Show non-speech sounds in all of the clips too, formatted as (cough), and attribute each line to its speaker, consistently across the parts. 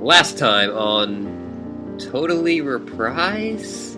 Speaker 1: Last time on Totally Reprise?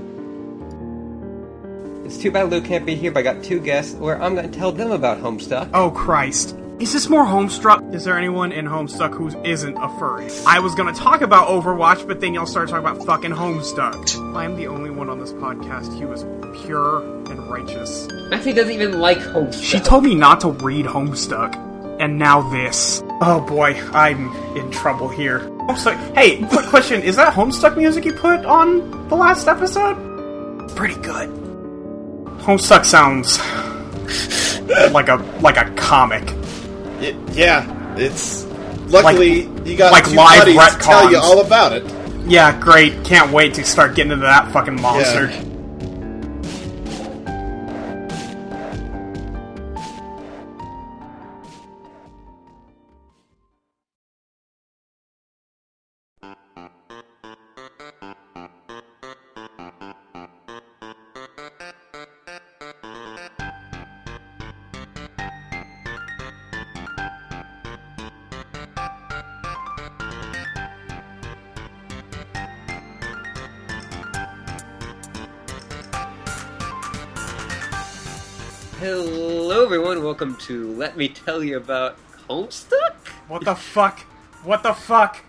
Speaker 2: It's too bad Lou can't be here, but I got two guests where I'm going to tell them about Homestuck.
Speaker 3: Oh Christ. Is this more Homestuck? Is there anyone in Homestuck who isn't a furry? I was gonna talk about Overwatch, but then y'all started talking about fucking Homestuck. I'm the only one on this podcast who is pure and righteous.
Speaker 1: Maxie doesn't even like Homestuck.
Speaker 3: She told me not to read Homestuck, and now this. Oh boy, I'm in trouble here. Homestuck. Hey, quick question: Is that Homestuck music you put on the last episode? Pretty good. Homestuck sounds like a like a comic.
Speaker 4: Y- yeah, it's luckily you got
Speaker 3: like
Speaker 4: two
Speaker 3: live
Speaker 4: buddies to
Speaker 3: retcons.
Speaker 4: tell you all about it.
Speaker 3: Yeah, great. Can't wait to start getting into that fucking monster.
Speaker 4: Yeah.
Speaker 1: Hello, everyone. Welcome to Let Me Tell You About Homestuck?
Speaker 3: What the fuck? What the fuck?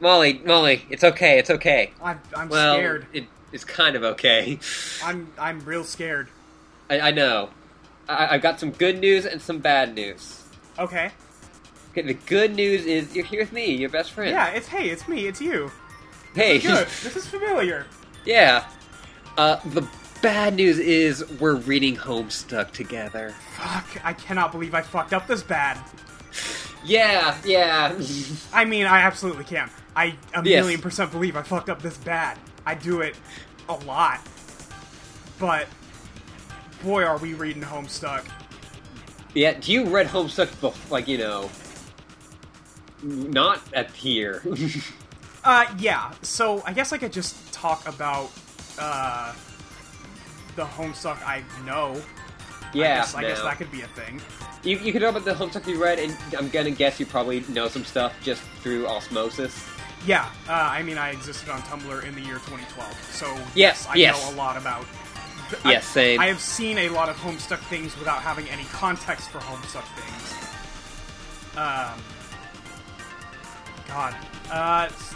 Speaker 1: Molly, Molly, it's okay, it's okay.
Speaker 3: I'm, I'm
Speaker 1: Well,
Speaker 3: scared.
Speaker 1: It, it's kind of okay.
Speaker 3: I'm I'm real scared.
Speaker 1: I, I know. I, I've got some good news and some bad news.
Speaker 3: Okay.
Speaker 1: Okay, the good news is you're here with me, your best friend.
Speaker 3: Yeah, it's hey, it's me, it's
Speaker 1: (laughs)
Speaker 3: you.
Speaker 1: Hey, (laughs)
Speaker 3: Good. this is familiar.
Speaker 1: yeah. Uh, the bad news is we're reading Homestuck together.
Speaker 3: Fuck, I cannot believe I fucked up this bad.
Speaker 1: Yeah, yeah. (laughs)
Speaker 3: I mean, I absolutely can. I a
Speaker 1: Yes.
Speaker 3: million percent believe I fucked up this bad. I do it a lot. But boy, are we reading Homestuck.
Speaker 1: yeah, do you read Homestuck bef- like, you know, not at here? (laughs)
Speaker 3: Uh, yeah. So I guess I could just talk about uh, the Homestuck I know. I
Speaker 1: yeah,
Speaker 3: guess, I guess
Speaker 1: no.
Speaker 3: that could be a thing.
Speaker 1: You, you can talk about the Homestuck you read, and I'm gonna guess you probably know some stuff just through osmosis.
Speaker 3: Yeah. Uh, I mean, I existed on Tumblr in the year 2012, so
Speaker 1: Yes,
Speaker 3: I
Speaker 1: yes.
Speaker 3: know a lot about.
Speaker 1: yes, same.
Speaker 3: I have seen a lot of Homestuck things without having any context for Homestuck things. Um, God. Uh, s-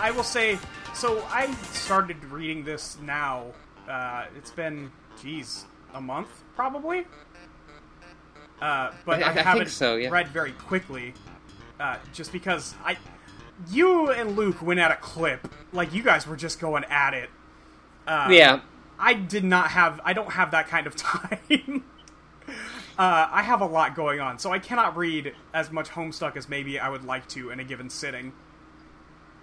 Speaker 3: I will say, so I started reading this now. Uh, it's been, geez, a month probably. Uh, but
Speaker 1: I-
Speaker 3: I,
Speaker 1: I think
Speaker 3: haven't
Speaker 1: so, yeah.
Speaker 3: read very quickly, uh, just because I, you and Luke went at a clip. Like you guys were just going at it. Uh,
Speaker 1: yeah,
Speaker 3: I did not have. I don't have that kind of (laughs) time. uh, I have a lot going on, so I cannot read as much Homestuck as maybe I would like to in a given sitting.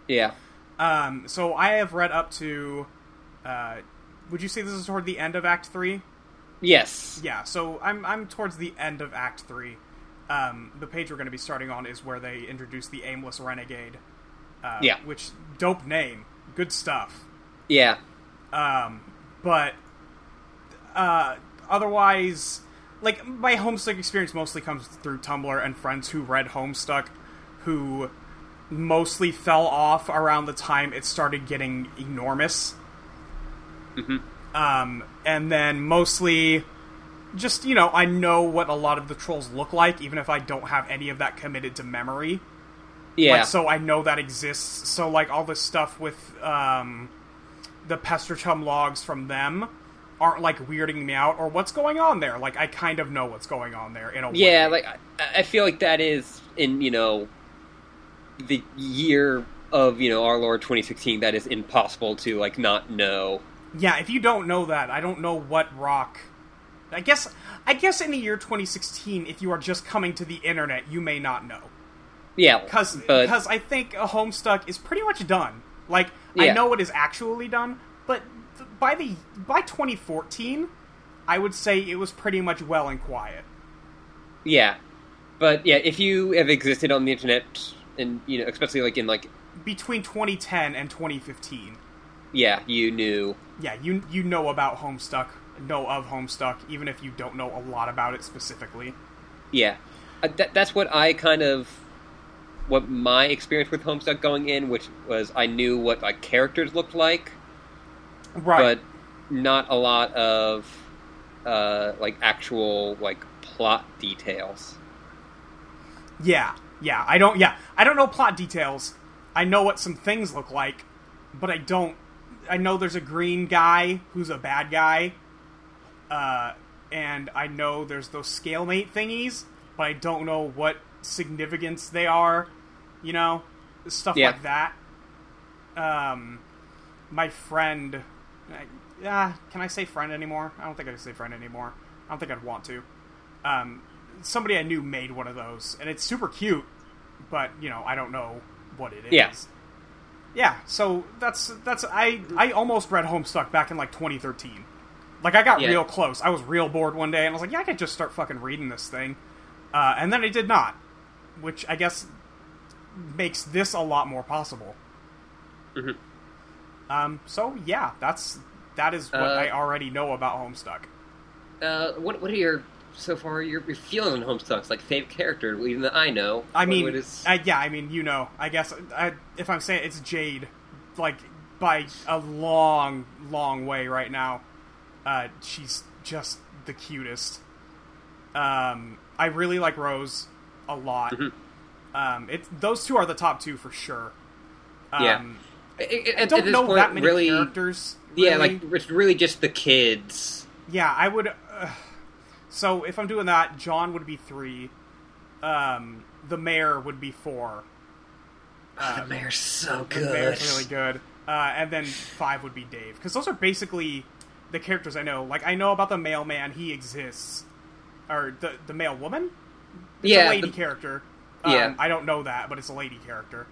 Speaker 1: yeah.
Speaker 3: Um, so I have read up to. Uh, would you say this is toward the end of Act Three?
Speaker 1: Yes.
Speaker 3: Yeah. So I'm I'm towards the end of Act Three. Um, the page we're going to be starting on is where they introduce the aimless renegade. Uh,
Speaker 1: Yeah.
Speaker 3: Which dope name. Good stuff.
Speaker 1: Yeah.
Speaker 3: Um, but uh, otherwise, like my Homestuck experience mostly comes through Tumblr and friends who read Homestuck, who mostly fell off around the time it started getting enormous. Um, and then mostly just you know I know what a lot of the trolls look like, even if I don't have any of that committed to memory.
Speaker 1: Yeah.
Speaker 3: Like, so I know that exists. So, like, all this stuff with um, the Pesterchum logs from them aren't, like, weirding me out or what's going on there. Like, I kind of know what's going on there in a way.
Speaker 1: yeah, like I, I feel like that is in, you know, the year of, you know, our Lord 2016 that is impossible to like not know.
Speaker 3: Yeah, if you don't know that, I don't know what rock. I guess, I guess in the year 2016, if you are just coming to the internet, you may not know.
Speaker 1: Yeah.
Speaker 3: Because
Speaker 1: but
Speaker 3: I think a Homestuck is pretty much done. Like,
Speaker 1: Yeah.
Speaker 3: I know it is actually done, but th- by the by 2014, I would say it was pretty much well and quiet.
Speaker 1: yeah. But yeah, if you have existed on the internet and you know, especially like in like
Speaker 3: Between 2010 and 2015,
Speaker 1: yeah, you knew.
Speaker 3: yeah, you you know about Homestuck, know of Homestuck, even if you don't know a lot about it specifically.
Speaker 1: Yeah. Uh, that, that's what I kind of what my experience with Homestuck going in, which was I knew what like characters looked like,
Speaker 3: Right.
Speaker 1: but not a lot of uh, like actual like plot details.
Speaker 3: yeah. Yeah. I don't. Yeah. I don't know plot details. I know what some things look like, but I don't. I know there's a green guy who's a bad guy, uh, and I know there's those scale mate thingies, but I don't know what significance they are. You know, stuff
Speaker 1: Yeah.
Speaker 3: like that. Um, my friend. I, uh, can I say friend anymore? I don't think I can say friend anymore. I don't think I'd want to. Um, somebody I knew made one of those, and it's super cute, but you know I don't know what it is.
Speaker 1: Yeah.
Speaker 3: Yeah, so that's that's I I almost read Homestuck back in like 2013. Like I got
Speaker 1: Yeah.
Speaker 3: real close. I was real bored one day, and I was like, yeah, I could just start fucking reading this thing, uh, and then I did not, which I guess makes this a lot more possible.
Speaker 1: Mhm.
Speaker 3: Um. So yeah, that's that is what
Speaker 1: Uh,
Speaker 3: I already know about Homestuck.
Speaker 1: Uh, what what are your so far your, your feelings on Homestuck's like favorite character? Even that I know.
Speaker 3: I
Speaker 1: What-
Speaker 3: mean,
Speaker 1: what is-
Speaker 3: I, yeah, I mean, you know, I guess I, if I'm saying it's Jade, like by a long, long way right now, uh, she's just the cutest. Um, I really like Rose a lot. Um, it those two are the top two for sure. Um,
Speaker 1: Yeah. I- I-
Speaker 3: I
Speaker 1: at
Speaker 3: don't
Speaker 1: this
Speaker 3: know
Speaker 1: point,
Speaker 3: that many
Speaker 1: really,
Speaker 3: characters.
Speaker 1: Yeah,
Speaker 3: really.
Speaker 1: like it's really just the kids.
Speaker 3: Yeah, I would. Uh, so if I'm doing that, John would be three. Um, the mayor would be four.
Speaker 1: Oh, the mayor's so
Speaker 3: Uh, The
Speaker 1: good.
Speaker 3: mayor's really good. Uh, and then five would be Dave, because those are basically the characters I know. Like I know about the mailman; he exists, or the the mail woman, It's
Speaker 1: Yeah,
Speaker 3: a lady
Speaker 1: the-
Speaker 3: character.
Speaker 1: Yeah.
Speaker 3: Um, I don't know that, but it's a lady character.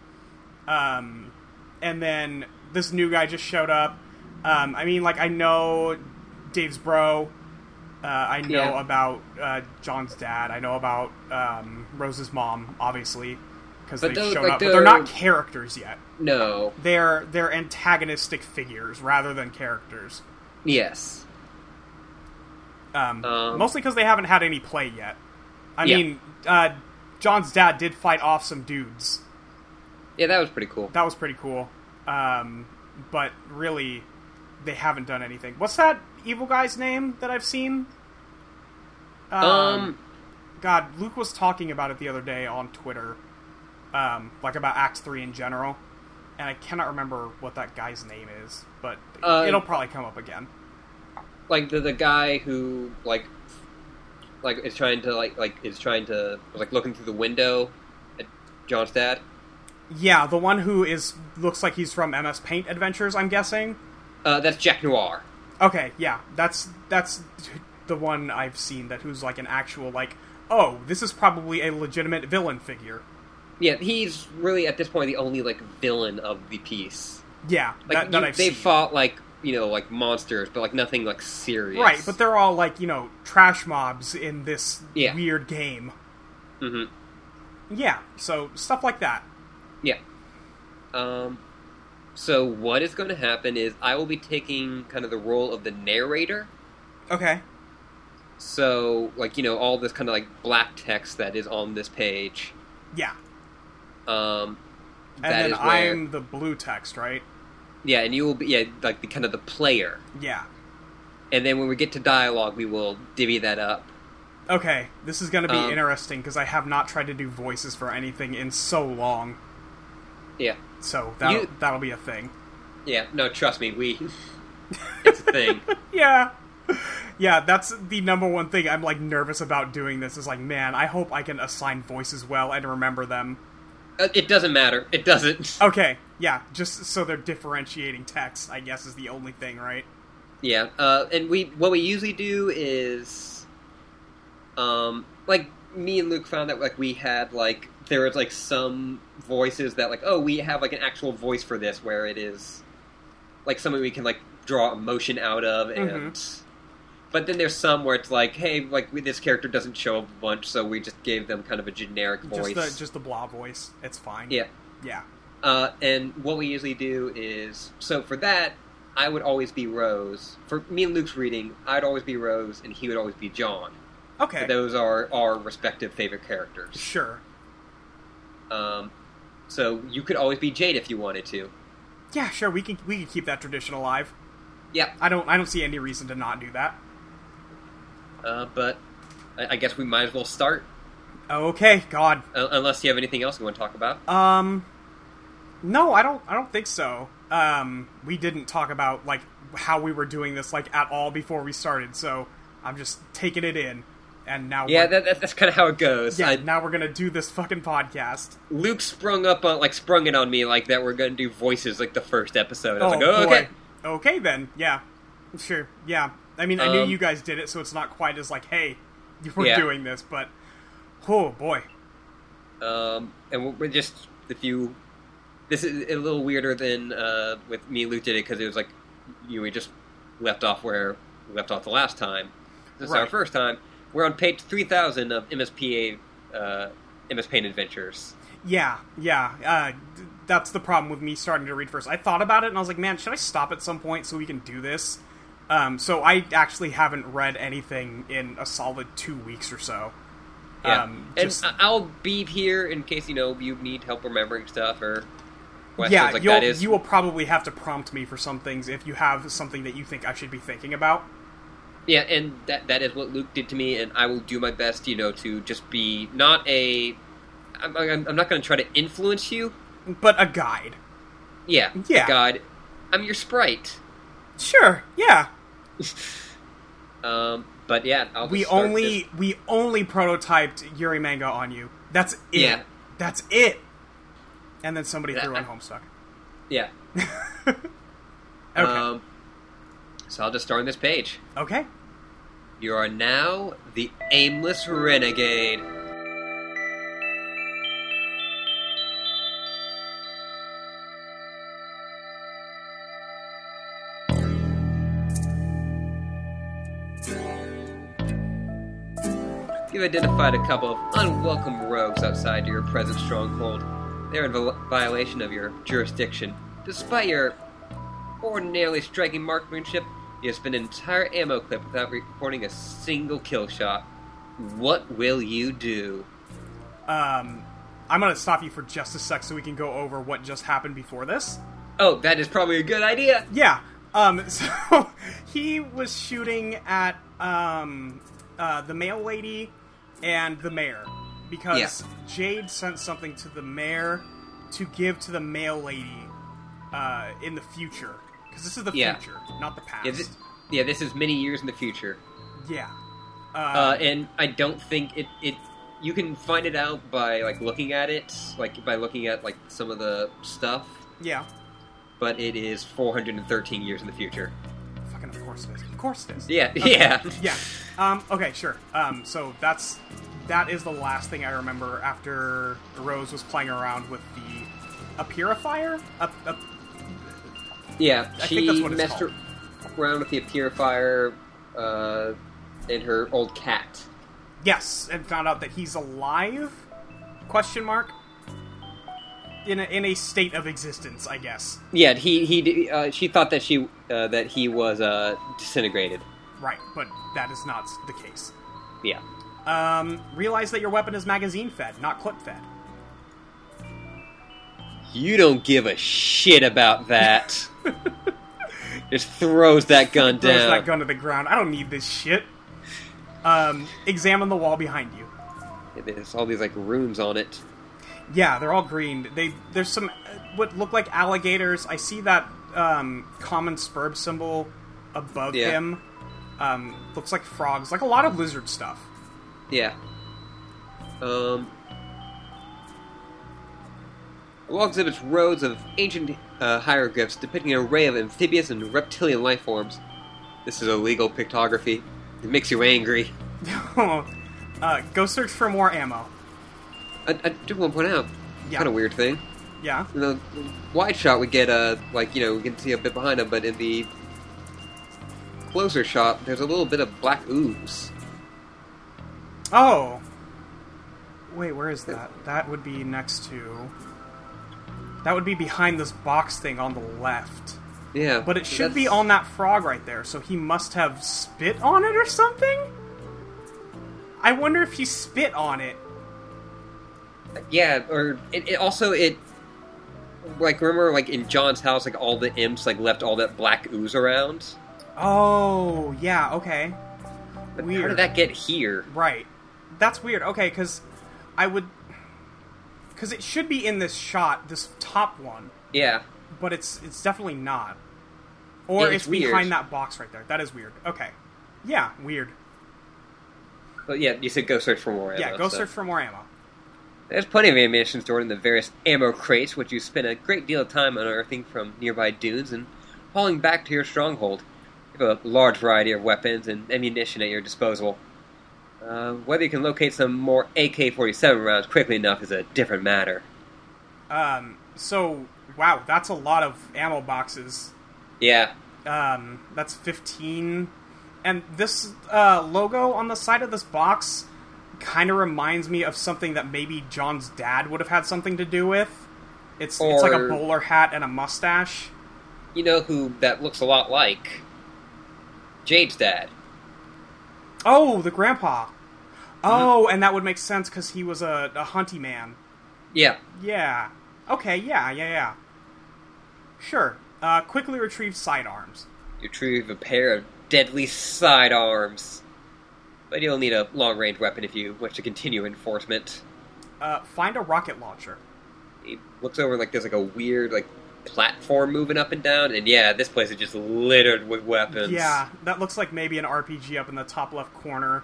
Speaker 3: Um, and then this new guy just showed up. Um, I mean, like I know Dave's bro. Uh, I know
Speaker 1: Yeah.
Speaker 3: about uh, John's dad. I know about um, Rose's mom, obviously, because
Speaker 1: But
Speaker 3: they've
Speaker 1: those-
Speaker 3: shown
Speaker 1: like,
Speaker 3: up. But they're not
Speaker 1: they're-
Speaker 3: characters yet.
Speaker 1: no.
Speaker 3: They're they're antagonistic figures rather than characters.
Speaker 1: Yes.
Speaker 3: Um,
Speaker 1: Um,
Speaker 3: mostly because they haven't had any play yet. I
Speaker 1: Yeah.
Speaker 3: mean, uh, John's dad did fight off some dudes.
Speaker 1: Yeah, that was pretty cool.
Speaker 3: That was pretty cool. Um, but really, they haven't done anything. What's that evil guy's name that I've seen? Um,
Speaker 1: um,
Speaker 3: God, Luke was talking about it the other day on Twitter, um, like about Act Three in general, and I cannot remember what that guy's name is, but
Speaker 1: Uh,
Speaker 3: it'll probably come up again.
Speaker 1: like the the guy who like like is trying to like like is trying to was, like looking through the window at John's dad.
Speaker 3: Yeah, the one who is looks like he's from MS Paint Adventures, I'm guessing.
Speaker 1: Uh, that's Jack Noir.
Speaker 3: Okay, yeah, that's that's the one I've seen that who's like an actual like, oh, this is probably a legitimate villain figure.
Speaker 1: Yeah, he's really at this point the only like villain of the piece.
Speaker 3: Yeah,
Speaker 1: Like
Speaker 3: that, that
Speaker 1: you-
Speaker 3: I've
Speaker 1: they've
Speaker 3: seen.
Speaker 1: fought like you know like monsters, but like nothing like serious.
Speaker 3: Right, but they're all like you know trash mobs in this
Speaker 1: Yeah.
Speaker 3: weird game.
Speaker 1: hmm
Speaker 3: Yeah, so stuff like that.
Speaker 1: Yeah. Um, so what is going to happen is I will be taking kind of the role of the narrator.
Speaker 3: Okay.
Speaker 1: So like you know all this kind of like black text that is on this page.
Speaker 3: Yeah,
Speaker 1: Um,
Speaker 3: and
Speaker 1: that
Speaker 3: then
Speaker 1: is where
Speaker 3: I'm the blue text, right?
Speaker 1: yeah, and you will be yeah like the kind of the player.
Speaker 3: Yeah.
Speaker 1: And then when we get to dialogue, we will divvy that up.
Speaker 3: Okay, this is going to be
Speaker 1: Um,
Speaker 3: interesting because I have not tried to do voices for anything in so long.
Speaker 1: Yeah,
Speaker 3: So that'll,
Speaker 1: You-
Speaker 3: that'll be a thing.
Speaker 1: yeah. No, trust me, we. (laughs) it's a
Speaker 3: (laughs)
Speaker 1: thing.
Speaker 3: Yeah. Yeah, that's the number one thing I'm like nervous about doing this is like, man, I hope I can assign voices well and remember them.
Speaker 1: Uh, It doesn't matter. It doesn't.
Speaker 3: Okay, yeah, just so they're differentiating text, I guess is the only thing, right?
Speaker 1: Yeah, uh, and we what we usually do is, um, like me and Luke found that like we had like there was like some voices that like oh we have like an actual voice for this where it is like something we can like draw emotion out of and. But then there's some where it's like, hey, like we, this character doesn't show up a bunch, so we just gave them kind of a generic voice.
Speaker 3: Just the just the blah voice. It's fine.
Speaker 1: yeah,
Speaker 3: Yeah.
Speaker 1: uh, and what we usually do is so for that, I would always be Rose. For me and Luke's reading, I'd always be Rose, and he would always be John.
Speaker 3: Okay.
Speaker 1: Those are our respective favorite characters.
Speaker 3: Sure.
Speaker 1: Um, So you could always be Jade if you wanted to.
Speaker 3: Yeah, sure. We can we can keep that tradition alive.
Speaker 1: Yep.
Speaker 3: I don't I don't see any reason to not do that.
Speaker 1: Uh, but I, I guess we might as well start,
Speaker 3: Okay, God.
Speaker 1: uh, unless you have anything else you want to talk about.
Speaker 3: Um, no, I don't. I don't think so. Um, we didn't talk about like how we were doing this like at all before we started. So I'm just taking it in, and now
Speaker 1: yeah,
Speaker 3: we're,
Speaker 1: that, that, that's kind of how it goes.
Speaker 3: yeah.
Speaker 1: I-
Speaker 3: now we're gonna do this fucking podcast.
Speaker 1: Luke sprung up on like sprung it on me like that. We're gonna do voices like the first episode. I was like, oh,
Speaker 3: boy.
Speaker 1: okay.
Speaker 3: Okay then. Yeah. Sure. Yeah. I mean, I knew
Speaker 1: Um,
Speaker 3: you guys did it, so it's not quite as like, hey, you were
Speaker 1: Yeah.
Speaker 3: doing this, but oh boy.
Speaker 1: Um, and we're- we're just if you, this is a little weirder than uh, with me. and Luke did it because it was like you we just left off where we left off the last time. This is our
Speaker 3: Right.
Speaker 1: first time. We're on page three thousand of MSPA uh, MS Paint Adventures.
Speaker 3: Yeah, yeah. Uh, d- that's the problem with me starting to read first. I thought about it and I was like, man, should I stop at some point so we can do this? Um, so I actually haven't read anything in a solid two weeks or so.
Speaker 1: Yeah,
Speaker 3: Um,
Speaker 1: and uh,
Speaker 3: just-
Speaker 1: I- I'll be here in case you know you need help remembering stuff or questions
Speaker 3: yeah,
Speaker 1: like
Speaker 3: you'll,
Speaker 1: that. Is
Speaker 3: you will probably have to prompt me for some things if you have something that you think I should be thinking about.
Speaker 1: Yeah, and that that is what Luke did to me, and I will do my best, you know, to just be not a. I'm, I'm, I'm not going to try to influence you.
Speaker 3: But a guide.
Speaker 1: Yeah,
Speaker 3: Yeah.
Speaker 1: God, I'm your sprite.
Speaker 3: Sure, yeah.
Speaker 1: Um, but yeah, I'll just
Speaker 3: we
Speaker 1: start
Speaker 3: only
Speaker 1: this-
Speaker 3: we only prototyped Yuri manga on you. That's it.
Speaker 1: Yeah.
Speaker 3: That's it. And then somebody
Speaker 1: Yeah,
Speaker 3: threw
Speaker 1: I-
Speaker 3: on Homestuck.
Speaker 1: yeah.
Speaker 3: Okay.
Speaker 1: Um, so I'll just start on this page.
Speaker 3: okay.
Speaker 1: You are now the aimless renegade. You've identified a couple of unwelcome rogues outside your present stronghold. They're in viol- violation of your jurisdiction. Despite your ordinarily striking marksmanship, you have spent an entire ammo clip without recording a single kill shot. What will you do?
Speaker 3: Um, I'm gonna stop you for just a sec so we can go over what just happened before this.
Speaker 1: Oh, that is probably a good idea.
Speaker 3: Yeah. Um, (laughs) so he was shooting at um, uh, the mail lady and the mayor because Jade sent something to the mayor to give to the mail lady uh, in the future because this is the
Speaker 1: Yeah.
Speaker 3: future, not the past.
Speaker 1: Yeah, this, yeah, this is many years in the future,
Speaker 3: yeah. Uh,
Speaker 1: uh, and I don't think it it. You can find it out by like looking at it, like by looking at like some of the stuff.
Speaker 3: yeah.
Speaker 1: But it is 413 years in the future.
Speaker 3: Fucking of course it is. Of course it is.
Speaker 1: Yeah,
Speaker 3: Okay.
Speaker 1: yeah.
Speaker 3: yeah. Um, okay, sure. Um, so that's that is the last thing I remember after Rose was playing around with the a purifier. A, a,
Speaker 1: Yeah,
Speaker 3: I
Speaker 1: she
Speaker 3: think that's what it's
Speaker 1: messed
Speaker 3: called.
Speaker 1: around with the purifier uh, and her old cat.
Speaker 3: yes, and found out that he's alive? Question mark. In a, in a state of existence, I guess.
Speaker 1: Yeah, he he. d- Uh, she thought that she uh, that he was uh, disintegrated.
Speaker 3: Right, but that is not the case.
Speaker 1: Yeah,
Speaker 3: Um, realize that your weapon is magazine fed, not clip fed.
Speaker 1: you don't give a shit about
Speaker 3: (laughs)
Speaker 1: that. Just throws that gun
Speaker 3: Throws
Speaker 1: down.
Speaker 3: that gun to the ground. I don't need this shit. Um, examine the wall behind you.
Speaker 1: There's all these like runes on it.
Speaker 3: Yeah, they're all green. They there's some uh, what look like alligators. I see that um, common spurb symbol above
Speaker 1: Yeah.
Speaker 3: him. Um, looks like frogs, like a lot of lizard stuff. (laughs)
Speaker 1: Yeah. Um. The wall exhibits rows of ancient uh, hieroglyphs depicting an array of amphibious and reptilian life forms. This is illegal pictography. It makes you angry.
Speaker 3: uh, go search for more ammo.
Speaker 1: I, I do want to point out,
Speaker 3: Yeah.
Speaker 1: kind of weird thing.
Speaker 3: Yeah,
Speaker 1: In the wide shot, we get a like you know we can see a bit behind him, but in the closer shot, there's a little bit of black ooze.
Speaker 3: Oh. Wait, where is that? That would be next to. That would be behind this box thing on the left.
Speaker 1: Yeah,
Speaker 3: But it should be
Speaker 1: that's-
Speaker 3: on that frog right there, so he must have spit on it or something? I wonder if he spit on it.
Speaker 1: Yeah, or it, it also it like remember like in John's house, like all the imps like left all that black ooze around.
Speaker 3: Oh, yeah, okay.
Speaker 1: But How
Speaker 3: Weird.
Speaker 1: did that get here?
Speaker 3: Right. That's weird. Okay, because I would. Because it should be in this shot, this top one,
Speaker 1: Yeah,
Speaker 3: but it's it's definitely not. Or
Speaker 1: Yeah,
Speaker 3: it's,
Speaker 1: it's weird.
Speaker 3: behind that box right there. That is weird. Okay. Yeah, weird.
Speaker 1: but yeah, you said go search for more.
Speaker 3: yeah,
Speaker 1: ammo,
Speaker 3: go
Speaker 1: so-
Speaker 3: search for more ammo.
Speaker 1: There's plenty of ammunition stored in the various ammo crates, which you spend a great deal of time unearthing from nearby dunes and hauling back to your stronghold. You have a large variety of weapons and ammunition at your disposal. Uh, whether you can locate some more AK 47 rounds quickly enough is a different matter.
Speaker 3: Um, so, wow, that's a lot of ammo boxes.
Speaker 1: Yeah,
Speaker 3: um, that's 15 and this uh, logo on the side of this box kind of reminds me of something that maybe john's dad would have had something to do with it's, it's like a
Speaker 1: Or-
Speaker 3: bowler hat and a mustache
Speaker 1: you know who that looks a lot like? Jade's dad.
Speaker 3: oh the grandpa oh and that would make sense because he was a, a hunty man
Speaker 1: Yeah,
Speaker 3: yeah okay yeah yeah yeah sure uh, quickly retrieve sidearms
Speaker 1: you retrieve a pair of deadly sidearms. But you'll need a long range weapon if you wish to continue enforcement.
Speaker 3: uh, find a rocket launcher
Speaker 1: he looks over like there's like a weird like platform moving up and down and yeah this place is just littered with weapons
Speaker 3: Yeah, that looks like maybe an RPG up in the top left corner.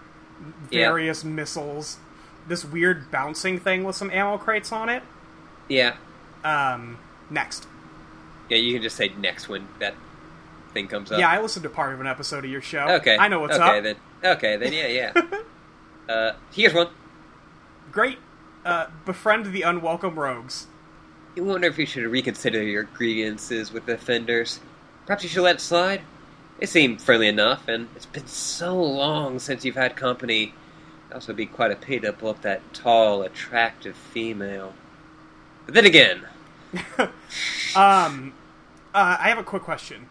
Speaker 1: Yeah.
Speaker 3: Various missiles. This weird bouncing thing with some ammo crates on it.
Speaker 1: yeah
Speaker 3: Um, next.
Speaker 1: yeah you can just say next when that thing comes up
Speaker 3: Yeah, I listened to part of an episode of your show.
Speaker 1: okay
Speaker 3: I know what's
Speaker 1: okay
Speaker 3: up.
Speaker 1: then okay then yeah
Speaker 3: (laughs)
Speaker 1: yeah uh here's one
Speaker 3: Great. Uh, befriend the unwelcome rogues.
Speaker 1: you wonder if you should reconsider your grievances with the offenders perhaps you should let it slide they seem friendly enough and it's been so long since you've had company It'd also be quite a pity to blow up that tall attractive female but then again
Speaker 3: Um, uh, I have a quick question.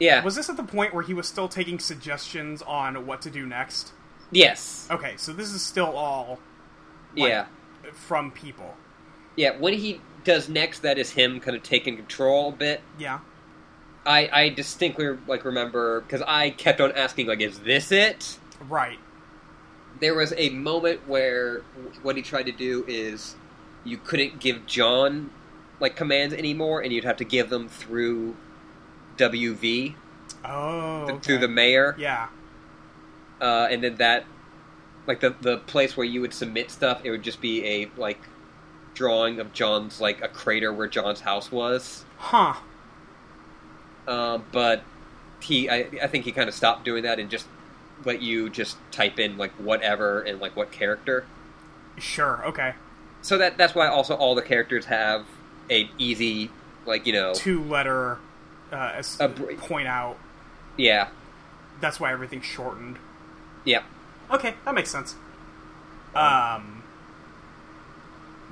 Speaker 1: yeah
Speaker 3: Was this at the point where he was still taking suggestions on what to do next?
Speaker 1: Yes.
Speaker 3: Okay, so this is still all like,
Speaker 1: Yeah.
Speaker 3: from people.
Speaker 1: Yeah. When he does next, that is him kind of taking control a bit.
Speaker 3: Yeah.
Speaker 1: I, I distinctly like remember because I kept on asking like, is this it?
Speaker 3: Right.
Speaker 1: There was a moment where what he tried to do is you couldn't give John like commands anymore, and you'd have to give them through WV th-
Speaker 3: Oh.
Speaker 1: through
Speaker 3: okay.
Speaker 1: the mayor,
Speaker 3: Yeah.
Speaker 1: uh, and then that like the the place where you would submit stuff, it would just be a like drawing of John's like a crater where John's house was.
Speaker 3: Huh.
Speaker 1: Uh, but he, I, I think he kind of stopped doing that and just let you just type in like whatever and like what character.
Speaker 3: Sure. Okay.
Speaker 1: So that that's why also all the characters have a easy like you know
Speaker 3: Two letter uh, as-
Speaker 1: A br-
Speaker 3: point out.
Speaker 1: yeah
Speaker 3: That's why everything's shortened.
Speaker 1: yeah
Speaker 3: Okay, that makes sense.
Speaker 1: Oh.
Speaker 3: Um.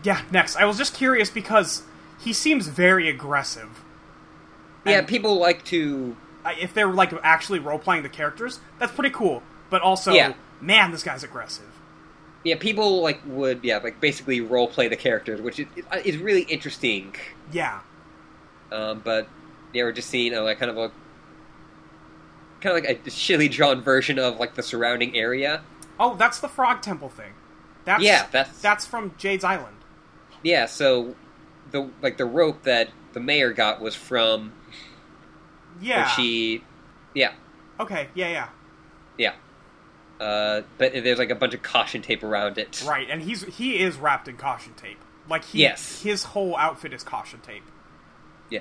Speaker 3: Yeah. Next, I was just curious because he seems very aggressive.
Speaker 1: yeah
Speaker 3: And-
Speaker 1: people like to
Speaker 3: I- If they're like actually role playing the characters, that's pretty cool. But also,
Speaker 1: Yeah.
Speaker 3: man, this guy's aggressive.
Speaker 1: yeah people like would yeah like basically role play the characters which is, is really interesting.
Speaker 3: Yeah.
Speaker 1: Um, but yeah, we're just seeing a like kind of a kind of like a shilly drawn version of like the surrounding area.
Speaker 3: Oh, that's the frog temple thing. That's
Speaker 1: Yeah, that's-
Speaker 3: that's from Jade's Island.
Speaker 1: Yeah, so the like the rope that the mayor got was from
Speaker 3: Yeah.
Speaker 1: when she yeah,
Speaker 3: Okay. Yeah. Yeah.
Speaker 1: yeah. Uh, but there's like a bunch of caution tape around it.
Speaker 3: Right, and he's he is wrapped in caution tape. Like he,
Speaker 1: Yes.
Speaker 3: his whole outfit is caution tape.
Speaker 1: Yeah.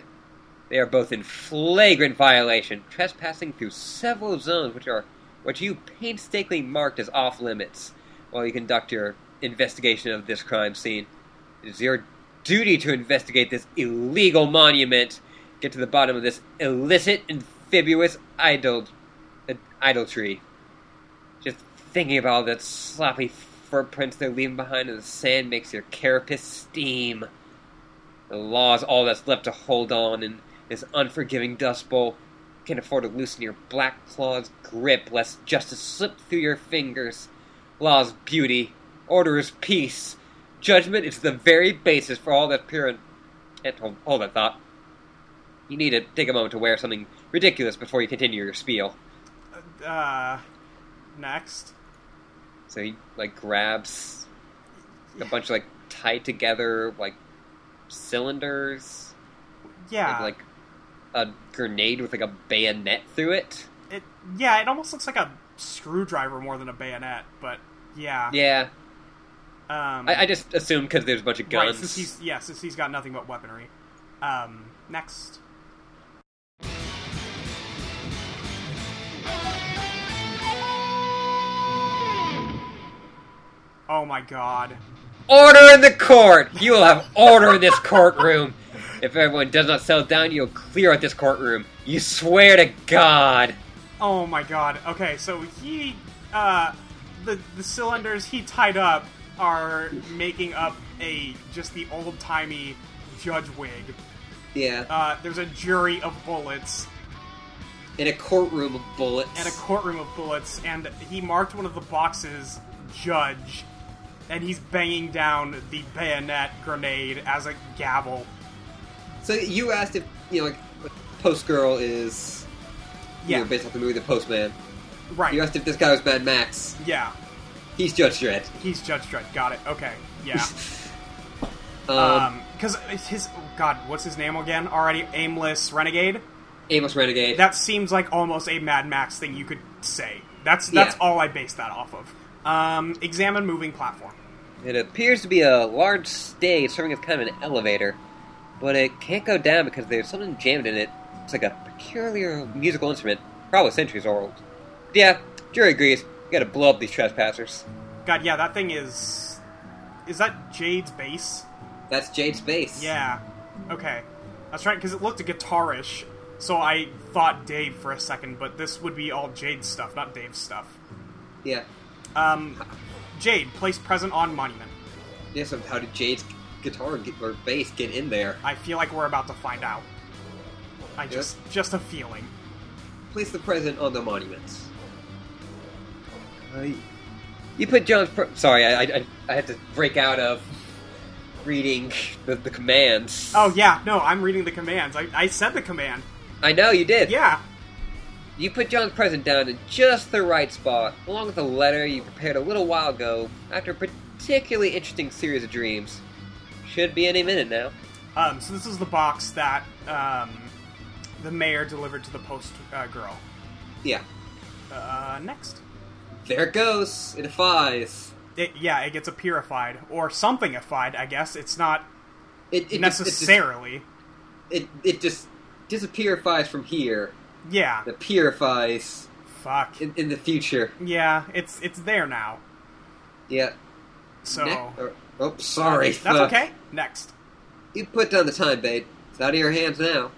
Speaker 1: They are both in flagrant violation, trespassing through several zones which are which you painstakingly marked as off limits while you conduct your investigation of this crime scene. It is your duty to investigate this illegal monument, get to the bottom of this illicit, amphibious idol, uh, idolatry. Just thinking about all that sloppy footprints they're leaving behind in the sand makes your carapace steam. The law is all that's left to hold on in this unforgiving dust bowl. Can't afford to loosen your black claw's grip lest justice slip through your fingers. Law's beauty, order is peace, judgment is the very basis for all that's pure and And hold, hold that thought. You need to take a moment to wear something ridiculous before you continue your spiel.
Speaker 3: Uh, next.
Speaker 1: So he like grabs a bunch of like tied together like cylinders,
Speaker 3: Yeah.
Speaker 1: and, like a grenade with like a bayonet through it.
Speaker 3: it, yeah, it almost looks like a screwdriver more than a bayonet, but yeah.
Speaker 1: Yeah,
Speaker 3: Um,
Speaker 1: I, I just assumed because there's a bunch of
Speaker 3: Right,
Speaker 1: guns.
Speaker 3: since he's, yeah, since he's got nothing but weaponry. Um, next. Oh my god.
Speaker 1: Order in the court! You will have order in this courtroom. If everyone does not settle down, you'll clear out this courtroom. You swear to God.
Speaker 3: Oh my god. Okay, so he, uh, the the cylinders he tied up are making up a just the old timey judge wig.
Speaker 1: Yeah.
Speaker 3: Uh, there's a jury of bullets
Speaker 1: In a courtroom of bullets.
Speaker 3: and a courtroom of bullets, and he marked one of the boxes judge, and he's banging down the bayonet grenade as a gavel.
Speaker 1: so you asked if you know, like, Post Girl is you
Speaker 3: Yeah,
Speaker 1: know, based off the movie The Postman. You
Speaker 3: right.
Speaker 1: asked if this guy was Mad Max.
Speaker 3: Yeah,
Speaker 1: He's Judge Dredd.
Speaker 3: he's Judge Dredd. Got it. Okay. Yeah.
Speaker 1: Um,
Speaker 3: Um, because his oh God, what's his name again? Already aimless renegade.
Speaker 1: Amos Renegade.
Speaker 3: That seems like almost a Mad Max thing you could say. That's that's
Speaker 1: Yeah.
Speaker 3: all I base that off of. Um, examine moving platform.
Speaker 1: It appears to be a large stage serving as kind of an elevator, but it can't go down because there's something jammed in it. It's like a peculiar musical instrument, probably centuries old. Yeah, jury agrees. You gotta blow up these trespassers.
Speaker 3: God, yeah, that thing is. Is that Jade's bass?
Speaker 1: That's Jade's bass.
Speaker 3: Yeah. Okay. I was trying because it looked guitarish, so I thought Dave for a second, but this would be all Jade's stuff, not Dave's stuff.
Speaker 1: Yeah.
Speaker 3: Um, Jade, place present on monument.
Speaker 1: Yeah, so how did Jade's guitar get, or bass get in there?
Speaker 3: I feel like we're about to find out. I just just a feeling.
Speaker 1: Place the present on the monuments. I... You put John's. Pro- Sorry, I, I I had to break out of reading the, the commands.
Speaker 3: Oh yeah, no, I'm reading the commands. I, I said the command.
Speaker 1: I know you did.
Speaker 3: Yeah.
Speaker 1: You put John's present down in just the right spot, along with a letter you prepared a little while ago after a particularly interesting series of dreams. Should be any minute now.
Speaker 3: Um, so this is the box that um, the mayor delivered to the post uh, girl.
Speaker 1: Yeah.
Speaker 3: Uh, next.
Speaker 1: There it goes. It defies.
Speaker 3: It, yeah, it gets a purified or somethingified. I guess it's not
Speaker 1: It, it just-
Speaker 3: necessarily.
Speaker 1: It just, it, it just disappearifies from here.
Speaker 3: yeah.
Speaker 1: It purifies
Speaker 3: Fuck.
Speaker 1: in, in the future.
Speaker 3: yeah, it's it's there now.
Speaker 1: Yeah.
Speaker 3: So
Speaker 1: Next- or- oh, sorry.
Speaker 3: that's
Speaker 1: Uh,
Speaker 3: okay. Next.
Speaker 1: You put down the time, babe. It's out of your hands now.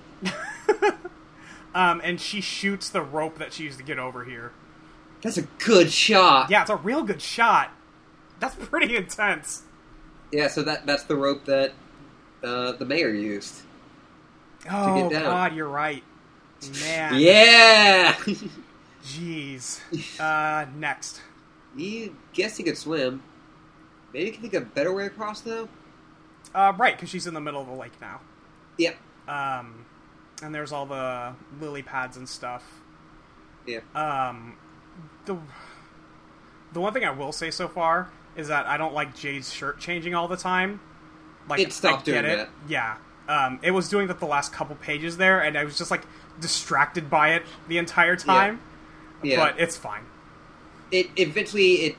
Speaker 3: Um, and she shoots the rope that she used to get over here.
Speaker 1: That's a good shot.
Speaker 3: Yeah, it's a real good shot. That's (laughs) pretty intense.
Speaker 1: Yeah. So that that's the rope that uh, the mayor used.
Speaker 3: Oh
Speaker 1: down.
Speaker 3: God, you're right. Man.
Speaker 1: Yeah. (laughs)
Speaker 3: Jeez. Uh, next.
Speaker 1: You guess he could swim. Maybe you can think of a better way across, though?
Speaker 3: Uh, right, because she's in the middle of the lake now.
Speaker 1: Yeah.
Speaker 3: Um, and there's all the lily pads and stuff.
Speaker 1: Yeah.
Speaker 3: Um, the the one thing I will say so far is that I don't like Jade's shirt changing all the time. Like
Speaker 1: It stopped
Speaker 3: I get
Speaker 1: doing
Speaker 3: it. Yeah. Um, it was doing that the last couple pages there, and I was just like distracted by it the entire time.
Speaker 1: Yeah.
Speaker 3: But it's fine.
Speaker 1: it eventually it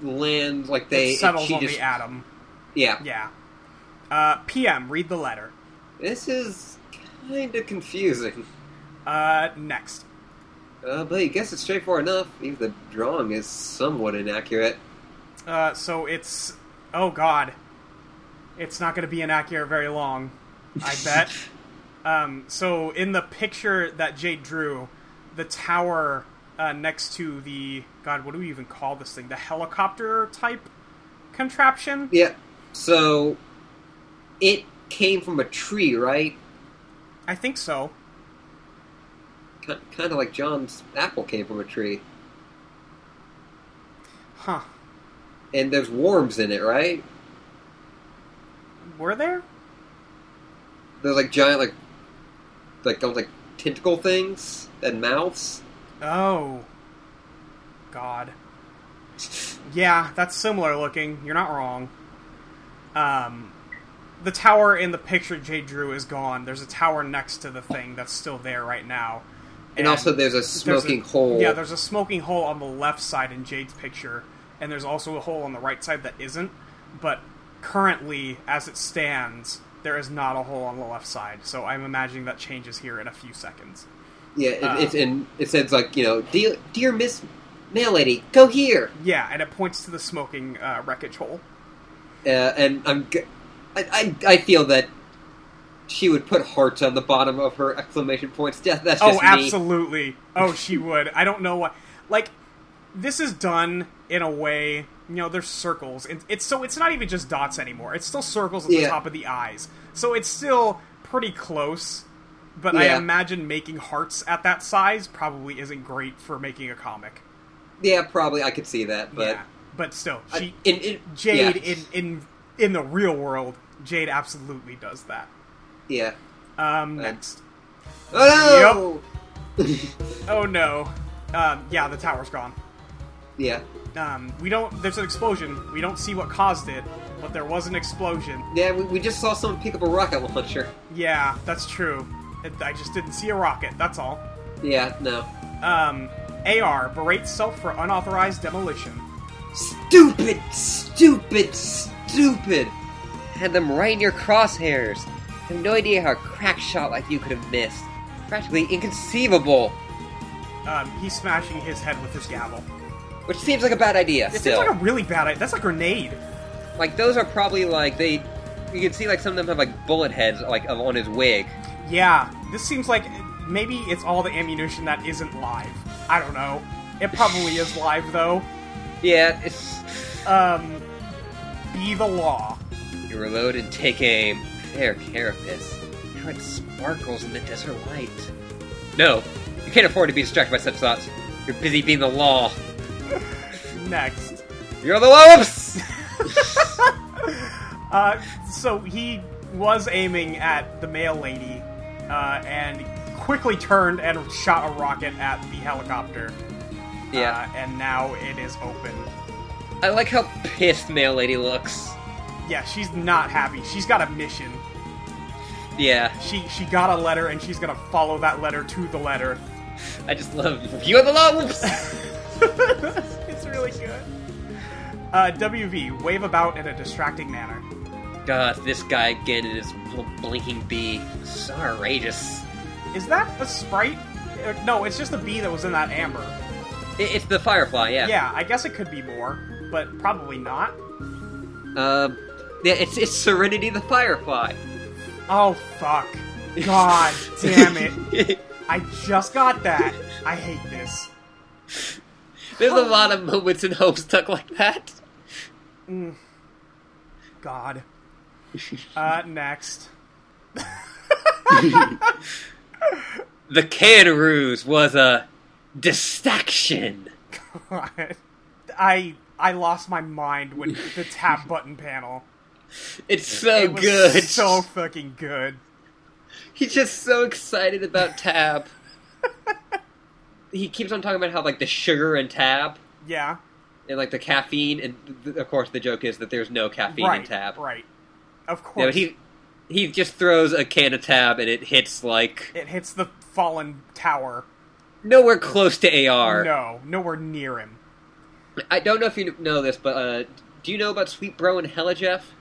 Speaker 1: lands like
Speaker 3: It
Speaker 1: they it-
Speaker 3: settles
Speaker 1: she
Speaker 3: on
Speaker 1: just-
Speaker 3: the atom.
Speaker 1: Yeah.
Speaker 3: Yeah. Uh, PM, read the letter.
Speaker 1: This is kind of confusing.
Speaker 3: Uh, next.
Speaker 1: Uh, but I guess it's straightforward enough. Even the drawing is somewhat inaccurate.
Speaker 3: Uh, so it's oh god, it's not going to be inaccurate very long, I bet. um, so in the picture that Jade drew, the tower uh, next to the god, what do we even call this thing? The helicopter type contraption.
Speaker 1: Yeah. So it came from a tree, right?
Speaker 3: I think so.
Speaker 1: Kind of like John's apple came from a tree.
Speaker 3: Huh?
Speaker 1: And there's worms in it, right?
Speaker 3: Were there?
Speaker 1: there's like giant like like almost like tentacle things and mouths.
Speaker 3: Oh. God. Yeah, that's similar looking. You're not wrong. Um, the tower in the picture Jay drew is gone. There's a tower next to the thing that's still there right now.
Speaker 1: And also there's a smoking hole.
Speaker 3: Yeah, there's a smoking hole on the left side in Jade's picture, and there's also a hole on the right side that isn't. But currently, as it stands, there is not a hole on the left side. So I'm imagining that changes here in a few seconds.
Speaker 1: Yeah, it,
Speaker 3: Uh.
Speaker 1: it's in. It says like you know, dear, dear Miss Mail Lady, go here.
Speaker 3: Yeah, and it points to the smoking uh, wreckage hole.
Speaker 1: Uh, and I'm, g- I, I, I feel that she would put hearts on the bottom of her exclamation points. Yeah, that's
Speaker 3: Oh,
Speaker 1: just me.
Speaker 3: absolutely.
Speaker 1: (laughs)
Speaker 3: Oh, she would. I don't know why. Like, this is done in a way. You know, there's circles, and it's so it's not even just dots anymore. It's still circles at the
Speaker 1: Yeah.
Speaker 3: top of the eyes. So it's still pretty close. But I
Speaker 1: Yeah.
Speaker 3: imagine making hearts at that size probably isn't great for making a comic.
Speaker 1: Yeah, probably I could see that, but
Speaker 3: yeah, but still,
Speaker 1: I-
Speaker 3: she
Speaker 1: in, in,
Speaker 3: Jade
Speaker 1: yeah,
Speaker 3: in in in the real world, Jade absolutely does that.
Speaker 1: yeah.
Speaker 3: Um, next.
Speaker 1: Oh no!
Speaker 3: Oh no. Um, yeah, the tower's gone.
Speaker 1: (laughs) Yeah,
Speaker 3: Um, we don't. There's an explosion. We don't see what caused it, but there was an explosion.
Speaker 1: yeah. We, we just saw someone pick up a rocket launcher.
Speaker 3: Yeah, that's true. It, I just didn't see a rocket. That's all.
Speaker 1: Yeah, no.
Speaker 3: Um, AR berates self for unauthorized demolition.
Speaker 1: Stupid, stupid, stupid. Had them right in your crosshairs. I have no idea how a crack shot like you could have missed. Practically inconceivable.
Speaker 3: Um, he's smashing his head with his gavel.
Speaker 1: Which seems like a bad idea.
Speaker 3: It
Speaker 1: still,
Speaker 3: seems like a really bad idea. That's a grenade.
Speaker 1: like those are probably like they. You can see like some of them have like bullet heads like on his wig.
Speaker 3: Yeah, this seems like maybe it's all the ammunition that isn't live. I don't know. It probably is live though.
Speaker 1: Yeah, it's
Speaker 3: Um, be the law.
Speaker 1: You reload and take aim. Fair care of this. How it sparkles in the desert light. No, you can't afford to be distracted by such thoughts. You're busy being the law.
Speaker 3: Next.
Speaker 1: You're the law. Whoops!
Speaker 3: Uh, so he was aiming at the mail lady, uh, and quickly turned and shot a rocket at the helicopter.
Speaker 1: yeah,
Speaker 3: Uh, and now it is open.
Speaker 1: I like how pissed Mail Lady looks.
Speaker 3: Yeah, she's not happy. She's got a mission.
Speaker 1: Yeah,
Speaker 3: She she got a letter, and she's gonna follow that letter to the letter. (laughs)
Speaker 1: I just love you. Are the law. Whoops!
Speaker 3: it's really good. Uh, WV wave about in a distracting manner.
Speaker 1: God, this guy again in his little blinking bee. So outrageous.
Speaker 3: Is that a sprite? Uh, No, it's just a bee that was in that amber.
Speaker 1: It, it's the firefly. Yeah.
Speaker 3: Yeah, I guess it could be more, but probably not.
Speaker 1: Um. Yeah, it's it's Serenity the firefly. (laughs)
Speaker 3: Oh fuck! (laughs) God damn it! I just got that. I hate this.
Speaker 1: There's
Speaker 3: Oh.
Speaker 1: a lot of moments in Homestuck like that.
Speaker 3: (laughs) God. Uh, next. (laughs)
Speaker 1: The can ruse was a distraction.
Speaker 3: God. I I lost my mind when the (laughs) tap button panel.
Speaker 1: It's so
Speaker 3: It was
Speaker 1: good.
Speaker 3: So fucking good.
Speaker 1: (laughs) He's just so excited about
Speaker 3: (laughs)
Speaker 1: Tab. he keeps on talking about how like the sugar and Tab
Speaker 3: Yeah.
Speaker 1: and like the caffeine and th- of course the joke is that there's no caffeine
Speaker 3: right.
Speaker 1: in Tab.
Speaker 3: Right. Of
Speaker 1: Yeah,
Speaker 3: course.
Speaker 1: but he he just throws a can of Tab and it hits like
Speaker 3: It hits the fallen tower.
Speaker 1: nowhere close to AR.
Speaker 3: No, nowhere near him.
Speaker 1: I don't know if you know this, but uh, do you know about Sweet Bro and Hella Jeff?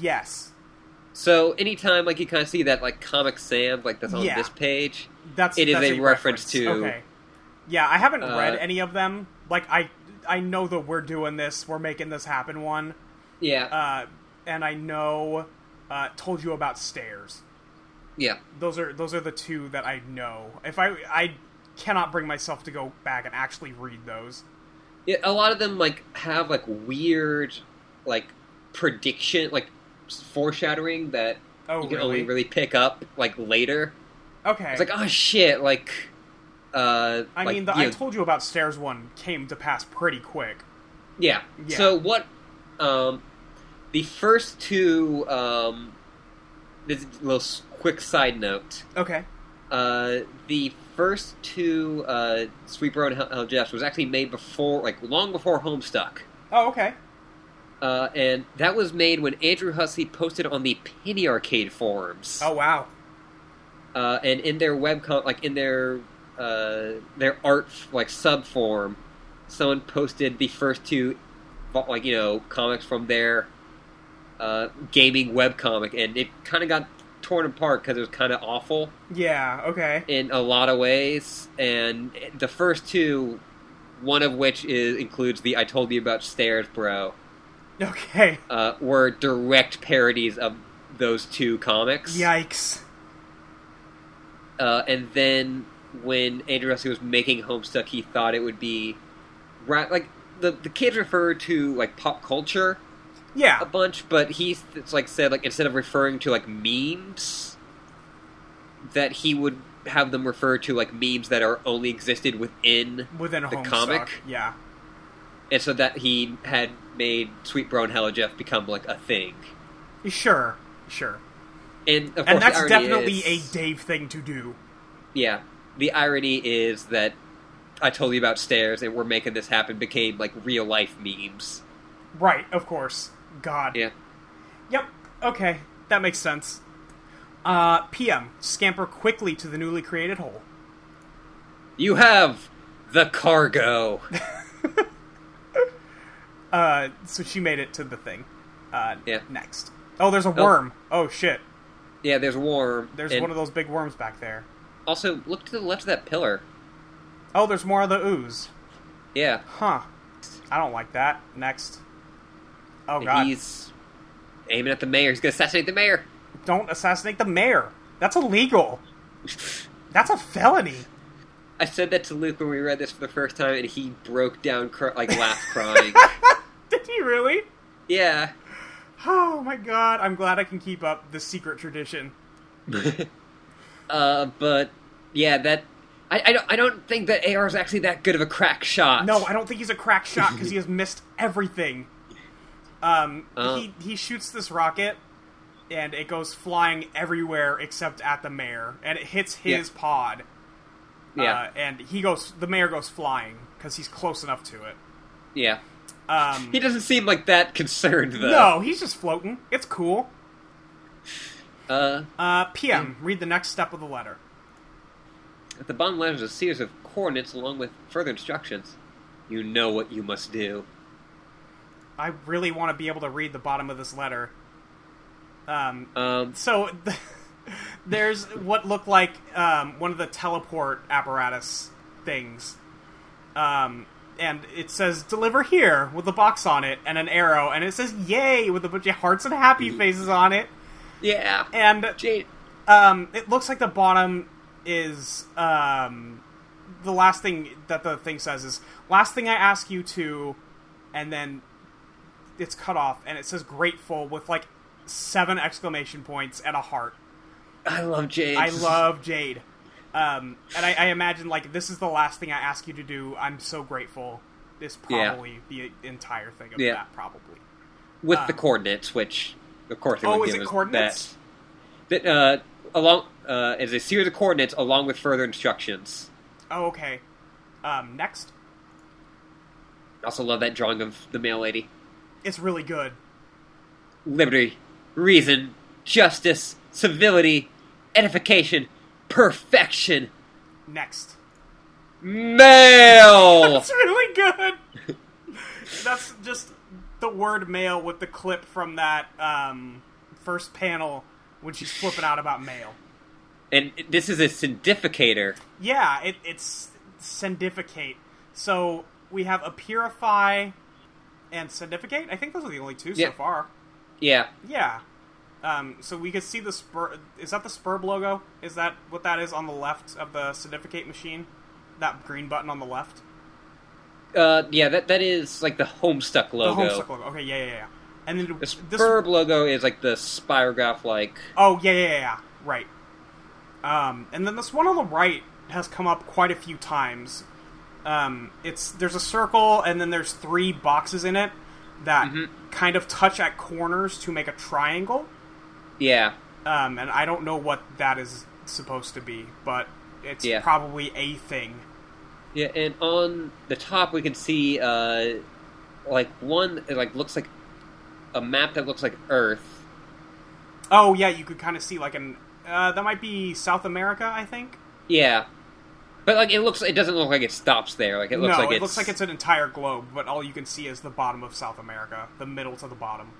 Speaker 3: Yes.
Speaker 1: So anytime like you kind of see that like Comic Sam like that's on
Speaker 3: Yeah.
Speaker 1: this page,
Speaker 3: That's
Speaker 1: It is
Speaker 3: that's
Speaker 1: a reference to-
Speaker 3: Okay. Yeah, I haven't
Speaker 1: Uh,
Speaker 3: read any of them. Like I, I know that we're doing this, we're making this happen. One,
Speaker 1: yeah,
Speaker 3: uh, and I know, uh, told you about stairs.
Speaker 1: yeah,
Speaker 3: Those are those are the two that I know. If I I cannot bring myself to go back and actually read those.
Speaker 1: yeah. A lot of them like have like weird like prediction like s- foreshadowing that
Speaker 3: Oh
Speaker 1: you can
Speaker 3: really?
Speaker 1: only really pick up like later.
Speaker 3: okay.
Speaker 1: It's like oh shit, like uh,
Speaker 3: I
Speaker 1: like,
Speaker 3: mean, the
Speaker 1: you
Speaker 3: I
Speaker 1: know,
Speaker 3: told you about stairs one came to pass pretty quick.
Speaker 1: yeah.
Speaker 3: Yeah.
Speaker 1: So what? Um, the first two um this is a little s- quick side note.
Speaker 3: Okay.
Speaker 1: Uh, the first two uh, Sweet Road and Hell, Hell Jeffs was actually made before, like long before Homestuck,
Speaker 3: Oh, okay.
Speaker 1: uh, and that was made when Andrew Hussey posted on the Penny Arcade forums,
Speaker 3: Oh, wow.
Speaker 1: uh, and in their webcom, like in their uh, their art like sub form, someone posted the first two, like you know, comics from their uh, gaming webcomic, and it kind of got torn apart because it was kind of awful.
Speaker 3: Yeah. Okay.
Speaker 1: in a lot of ways, and the first two, one of which is includes the "I told you about stairs, bro,"
Speaker 3: Okay.
Speaker 1: uh, were direct parodies of those two comics.
Speaker 3: Yikes.
Speaker 1: Uh, and then when Andrew Rusty was making Homestuck, he thought it would be right. Like the the kids refer to like pop culture
Speaker 3: Yeah.
Speaker 1: a bunch, but he it's like said like instead of referring to like memes, that he would have them refer to like memes that are only existed within
Speaker 3: Within a
Speaker 1: the
Speaker 3: Homestuck.
Speaker 1: comic?
Speaker 3: Yeah.
Speaker 1: and so that he had made Sweet Bro and Hello Jeff become like a thing.
Speaker 3: Sure. Sure.
Speaker 1: And of course,
Speaker 3: And that's
Speaker 1: the irony
Speaker 3: definitely
Speaker 1: is,
Speaker 3: a Dave thing to do.
Speaker 1: yeah. The irony is that I told you about stairs, and we're making this happen became like real life memes.
Speaker 3: Right. Of course. God.
Speaker 1: Yeah,
Speaker 3: Yep. Okay. That makes sense. Uh, PM, scamper quickly to the newly created hole.
Speaker 1: you have the
Speaker 3: (laughs)
Speaker 1: cargo.
Speaker 3: Uh, so she made it to the thing. Uh,
Speaker 1: Yeah.
Speaker 3: next. Oh, there's a worm. Oh, shit.
Speaker 1: yeah, there's a worm.
Speaker 3: There's
Speaker 1: and
Speaker 3: one of those big worms back there.
Speaker 1: Also, look to the left of that pillar.
Speaker 3: Oh, there's more of the ooze.
Speaker 1: Yeah,
Speaker 3: Huh. I don't like that. Next. Oh,
Speaker 1: and
Speaker 3: God.
Speaker 1: he's aiming at the mayor. He's gonna assassinate the mayor.
Speaker 3: Don't assassinate the mayor. That's illegal. That's a felony.
Speaker 1: I said that to Luke when we read this for the first time, and he broke down, cr- like laugh
Speaker 3: (laughs)
Speaker 1: crying.
Speaker 3: Did he really?
Speaker 1: yeah.
Speaker 3: Oh, my God. I'm glad I can keep up the secret tradition.
Speaker 1: Uh, but yeah, that I, I don't I don't think that AR is actually that good of a crack shot.
Speaker 3: No, I don't think he's a crack shot because he has missed everything. Um,
Speaker 1: Uh.
Speaker 3: he he shoots this rocket, and it goes flying everywhere except at the mayor, and it hits his pod.
Speaker 1: yeah,
Speaker 3: uh, and he goes. The mayor goes flying because he's close enough to it.
Speaker 1: yeah.
Speaker 3: Um,
Speaker 1: He doesn't seem like that concerned though.
Speaker 3: no, he's just floating. It's cool.
Speaker 1: No. Uh,
Speaker 3: Uh, PM, read the next step of the letter.
Speaker 1: at the bottom left is a series of coordinates along with further instructions. You know what you must do.
Speaker 3: I really want to be able to read the bottom of this letter. Um,
Speaker 1: Um,
Speaker 3: so (laughs) th- there's what looked like um, one of the teleport apparatus things um, and it says deliver here with a box on it and an arrow and it says yay with a bunch of hearts and happy faces on it
Speaker 1: yeah,
Speaker 3: and
Speaker 1: Jane.
Speaker 3: um, it looks like the bottom is um, the last thing that the thing says is last thing I ask you to, and then it's cut off and it says grateful with like seven exclamation points and a heart.
Speaker 1: I love Jade.
Speaker 3: I love Jade, um, and I, I imagine like this is the last thing I ask you to do. I'm so grateful. Is
Speaker 1: Yeah.
Speaker 3: probably the entire thing of
Speaker 1: Yeah.
Speaker 3: that probably.
Speaker 1: with
Speaker 3: uh,
Speaker 1: the coordinates, which of course they
Speaker 3: Oh,
Speaker 1: would
Speaker 3: is
Speaker 1: give
Speaker 3: it
Speaker 1: us
Speaker 3: coordinates?
Speaker 1: That, that uh, along uh, is a series of coordinates along with further instructions.
Speaker 3: Oh, okay. Um, next,
Speaker 1: I also love that drawing of the mail lady.
Speaker 3: it's really good.
Speaker 1: liberty, reason, justice, civility, edification, perfection,
Speaker 3: Next.
Speaker 1: male. (laughs)
Speaker 3: That's really good. That's just the word mail with the clip from that um, first panel when she's flipping out about mail.
Speaker 1: and this is a syndicator.
Speaker 3: Yeah, it, it's sendificate. So we have a purify and sendificate. I think those are the only two
Speaker 1: Yeah.
Speaker 3: so far.
Speaker 1: Yeah,
Speaker 3: Yeah. Um, so we could see the spur. Is that the Spurb logo? Is that what that is on the left of the sendificate machine? That green button on the left.
Speaker 1: uh, yeah. That that is like the Homestuck logo.
Speaker 3: The Homestuck logo. Okay, yeah, yeah, yeah. And then
Speaker 1: The
Speaker 3: this
Speaker 1: Spurb logo is like the spirograph, like
Speaker 3: Oh yeah, yeah, yeah, yeah. right. Um, and then this one on the right has come up quite a few times. Um, it's there's a circle, and then there's three boxes in
Speaker 1: Mm-hmm.
Speaker 3: it that kind of touch at corners to make a triangle.
Speaker 1: yeah.
Speaker 3: um, and I don't know what that is supposed to be, but it's
Speaker 1: Yeah.
Speaker 3: probably a thing.
Speaker 1: Yeah, and on the top we can see uh, like one it, like looks like a map that looks like Earth.
Speaker 3: Oh yeah, you could kind of see like an uh, that might be South America, I think.
Speaker 1: Yeah, but like it looks it doesn't look like it stops there. Like it looks
Speaker 3: no,
Speaker 1: like
Speaker 3: it
Speaker 1: it's,
Speaker 3: looks like it's an entire globe, but all you can see is the bottom of South America, the middle to the bottom.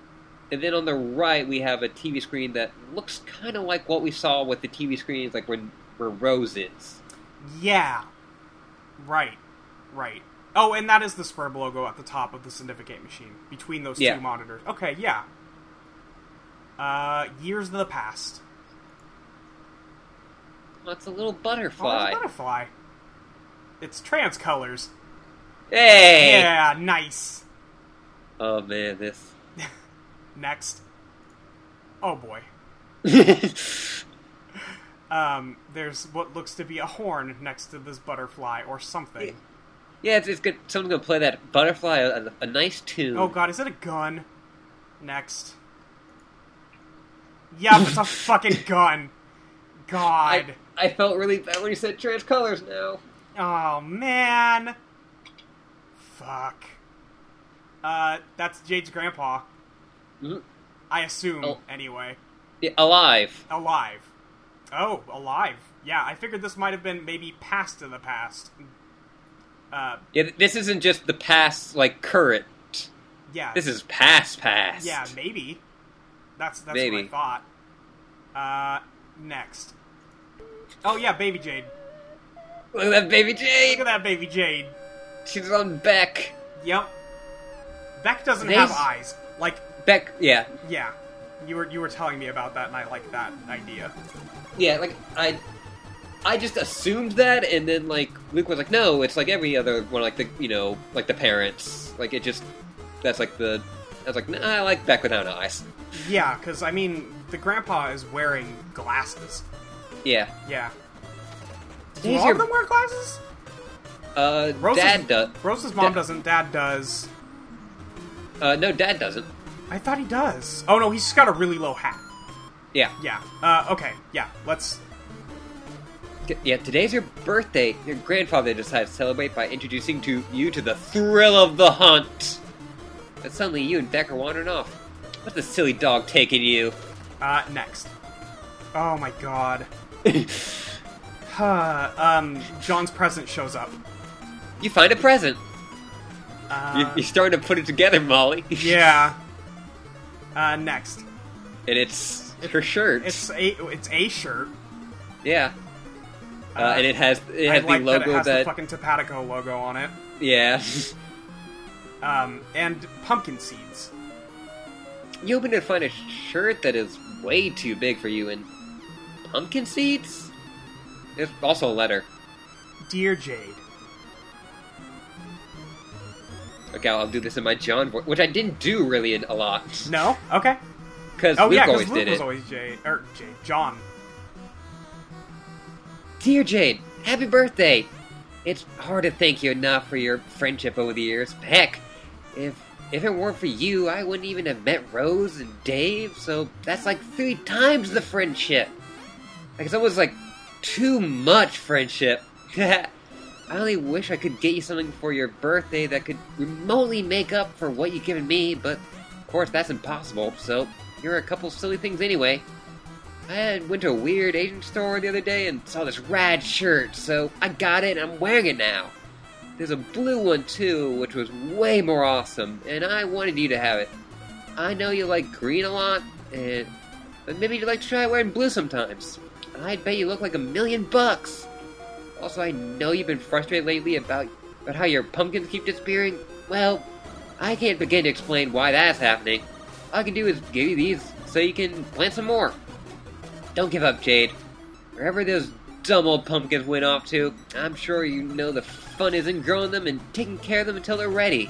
Speaker 1: And then on the right we have a TV screen that looks kind of like what we saw with the TV screens like when where Rose is.
Speaker 3: Yeah, right, right. Oh, and that is the Spurb logo at the top of the Syndicate machine between those
Speaker 1: Yeah.
Speaker 3: two monitors. Okay, yeah. Uh, years of the past.
Speaker 1: That's a little
Speaker 3: Oh, there's a
Speaker 1: butterfly.
Speaker 3: butterfly. It's trans colors.
Speaker 1: Hey!
Speaker 3: Yeah, nice.
Speaker 1: Oh man, this. (laughs)
Speaker 3: Next. Oh boy. Um, there's what looks to be a horn next to this butterfly or something.
Speaker 1: yeah, it's, it's good. Someone's gonna play that butterfly a, a nice tune.
Speaker 3: Oh god, is it a gun? Next. Yep, it's
Speaker 1: (laughs)
Speaker 3: a fucking gun.
Speaker 1: I,
Speaker 3: God.
Speaker 1: I felt really bad when you said trans colors now.
Speaker 3: Oh man. Fuck. Uh, that's Jade's grandpa.
Speaker 1: Mhm.
Speaker 3: I assume,
Speaker 1: Oh.
Speaker 3: anyway.
Speaker 1: Yeah, alive.
Speaker 3: Alive. Oh, alive. Yeah, I figured this might have been maybe past in the past. Uh,
Speaker 1: Yeah, th- this isn't just the past, like current.
Speaker 3: yeah.
Speaker 1: This is past, past.
Speaker 3: Yeah, maybe. That's that's
Speaker 1: Maybe.
Speaker 3: what I thought. Uh, next. Oh yeah, baby Jade.
Speaker 1: Look at that baby
Speaker 3: Look at
Speaker 1: Jade.
Speaker 3: that baby Jade.
Speaker 1: She's on Beck.
Speaker 3: Yep. Beck doesn't
Speaker 1: They-
Speaker 3: have eyes. Like,
Speaker 1: Beck. Yeah,
Speaker 3: yeah. You were you were telling me about that, and I like that idea.
Speaker 1: yeah. Like I, I just assumed that, and then like Luke was like, no, it's like every other one, like the you know, like the parents. Like it just that's like the. I was like, nah, I like Beck without eyes.
Speaker 3: Yeah, because I mean, the grandpa is wearing glasses.
Speaker 1: Yeah.
Speaker 3: Yeah. Do
Speaker 1: These
Speaker 3: all
Speaker 1: are-
Speaker 3: of them wear glasses?
Speaker 1: Uh,
Speaker 3: Rose's,
Speaker 1: Dad does.
Speaker 3: Rose's mom
Speaker 1: Dad-
Speaker 3: doesn't. Dad does.
Speaker 1: Uh, no, Dad doesn't.
Speaker 3: I thought he does. Oh no, he's just got a really low hat.
Speaker 1: Yeah.
Speaker 3: Yeah. Uh, okay. Yeah. Let's
Speaker 1: T- Yeah, today's your birthday. Your grandfather decides to celebrate by introducing to you to the thrill of the hunt. But suddenly you and Beck are wandering off. What's the silly dog taking you?
Speaker 3: Uh, next. Oh my
Speaker 1: (laughs)
Speaker 3: god. Huh, um, John's present shows up.
Speaker 1: You find a present. You,
Speaker 3: Uh,
Speaker 1: (laughs) you're starting to put it together, Molly.
Speaker 3: yeah. Uh, next.
Speaker 1: and it's her shirt.
Speaker 3: It's a it's a shirt.
Speaker 1: yeah. Uh, and it has it
Speaker 3: I
Speaker 1: has
Speaker 3: like
Speaker 1: the
Speaker 3: that
Speaker 1: logo
Speaker 3: it has the
Speaker 1: that,
Speaker 3: fucking Topatico logo on it.
Speaker 1: yeah. (laughs)
Speaker 3: Um, and pumpkin seeds.
Speaker 1: you open to find a shirt that is way too big for you and pumpkin seeds. There's also a letter.
Speaker 3: Dear Jade.
Speaker 1: Okay, I'll do this in my John voice, which I didn't do really in- a lot
Speaker 3: No. Okay.
Speaker 1: because
Speaker 3: Oh
Speaker 1: Luke
Speaker 3: yeah,
Speaker 1: always
Speaker 3: because Luke
Speaker 1: did
Speaker 3: was
Speaker 1: it.
Speaker 3: always Jade or Jade John.
Speaker 1: Dear Jade, happy birthday! It's hard to thank you enough for your friendship over the years. Heck, if if it weren't for you, I wouldn't even have met Rose and Dave. So that's like three times the friendship. Like it's almost like too much friendship. (laughs) I only wish I could get you something for your birthday that could remotely make up for what you've given me, but of course that's impossible. So here are a couple silly things anyway. I had- went to a weird Asian store the other day and saw this rad shirt, so I got it and I'm wearing it now. There's a blue one too, which was way more awesome, and I wanted you to have it. I know you like green a lot, and but maybe you'd like to try wearing blue sometimes. I'd bet you look like a million bucks. Also, I know you've been frustrated lately about about how your pumpkins keep disappearing. Well, I can't begin to explain why that's happening. All I can do is give you these so you can plant some more. Don't give up, Jade. Wherever those dumb old pumpkins went off to, I'm sure you know the fun is in growing them and taking care of them until they're ready.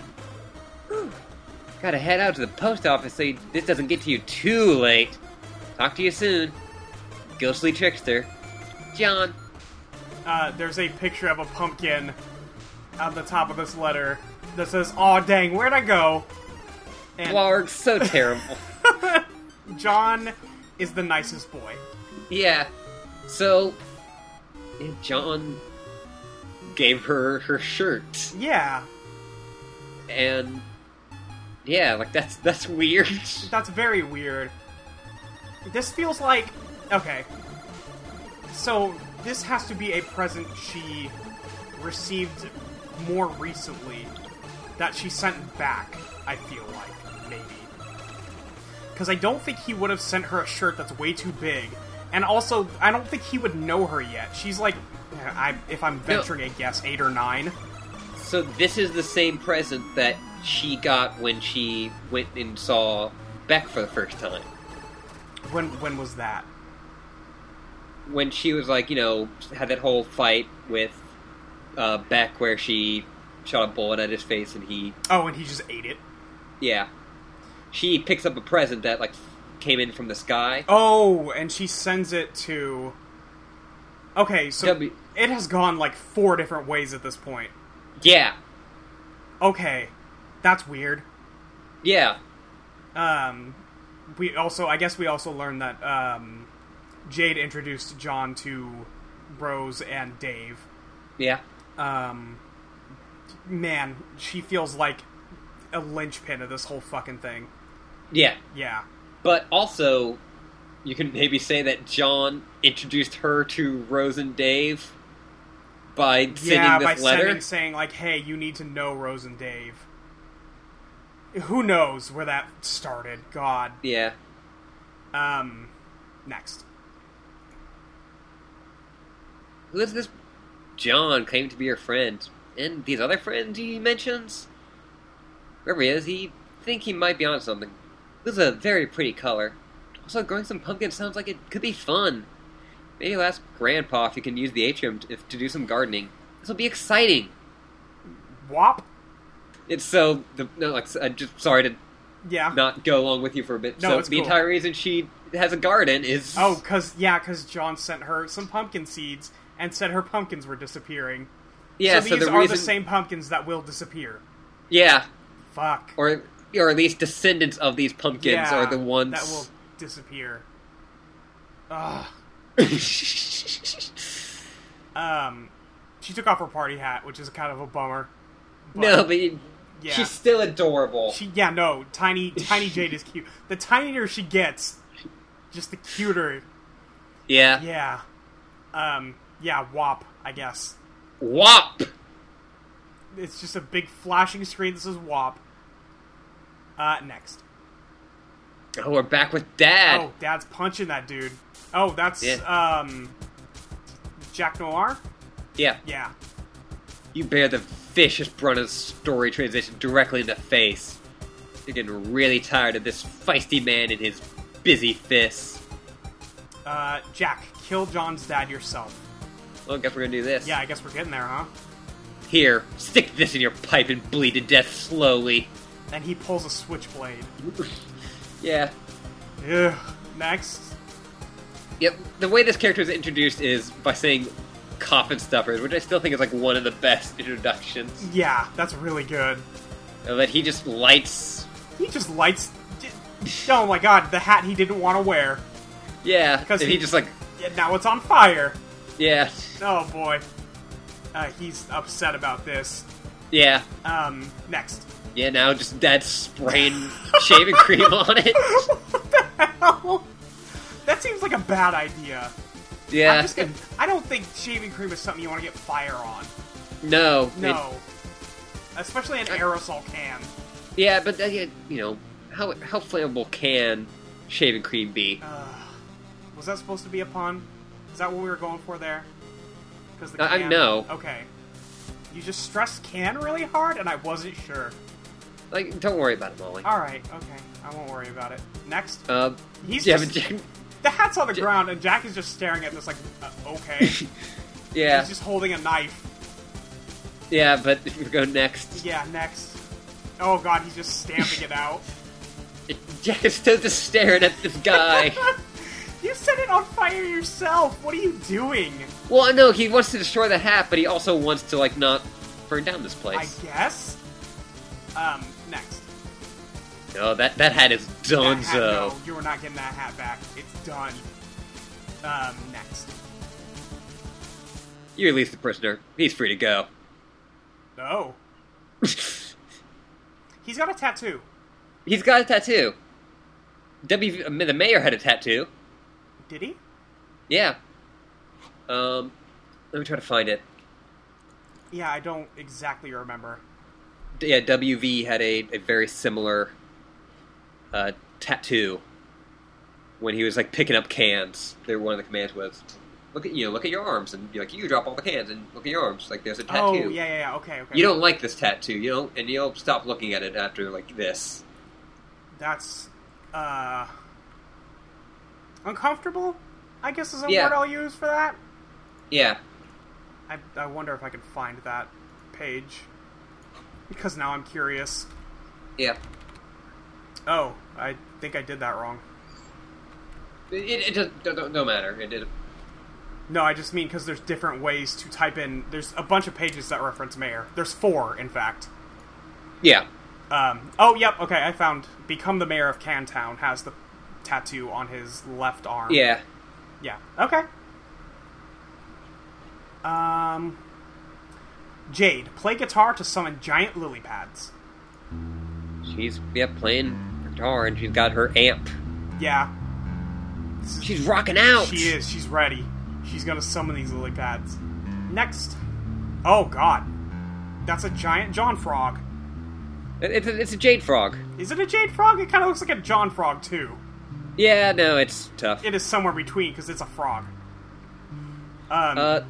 Speaker 1: (sighs) Gotta head out to the post office so you, this doesn't get to you too late. Talk to you soon. Ghostly trickster, John.
Speaker 3: Uh, there's a picture of a pumpkin on the top of this letter that says, "Aw, dang, where'd I go?" And
Speaker 1: Blarg, so terrible.
Speaker 3: John is the nicest boy.
Speaker 1: Yeah. So, yeah, John gave her her shirt,
Speaker 3: Yeah,
Speaker 1: and yeah, like that's that's weird. (laughs)
Speaker 3: that's very weird. This feels like okay. So this has to be a present she received more recently that she sent back. I feel like maybe because I don't think he would have sent her a shirt that's way too big, and also I don't think he would know her yet. She's like, I, if I'm venturing a guess, eight or nine.
Speaker 1: so this is the same present that she got when she went and saw Beck for the first time.
Speaker 3: When when was that?
Speaker 1: When she was like, you know, had that whole fight with uh, Beck where she shot a bullet at his face and he
Speaker 3: Oh, and he just ate it.
Speaker 1: Yeah. She picks up a present that like came in from the sky.
Speaker 3: Oh, and she sends it to. Okay, so
Speaker 1: That'd be-
Speaker 3: it has gone like four different ways at this point.
Speaker 1: Yeah.
Speaker 3: Okay, that's weird.
Speaker 1: Yeah.
Speaker 3: Um, we also, I guess, we also learned that um, Jade introduced John to Rose and Dave.
Speaker 1: Yeah.
Speaker 3: Um, man, she feels like a linchpin of this whole fucking thing.
Speaker 1: Yeah.
Speaker 3: Yeah,
Speaker 1: But also you can maybe say that John introduced her to Rose and Dave by sending
Speaker 3: yeah.
Speaker 1: this
Speaker 3: by
Speaker 1: letter.
Speaker 3: sending saying like, "Hey, you need to know Rose and Dave." Who knows where that started? God.
Speaker 1: Yeah.
Speaker 3: Um, next.
Speaker 1: Who is this John claimed to be her friend? And these other friends he mentions? Whoever he is, he think he might be on something. This is a very pretty color. Also, growing some pumpkins sounds like it could be fun. Maybe you'll ask Grandpa if you can use the atrium to, if, to do some gardening. This will be exciting.
Speaker 3: Wop.
Speaker 1: It's so the no, like s- I'm just sorry to
Speaker 3: Yeah.
Speaker 1: not go along with you for a bit.
Speaker 3: No,
Speaker 1: so
Speaker 3: it's
Speaker 1: the
Speaker 3: cool.
Speaker 1: entire reason she has a garden is
Speaker 3: Oh, cause yeah, cause John sent her some pumpkin seeds and said her pumpkins were disappearing.
Speaker 1: yeah.
Speaker 3: so
Speaker 1: So,
Speaker 3: these
Speaker 1: the
Speaker 3: are
Speaker 1: reason
Speaker 3: the same pumpkins that will disappear.
Speaker 1: yeah,
Speaker 3: Fuck.
Speaker 1: or or at least descendants of these pumpkins
Speaker 3: yeah,
Speaker 1: are the ones
Speaker 3: that will disappear. Ugh. Um, she took off her party hat, which is kind of a bummer.
Speaker 1: (laughs) no, but you-
Speaker 3: yeah.
Speaker 1: she's still adorable.
Speaker 3: She, yeah, no, tiny, tiny Jade is cute. The tinier she gets, just the cuter.
Speaker 1: yeah.
Speaker 3: Yeah, um, yeah, wop. I guess
Speaker 1: Wop!
Speaker 3: it's just a big flashing screen. This is wop. Uh, next.
Speaker 1: Oh, we're back with Dad.
Speaker 3: Oh, Dad's punching that dude. Oh, that's
Speaker 1: Yeah.
Speaker 3: um, Jack Noir.
Speaker 1: Yeah.
Speaker 3: Yeah,
Speaker 1: You bear the vicious brunt of the story transition directly in the face. You're getting really tired of this feisty man and his busy fists.
Speaker 3: uh, Jack, kill John's dad yourself.
Speaker 1: Well, I guess we're gonna do this.
Speaker 3: Yeah, I guess we're getting there, huh?
Speaker 1: Here, stick this in your pipe and bleed to death slowly. (laughs)
Speaker 3: And he pulls a switchblade.
Speaker 1: Yeah.
Speaker 3: Ugh. Next.
Speaker 1: Yep. The way this character is introduced is by saying coffin stuffers, which I still think is like one of the best introductions.
Speaker 3: Yeah, that's really good.
Speaker 1: Uh, That he just lights.
Speaker 3: He just lights. Oh my god, the hat he didn't want to wear.
Speaker 1: Yeah,
Speaker 3: Because
Speaker 1: and he,
Speaker 3: he-
Speaker 1: just like
Speaker 3: And now it's on fire.
Speaker 1: yeah,
Speaker 3: Oh boy. Uh, he's upset about this.
Speaker 1: yeah,
Speaker 3: Um, next. (laughs)
Speaker 1: yeah. Now just dad spraying (laughs) shaving cream on it.
Speaker 3: what the hell? That seems like a bad idea. I'm
Speaker 1: Yeah,
Speaker 3: just gonna, I don't think shaving cream is something you want to get fire on.
Speaker 1: no, it-
Speaker 3: No. Especially an aerosol can.
Speaker 1: yeah, but then, you you know how how flammable can shaving cream be?
Speaker 3: Was that supposed to be a pun? Is that what we were going for there? Because the
Speaker 1: Uh, I-
Speaker 3: can-
Speaker 1: no.
Speaker 3: Okay. You just stressed can really hard, and I wasn't sure.
Speaker 1: Like, don't worry about it, Molly.
Speaker 3: All right. Okay. I won't worry about it. Next.
Speaker 1: Uh,
Speaker 3: He's
Speaker 1: yeah,
Speaker 3: just-
Speaker 1: but (laughs) Jack-
Speaker 3: The hat's on the ground, and Jack is just staring at this like, uh, okay. He's
Speaker 1: (laughs) yeah,
Speaker 3: just holding a knife.
Speaker 1: yeah, but if we go next,
Speaker 3: Yeah. Next. Oh god, he's just stamping
Speaker 1: (laughs)
Speaker 3: it out.
Speaker 1: Jack is still just staring at this
Speaker 3: (laughs)
Speaker 1: guy.
Speaker 3: you set it on fire yourself. What are you doing?
Speaker 1: well, no, he wants to destroy the hat, but he also wants to like not burn down this
Speaker 3: I
Speaker 1: place.
Speaker 3: guess. Um. Next.
Speaker 1: No, that that hat is
Speaker 3: That hat,
Speaker 1: donezo.
Speaker 3: no, you are not getting that hat back. It's done. Um, next.
Speaker 1: You release the prisoner. He's free to go. (laughs)
Speaker 3: No. Oh, He's got a tattoo.
Speaker 1: He's got a tattoo. W the mayor had a tattoo.
Speaker 3: Did he?
Speaker 1: Yeah. Um, let me try to find it.
Speaker 3: Yeah, I don't exactly remember.
Speaker 1: D- Yeah, WV had a, a very similar uh, tattoo when he was like picking up cans. They were one of the commands was, "Look at you know, look at your arms," and you're like, "You drop all the cans and look at your arms." Like there's a tattoo.
Speaker 3: Oh, yeah, yeah, yeah. Okay, okay.
Speaker 1: You don't like this tattoo, you don't, and you'll stop looking at it after like this.
Speaker 3: That's uh uncomfortable. I guess is a
Speaker 1: Yeah.
Speaker 3: word I'll use for that.
Speaker 1: Yeah,
Speaker 3: I, I wonder if I can find that page because now I'm curious.
Speaker 1: yeah.
Speaker 3: Oh, I think I did that wrong.
Speaker 1: It, it, it doesn't don't, don't matter. It, it,
Speaker 3: No, I just mean because there's different ways to type in. There's a bunch of pages that reference mayor. There's four, in fact.
Speaker 1: yeah,
Speaker 3: Um, oh, yep. Okay, I found. Become the mayor of Cantown has the tattoo on his left arm.
Speaker 1: yeah.
Speaker 3: Yeah. Okay. Um. Jade, play guitar to summon giant lily pads.
Speaker 1: She's yeah playing guitar, and she's got her amp.
Speaker 3: Yeah,
Speaker 1: She's rocking out.
Speaker 3: she is. She's ready. She's gonna summon these lily pads. Next. Oh God, that's a giant John frog.
Speaker 1: It- It's a, it's a jade frog.
Speaker 3: Is it a jade frog? It kind of looks like a John frog too.
Speaker 1: Yeah, no, it's tough.
Speaker 3: It is somewhere between because it's a frog. Um.
Speaker 1: Uh,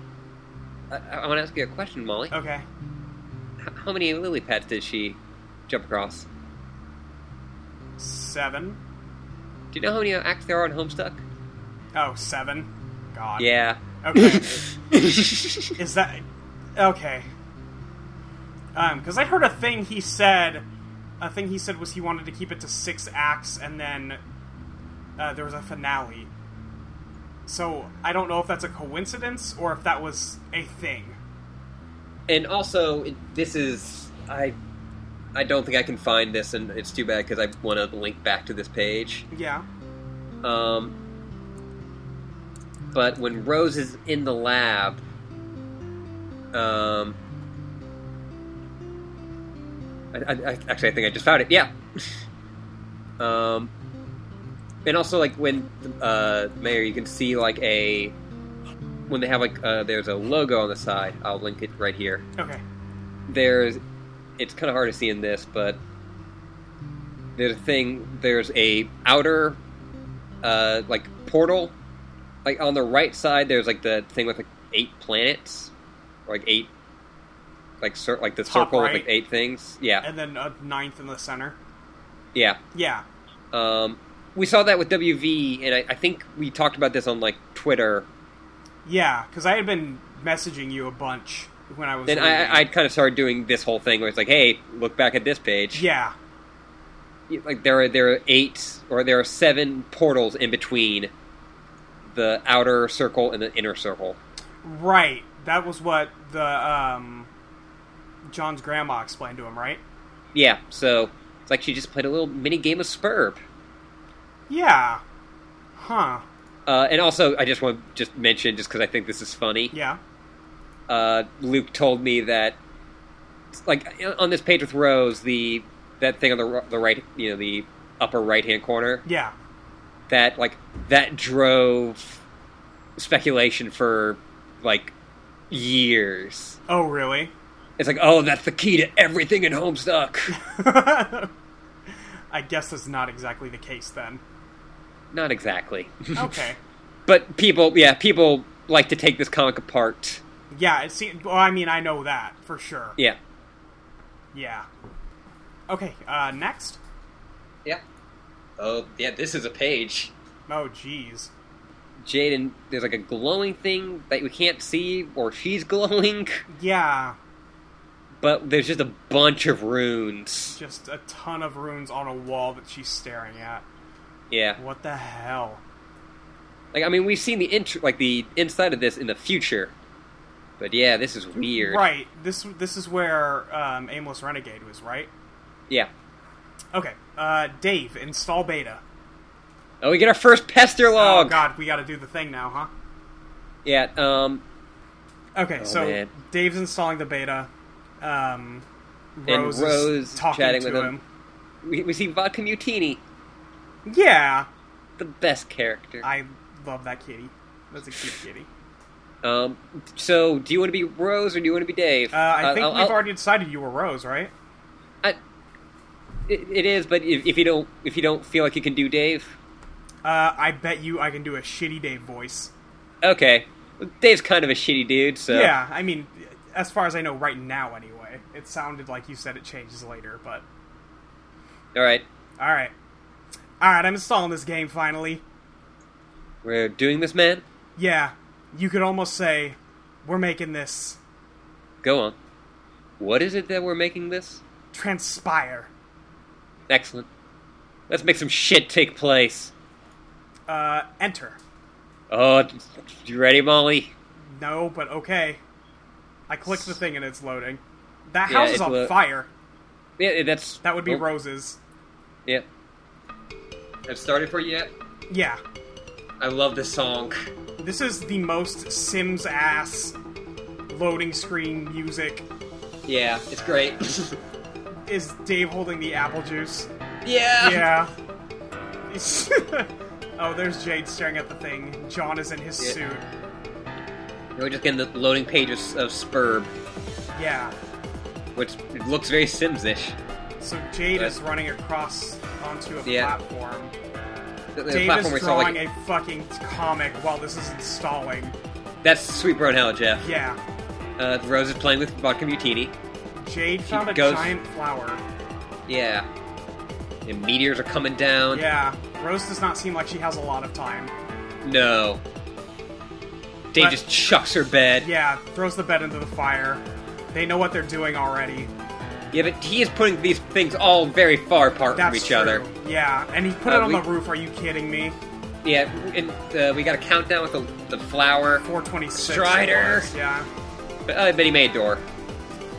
Speaker 1: I, I want to ask you a question, Molly.
Speaker 3: okay.
Speaker 1: H- how many lily pads did she jump across?
Speaker 3: Seven.
Speaker 1: Do you know how many acts there are in Homestuck?
Speaker 3: Oh, seven. God.
Speaker 1: Yeah.
Speaker 3: Okay.
Speaker 1: (laughs)
Speaker 3: Is that okay? Um, because I heard a thing he said. A thing he said was he wanted to keep it to six acts, and then uh, there was a finale. So I don't know if that's a coincidence or if that was a thing.
Speaker 1: and also, it, this is I. I don't think I can find this, and it's too bad because I want to link back to this page.
Speaker 3: Yeah.
Speaker 1: Um, but when Rose is in the lab, um, I, I, I, actually, I think I just found it. Yeah. (laughs) um, and also, like when uh, Mayor, you can see like a when they have like uh, there's a logo on the side. I'll link it right here
Speaker 3: Okay.
Speaker 1: there's it's kind of hard to see in this but there's a thing there's a outer uh like portal like on the right side there's like the thing with like eight planets or like eight like cir- like the
Speaker 3: Top
Speaker 1: circle
Speaker 3: right.
Speaker 1: with like eight things yeah
Speaker 3: And then a ninth in the center.
Speaker 1: yeah
Speaker 3: Yeah.
Speaker 1: um we saw that with wv and i, I think we talked about this on like twitter
Speaker 3: Yeah. Because I had been messaging you a bunch when I was.
Speaker 1: then i
Speaker 3: leaving.
Speaker 1: i I'd kind of started doing this whole thing where it's like hey look back at this page
Speaker 3: Yeah.
Speaker 1: like there are there are eight or there are seven portals in between the outer circle and the inner circle.
Speaker 3: Right. That was what the um, John's grandma explained to him. Right.
Speaker 1: Yeah, so it's like she just played a little mini game of Spurb.
Speaker 3: Yeah. Huh.
Speaker 1: Uh, and also, I just want to just mention, just because I think this is funny,
Speaker 3: Yeah.
Speaker 1: uh, Luke told me that, like on this page with Rose, the that thing on the r- the right, you know, the upper right hand corner,
Speaker 3: Yeah.
Speaker 1: that like that drove speculation for like years.
Speaker 3: Oh, really? (laughs)
Speaker 1: It's like, oh, that's the key to everything in Homestuck. (laughs)
Speaker 3: I guess that's not exactly the case then.
Speaker 1: Not exactly. (laughs)
Speaker 3: Okay.
Speaker 1: but people, yeah, people like to take this comic apart.
Speaker 3: yeah. It seems. Well, I mean, I know that for sure.
Speaker 1: Yeah.
Speaker 3: Yeah. Okay. Uh, next.
Speaker 1: Yeah. Oh, yeah, this is a page.
Speaker 3: Oh, jeez.
Speaker 1: Jaden, there's like a glowing thing that we can't see, or she's (laughs) glowing,
Speaker 3: Yeah.
Speaker 1: but there's just a bunch of runes.
Speaker 3: Just a ton of runes on a wall that she's staring at.
Speaker 1: Yeah.
Speaker 3: What the hell?
Speaker 1: Like, I mean, we've seen the int- like the inside of this in the future. But yeah, this is weird.
Speaker 3: Right. This this is where um, aimless renegade was. Right.
Speaker 1: Yeah.
Speaker 3: Okay. Uh, Dave, install beta.
Speaker 1: Oh, we get our first pester log.
Speaker 3: Oh god, we gotta do the thing now, huh?
Speaker 1: Yeah. Um.
Speaker 3: Okay, so
Speaker 1: Oh, man.
Speaker 3: Dave's installing the beta. Um,
Speaker 1: And
Speaker 3: Rose,
Speaker 1: Rose
Speaker 3: is talking
Speaker 1: chatting
Speaker 3: to
Speaker 1: with him. We, we see Vodka Mutini,
Speaker 3: him. Yeah,
Speaker 1: the best character.
Speaker 3: I love that kitty. That's
Speaker 1: (sighs)
Speaker 3: a cute kitty.
Speaker 1: Um. So, do you want to be Rose or do you want to be Dave?
Speaker 3: Uh, I think
Speaker 1: I'll-
Speaker 3: we've
Speaker 1: I'll-
Speaker 3: already decided you were Rose, right?
Speaker 1: I- it, it is, but if, if you don't, if you don't feel like you can do Dave,
Speaker 3: Uh, I bet you I can do a shitty Dave voice.
Speaker 1: okay. Dave's kind of a shitty dude, so
Speaker 3: Yeah, I mean, as far as I know, right now anyway. It sounded like you said it changes later, but
Speaker 1: All right,
Speaker 3: all right, all right. I'm installing this game finally.
Speaker 1: we're doing this, man.
Speaker 3: Yeah, you could almost say we're making this
Speaker 1: Go on. What is it that we're making this?
Speaker 3: transpire.
Speaker 1: Excellent. Let's make some shit take place.
Speaker 3: Uh, enter.
Speaker 1: Oh, d- you ready, Molly?
Speaker 3: No, but okay. I clicked the thing and it's loading. That
Speaker 1: Yeah,
Speaker 3: house is
Speaker 1: it's
Speaker 3: on
Speaker 1: lo-
Speaker 3: fire.
Speaker 1: Yeah, that's
Speaker 3: That would be
Speaker 1: oh,
Speaker 3: roses.
Speaker 1: Yeah. I've started for you yet.
Speaker 3: Yeah,
Speaker 1: I love this song.
Speaker 3: this is the most Sims ass loading screen music.
Speaker 1: Yeah, it's great. (laughs)
Speaker 3: Is Dave holding the apple juice?
Speaker 1: yeah.
Speaker 3: Yeah. (laughs) oh, there's Jade staring at the thing. John is in his
Speaker 1: Yeah.
Speaker 3: suit.
Speaker 1: We're just getting the loading page of, of Spurb,
Speaker 3: Yeah.
Speaker 1: which looks very Sims-ish.
Speaker 3: So Jade
Speaker 1: But-
Speaker 3: is running across onto a
Speaker 1: Yeah.
Speaker 3: platform.
Speaker 1: The, the
Speaker 3: Dave
Speaker 1: platform we
Speaker 3: is
Speaker 1: saw,
Speaker 3: drawing
Speaker 1: like,
Speaker 3: a fucking comic while this is installing.
Speaker 1: that's Sweet Brown Hell, Jeff.
Speaker 3: Yeah.
Speaker 1: Uh, Rose is playing with vodka mutini.
Speaker 3: Jade found a
Speaker 1: goes-
Speaker 3: giant flower.
Speaker 1: Yeah. And meteors are coming down.
Speaker 3: Yeah, Rose does not seem like she has a lot of time.
Speaker 1: No. Dave
Speaker 3: But-
Speaker 1: just chucks her bed.
Speaker 3: Yeah, throws the bed into the fire. They know what they're doing already.
Speaker 1: Yeah, but he is putting these things all very far apart
Speaker 3: That's
Speaker 1: from each
Speaker 3: true.
Speaker 1: other.
Speaker 3: Yeah, and he put
Speaker 1: Uh,
Speaker 3: it on
Speaker 1: we-
Speaker 3: the roof. Are you kidding me?
Speaker 1: Yeah, and uh, we got a countdown with the, the flower.
Speaker 3: 426. it
Speaker 1: Strider.
Speaker 3: was, Yeah.
Speaker 1: But I bet he made a door.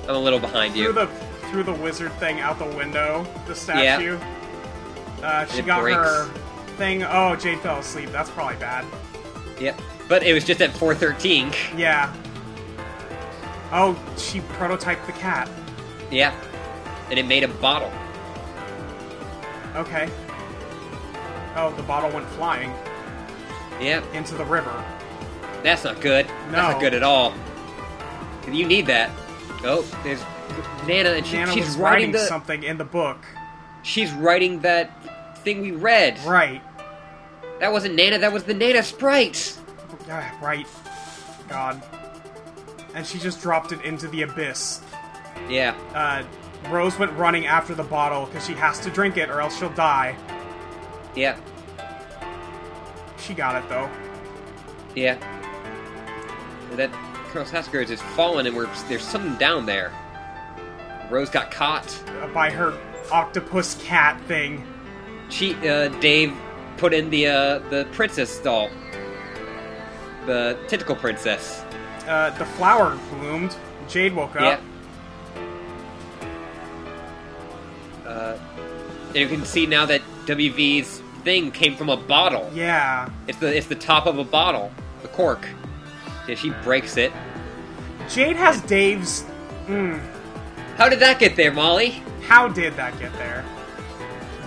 Speaker 1: I'm a little behind
Speaker 3: Through
Speaker 1: you.
Speaker 3: the through the wizard thing out the window, the statue. Uh, she
Speaker 1: It
Speaker 3: got
Speaker 1: breaks.
Speaker 3: her thing. Oh, Jade fell asleep. That's probably bad.
Speaker 1: Yep. But it was just at (laughs) 413.
Speaker 3: Yeah. Oh, she prototyped the cat.
Speaker 1: Yeah. And it made a bottle.
Speaker 3: Okay. Oh, the bottle went flying
Speaker 1: Yeah.
Speaker 3: into the river.
Speaker 1: That's not good. That's not
Speaker 3: No.
Speaker 1: good at all. You need that. Oh, there's Nana, and she,
Speaker 3: Nana
Speaker 1: she's
Speaker 3: was
Speaker 1: writing,
Speaker 3: writing
Speaker 1: the,
Speaker 3: something in the book.
Speaker 1: She's writing that thing we read.
Speaker 3: Right.
Speaker 1: That wasn't Nana. That was the Nana sprites.
Speaker 3: Ah, Right. God. And she just dropped it into the abyss.
Speaker 1: Yeah.
Speaker 3: Uh, Rose went running after the bottle because she has to drink it or else she'll die.
Speaker 1: Yeah.
Speaker 3: She got it though.
Speaker 1: Yeah. Well, that Colonel Sasker is just fallen, and we're there's something down there. Rose got caught.
Speaker 3: Uh, by her octopus cat thing.
Speaker 1: She, uh, Dave, put in the uh, the princess doll, the tentacle princess.
Speaker 3: Uh, the flower bloomed. Jade woke up.
Speaker 1: Yeah. Uh, and you can see now that WV's thing came from a bottle.
Speaker 3: Yeah.
Speaker 1: It's the it's the top of a bottle, the cork. Yeah, she breaks it.
Speaker 3: Jade has Dave's. Mm,
Speaker 1: How did that get there, Molly?
Speaker 3: how did that get there?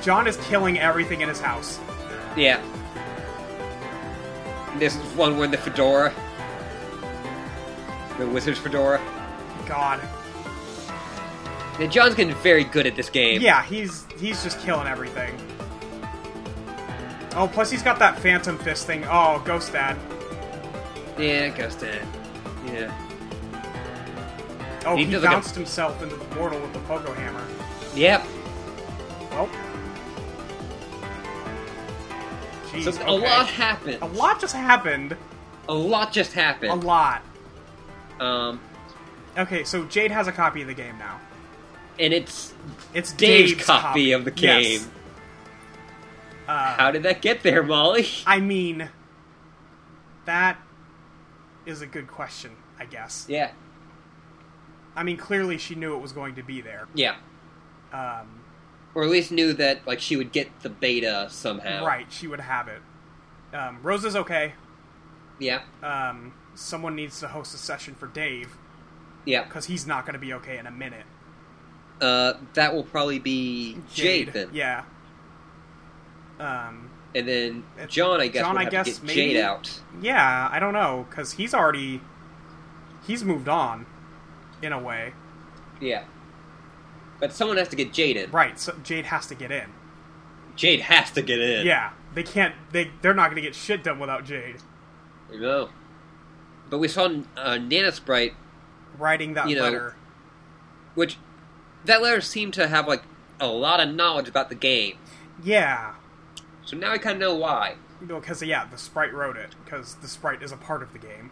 Speaker 3: John is killing everything in his house.
Speaker 1: Yeah. This is one wearing the fedora. The wizard's fedora.
Speaker 3: God.
Speaker 1: Now, John's getting very good at this game.
Speaker 3: Yeah, he's he's just killing everything. Oh, plus he's got that phantom fist thing. Oh, ghost dad.
Speaker 1: Yeah, it goes to. Yeah.
Speaker 3: Oh,
Speaker 1: He
Speaker 3: he,
Speaker 1: does like a-
Speaker 3: bounced himself into the portal with the pogo hammer.
Speaker 1: Yep.
Speaker 3: Well. Jeez,
Speaker 1: So a
Speaker 3: okay.
Speaker 1: lot happened.
Speaker 3: A lot just happened.
Speaker 1: A lot just
Speaker 3: A
Speaker 1: happened.
Speaker 3: lot.
Speaker 1: Um,
Speaker 3: Okay, so Jade has a copy of the game now.
Speaker 1: and it's
Speaker 3: It's
Speaker 1: Dave's
Speaker 3: Dave's,
Speaker 1: copy of the game.
Speaker 3: Yes. Uh,
Speaker 1: how did that get there, Molly?
Speaker 3: I mean, that is a good question, I guess.
Speaker 1: Yeah.
Speaker 3: I mean, clearly she knew it was going to be there.
Speaker 1: Yeah.
Speaker 3: Um,
Speaker 1: or at least knew that like she would get the beta somehow.
Speaker 3: Right, she would have it. Um, Rose is okay.
Speaker 1: Yeah.
Speaker 3: Um, someone needs to host a session for Dave
Speaker 1: Yeah.
Speaker 3: because he's not going to be okay in a minute.
Speaker 1: Uh, that will probably be Jade, then,
Speaker 3: Yeah. Um,
Speaker 1: and then
Speaker 3: Uh,
Speaker 1: John. I guess
Speaker 3: John,
Speaker 1: will
Speaker 3: I
Speaker 1: have
Speaker 3: guess,
Speaker 1: to get
Speaker 3: maybe?
Speaker 1: Jade out.
Speaker 3: yeah, I don't know because he's already he's moved on in a way.
Speaker 1: Yeah. But someone has to get Jade in.
Speaker 3: Right, so Jade has to get in.
Speaker 1: Jade has to get in.
Speaker 3: Yeah, they can't. They they're not going to get shit done without Jade
Speaker 1: No. But we saw uh, Nana Sprite,
Speaker 3: writing that
Speaker 1: You know,
Speaker 3: letter.
Speaker 1: which that letter seemed to have like a lot of knowledge about the game.
Speaker 3: Yeah,
Speaker 1: So now I kind of know why.
Speaker 3: because yeah, the sprite wrote it because the sprite is a part of the game.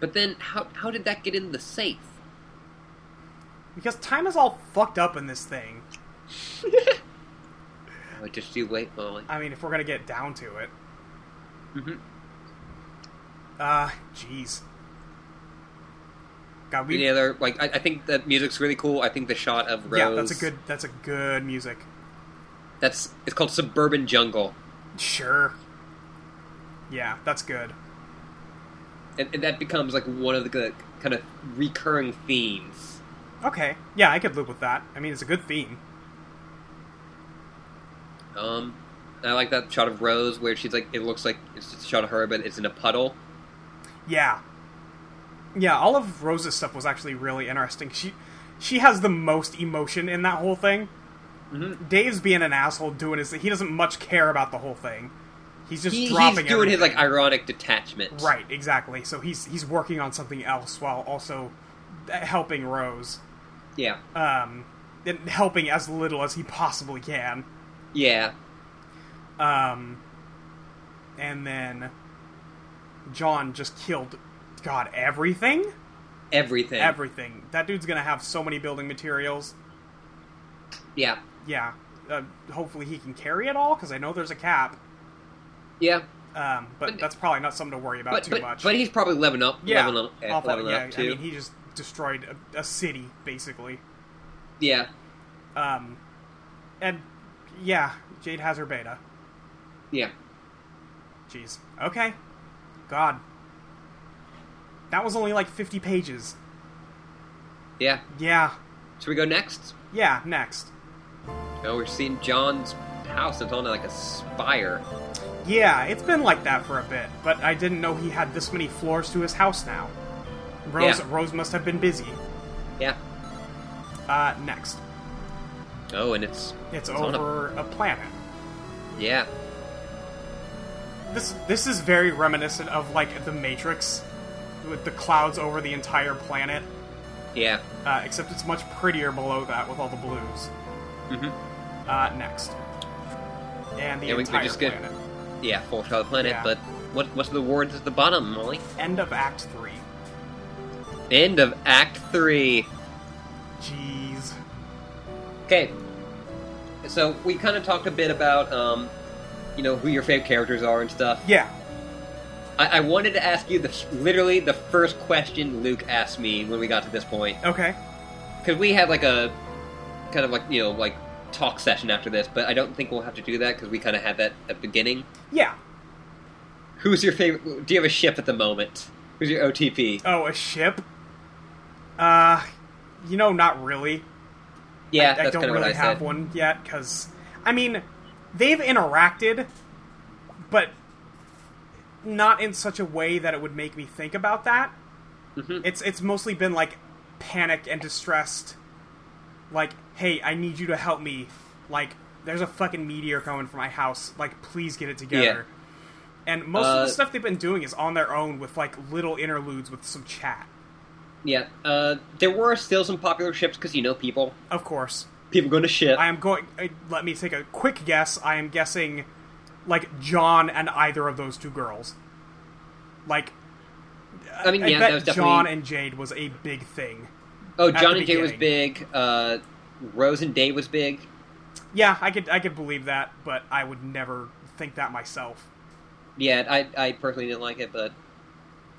Speaker 1: But then, how how did that get in the safe?
Speaker 3: Because time is all fucked up in this thing.
Speaker 1: Oh, just you wait, Molly.
Speaker 3: I mean, if we're gonna get down to it,
Speaker 1: Mhm.
Speaker 3: uh, jeez. God, we
Speaker 1: Any other like? I, I think the music's really cool. I think the shot of Rose.
Speaker 3: yeah, that's a good that's a good music.
Speaker 1: That's it's called Suburban Jungle,
Speaker 3: Sure. Yeah, that's good.
Speaker 1: and, and that becomes like one of the good, kind of recurring themes.
Speaker 3: Okay, yeah, I could live with that. I mean, it's a good theme.
Speaker 1: Um, I like that shot of Rose where she's like, it looks like it's just a shot of her, but it's in a puddle.
Speaker 3: Yeah. Yeah, all of Rose's stuff was actually really interesting. She she has the most emotion in that whole thing.
Speaker 1: Mm-hmm.
Speaker 3: Dave's being an asshole doing his he doesn't much care about the whole thing. He's just
Speaker 1: He, he's doing
Speaker 3: dropping
Speaker 1: his like
Speaker 3: everything.
Speaker 1: ironic detachment.
Speaker 3: Right, exactly. So he's he's working on something else while also helping Rose.
Speaker 1: Yeah.
Speaker 3: Um and helping as little as he possibly can.
Speaker 1: Yeah.
Speaker 3: Um, and then John just killed, God, everything?
Speaker 1: Everything.
Speaker 3: Everything. That dude's gonna have so many building materials.
Speaker 1: yeah.
Speaker 3: Yeah. Uh, hopefully he can carry it all, because I know there's a cap.
Speaker 1: Yeah.
Speaker 3: Um, but,
Speaker 1: But-
Speaker 3: that's probably not something to worry about
Speaker 1: But
Speaker 3: too
Speaker 1: but,
Speaker 3: much.
Speaker 1: but he's probably leveling up.
Speaker 3: yeah,
Speaker 1: Leveling up, eh,
Speaker 3: off-
Speaker 1: leveling
Speaker 3: yeah,
Speaker 1: up too.
Speaker 3: I mean, he just destroyed a, a city, basically.
Speaker 1: yeah.
Speaker 3: Um, and yeah, Jade has her beta.
Speaker 1: Yeah.
Speaker 3: Jeez. Okay. God. That was only like 50 pages.
Speaker 1: Yeah.
Speaker 3: Yeah.
Speaker 1: Should we go next?
Speaker 3: Yeah, next.
Speaker 1: Oh, we're seeing John's house. It's on like a spire.
Speaker 3: Yeah, it's been like that for a bit, but I didn't know he had this many floors to his house now. Rose
Speaker 1: Yeah.
Speaker 3: Rose must have been busy.
Speaker 1: Yeah.
Speaker 3: Uh next.
Speaker 1: Oh, and it's
Speaker 3: It's
Speaker 1: on a-
Speaker 3: over a planet.
Speaker 1: yeah.
Speaker 3: This this is very reminiscent of like the Matrix with the clouds over the entire planet,
Speaker 1: Yeah.
Speaker 3: uh, except it's much prettier below that with all the blues.
Speaker 1: Mhm.
Speaker 3: Uh next. And the
Speaker 1: Yeah, we- we
Speaker 3: entire
Speaker 1: just get-
Speaker 3: planet.
Speaker 1: Yeah. Full shot of the planet.
Speaker 3: Yeah.
Speaker 1: But what what's the words at the bottom, Molly?
Speaker 3: End of act 3.
Speaker 1: End of Act Three.
Speaker 3: Jeez.
Speaker 1: Okay. So we kind of talked a bit about, um, you know, who your favorite characters are and stuff.
Speaker 3: Yeah.
Speaker 1: I, I wanted to ask you the, literally the first question Luke asked me when we got to this point
Speaker 3: Okay.
Speaker 1: because we had like a kind of like you know like talk session after this, but I don't think we'll have to do that because we kind of had that at the beginning.
Speaker 3: Yeah.
Speaker 1: Who's your favorite? Do you have a ship at the moment? Who's your OTP?
Speaker 3: Oh, a ship? Uh, you know, not really.
Speaker 1: Yeah,
Speaker 3: I
Speaker 1: that's
Speaker 3: don't
Speaker 1: kind of
Speaker 3: really
Speaker 1: what I
Speaker 3: have
Speaker 1: said.
Speaker 3: one yet because, I mean, they've interacted, but not in such a way that it would make me think about that.
Speaker 1: Mhm.
Speaker 3: It's it's mostly been like panicked and distressed, like, "Hey, I need you to help me. Like, there's a fucking meteor coming for my house. Like, please get it together." And most of
Speaker 1: Uh,
Speaker 3: the stuff they've been doing is on their own with like little interludes with some chat.
Speaker 1: Yeah, uh, there were still some popular ships because you know people
Speaker 3: Of course.
Speaker 1: people go to ship.
Speaker 3: I am going. uh, Let me take a quick guess. I am guessing, like John and either of those two girls. Like,
Speaker 1: I mean,
Speaker 3: I
Speaker 1: yeah,
Speaker 3: bet
Speaker 1: that was definitely.
Speaker 3: John and Jade was a big thing.
Speaker 1: oh,
Speaker 3: the
Speaker 1: John and Jay was
Speaker 3: beginning.
Speaker 1: big. Uh, Rose and Day was big.
Speaker 3: Yeah, I could I could believe that, but I would never think that myself.
Speaker 1: Yeah, I I personally didn't like it, but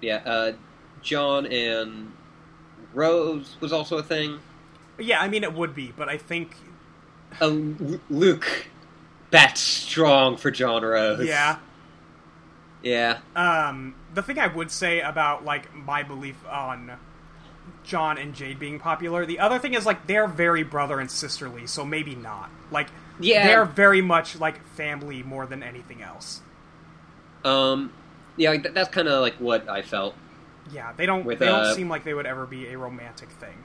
Speaker 1: yeah, uh, John and Rose was also a thing.
Speaker 3: Yeah, I mean it would be, but I think
Speaker 1: a Lu- Luke that's strong for John Rose.
Speaker 3: Yeah.
Speaker 1: Yeah.
Speaker 3: Um, the thing I would say about like my belief on John and Jade being popular, the other thing is like they're very brother and sisterly, so maybe not. Like,
Speaker 1: Yeah.
Speaker 3: they're very much like family more than anything else.
Speaker 1: Um yeah, like, th- that's kind of like what I felt.
Speaker 3: Yeah, they don't.
Speaker 1: With,
Speaker 3: they don't
Speaker 1: uh,
Speaker 3: seem like they would ever be a romantic thing.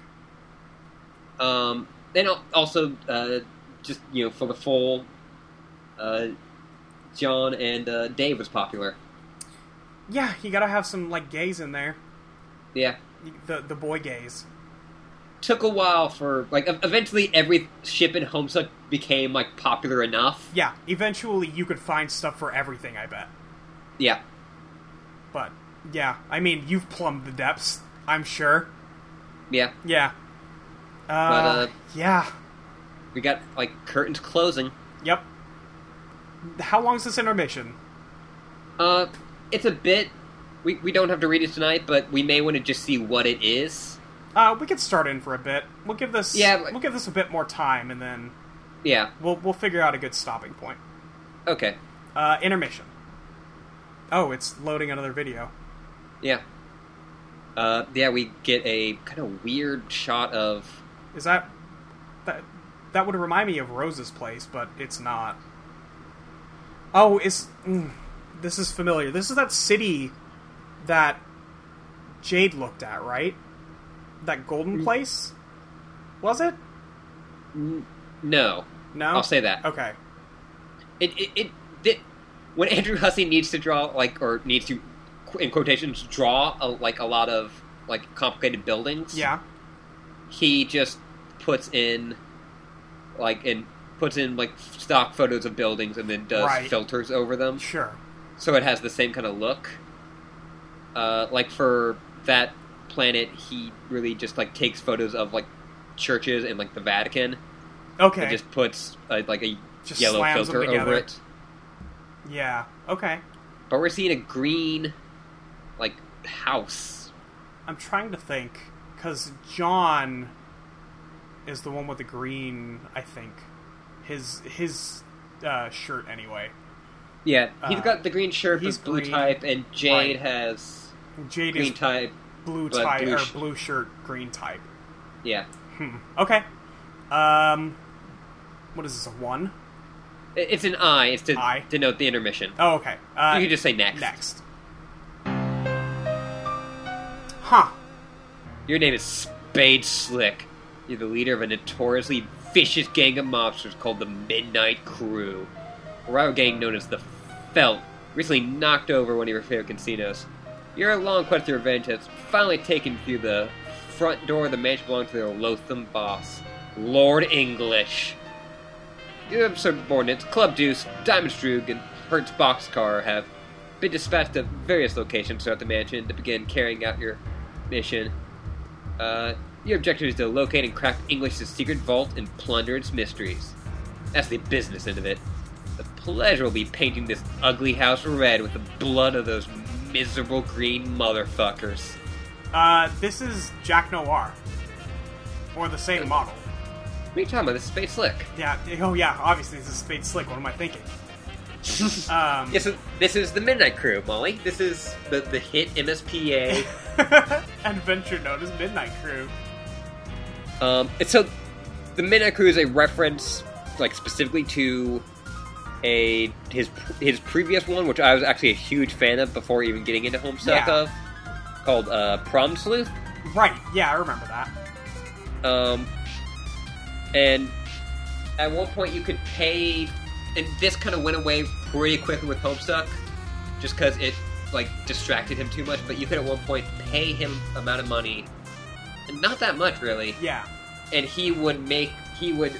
Speaker 1: Um and al- also uh just, you know, for the full uh John and uh Dave was popular.
Speaker 3: Yeah, you gotta have some like gays in there.
Speaker 1: Yeah.
Speaker 3: The the boy gays.
Speaker 1: Took a while for like ev- eventually every ship in Homestuck became like popular enough.
Speaker 3: Yeah, eventually you could find stuff for everything. I bet.
Speaker 1: Yeah.
Speaker 3: But yeah, I mean you've plumbed the depths. I'm sure.
Speaker 1: Yeah.
Speaker 3: Yeah. Uh,
Speaker 1: uh,
Speaker 3: yeah.
Speaker 1: We got like curtains closing.
Speaker 3: Yep. How long's this intermission?
Speaker 1: Uh, it's a bit. We, we don't have to read it tonight, but we may want to just see what it is.
Speaker 3: Uh, we could start in for a bit. We'll give this.
Speaker 1: Yeah, like-
Speaker 3: we'll give this a bit more time, and then
Speaker 1: Yeah.
Speaker 3: we'll we'll figure out a good stopping point.
Speaker 1: Okay.
Speaker 3: Uh, intermission. Oh, it's loading another video.
Speaker 1: Yeah. Uh, yeah, we get a kind of weird shot of.
Speaker 3: Is that that that would remind me of Rose's place, but it's not. Oh, is mm, this is familiar? This is that city that Jade looked at, right? That
Speaker 1: Mm.
Speaker 3: golden place was it?
Speaker 1: N- No,
Speaker 3: No,
Speaker 1: I'll say that.
Speaker 3: Okay,
Speaker 1: It it, it thi- when Andrew Hussey needs to draw like or needs to qu- in quotations draw a, like a lot of like complicated buildings.
Speaker 3: yeah,
Speaker 1: he just puts in like and puts in like stock photos of buildings and then does
Speaker 3: Right.
Speaker 1: filters over them.
Speaker 3: sure.
Speaker 1: so it has the same kind of look. Uh, like for that planet, he really just like takes photos of like churches and like the Vatican
Speaker 3: Okay,
Speaker 1: and just puts uh, like a
Speaker 3: Just
Speaker 1: yellow
Speaker 3: slams them
Speaker 1: filter over
Speaker 3: together.
Speaker 1: it.
Speaker 3: yeah, okay.
Speaker 1: But we're seeing a green like house.
Speaker 3: I'm trying to think because John is the one with the green. I think his his uh, shirt anyway.
Speaker 1: Yeah, he's
Speaker 3: Uh,
Speaker 1: got the green shirt,
Speaker 3: he's
Speaker 1: he's blue
Speaker 3: green.
Speaker 1: type, and Jade
Speaker 3: Right.
Speaker 1: has
Speaker 3: Jade
Speaker 1: green
Speaker 3: is
Speaker 1: type.
Speaker 3: blue
Speaker 1: but
Speaker 3: type
Speaker 1: blue
Speaker 3: or
Speaker 1: sh-
Speaker 3: blue shirt, green type.
Speaker 1: Yeah,
Speaker 3: Hmm. Okay. Um, what is this? A one?
Speaker 1: I- it's an eye. It's to
Speaker 3: Eye.
Speaker 1: denote the intermission.
Speaker 3: Oh, okay. Uh,
Speaker 1: you can just say next.
Speaker 3: next. Huh.
Speaker 1: Your name is Spade Slick. You're the leader of a notoriously vicious gang of mobsters called the Midnight Crew. A rival gang known as the Felt, recently knocked over one of your favorite casinos. Your long quest for revenge has finally taken you through the front door of the mansion belonging to their loathsome boss, Lord English. Your absurd subordinates, Club Deuce, Diamond Droog, and Hertz Boxcar have been dispatched to various locations throughout the mansion to begin carrying out your mission. Uh, your objective is to locate and crack English's secret vault and plunder its mysteries. That's the business end of it. The pleasure will be painting this ugly house red with the blood of those miserable green motherfuckers.
Speaker 3: Uh, this is Jack Noir, or the same model.
Speaker 1: What are you talking about? This is Space Slick.
Speaker 3: Yeah. Oh, yeah. Obviously, this is Spade Slick. What am
Speaker 1: (laughs)
Speaker 3: I thinking? Um,
Speaker 1: Yes, so this is the Midnight Crew, Molly. This is the, the hit MSPA.
Speaker 3: (laughs) Adventure known as Midnight Crew.
Speaker 1: um, and so the Midnight Crew is a reference, like specifically to a his his previous one, which I was actually a huge fan of before even getting into Homestuck
Speaker 3: Yeah.
Speaker 1: of, called uh, Prom Sleuth.
Speaker 3: Right. Yeah, I remember that.
Speaker 1: Um, and at one point you could pay, and this kind of went away pretty quickly with Homestuck, just because it like distracted him too much. But you could at one point pay him amount of money, and not that much really,
Speaker 3: Yeah.
Speaker 1: and he would make he would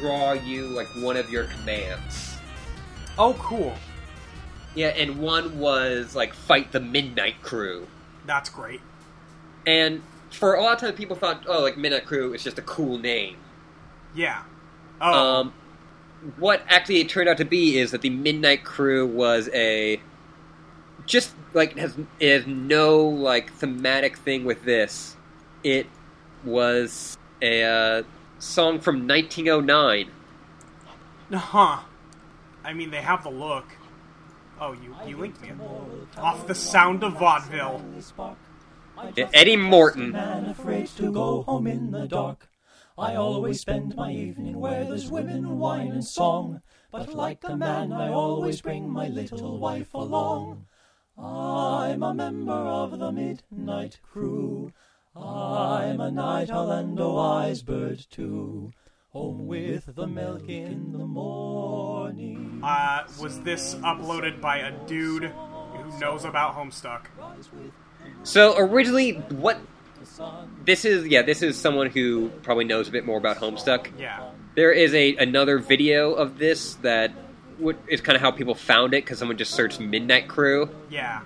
Speaker 1: draw you like one of your commands.
Speaker 3: Oh, cool.
Speaker 1: Yeah, and one was like fight the Midnight Crew.
Speaker 3: That's great.
Speaker 1: And for a lot of times, people thought, oh, like Midnight Crew is just a cool name.
Speaker 3: Yeah. Oh,
Speaker 1: Um, what actually it turned out to be is that the Midnight Crew was a just like has it has no like thematic thing with this. It was a uh, song from 1909
Speaker 3: (laughs) Huh. I mean, they have the look. Oh, you, you linked me. Off the sound of vaudeville.
Speaker 1: Eddie Morton.
Speaker 5: Man afraid to go home in the dark. I always spend my evening where there's women, wine, and song. But like a man, I always bring my little wife along. I'm a member of the midnight crew. I'm a night owl and a wise bird too. Home with the milk in the morning.
Speaker 3: Uh, was this uploaded by a dude who knows about Homestuck?
Speaker 1: So originally, what
Speaker 5: The sun
Speaker 1: this is? Yeah, this is someone who probably knows a bit more about Homestuck.
Speaker 3: Yeah.
Speaker 1: There is a another video of this that would, is kind of how people found it because someone just searched Midnight Crew,
Speaker 3: Yeah.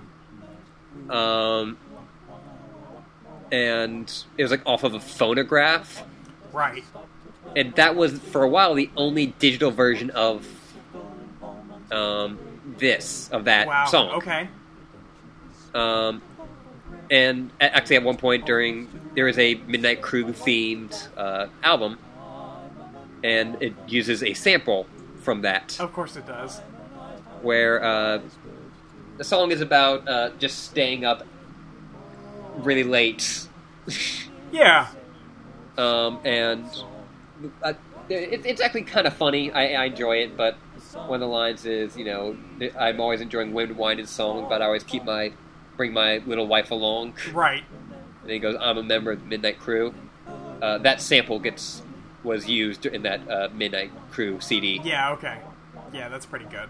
Speaker 1: um, and it was like off of a phonograph,
Speaker 3: Right.
Speaker 1: and that was for a while the only digital version of um, this of that
Speaker 3: Wow.
Speaker 1: song.
Speaker 3: Okay.
Speaker 1: Um, and a- actually, at one point during there was a Midnight Crew themed uh, album, and it uses a sample from that,
Speaker 3: Of course it does.
Speaker 1: where uh, the song is about uh, just staying up really late,
Speaker 3: Yeah.
Speaker 1: um, and uh, it, it's actually kind of funny. I, I enjoy it, but one of the lines is, you know, I'm always enjoying wind, wine, and song, but I always keep my bring my little wife along. (laughs)
Speaker 3: Right.
Speaker 1: and he goes, "I'm a member of the Midnight Crew." Uh, that sample gets was used in that uh, Midnight Crew CD.
Speaker 3: Yeah. Okay. Yeah, that's pretty good.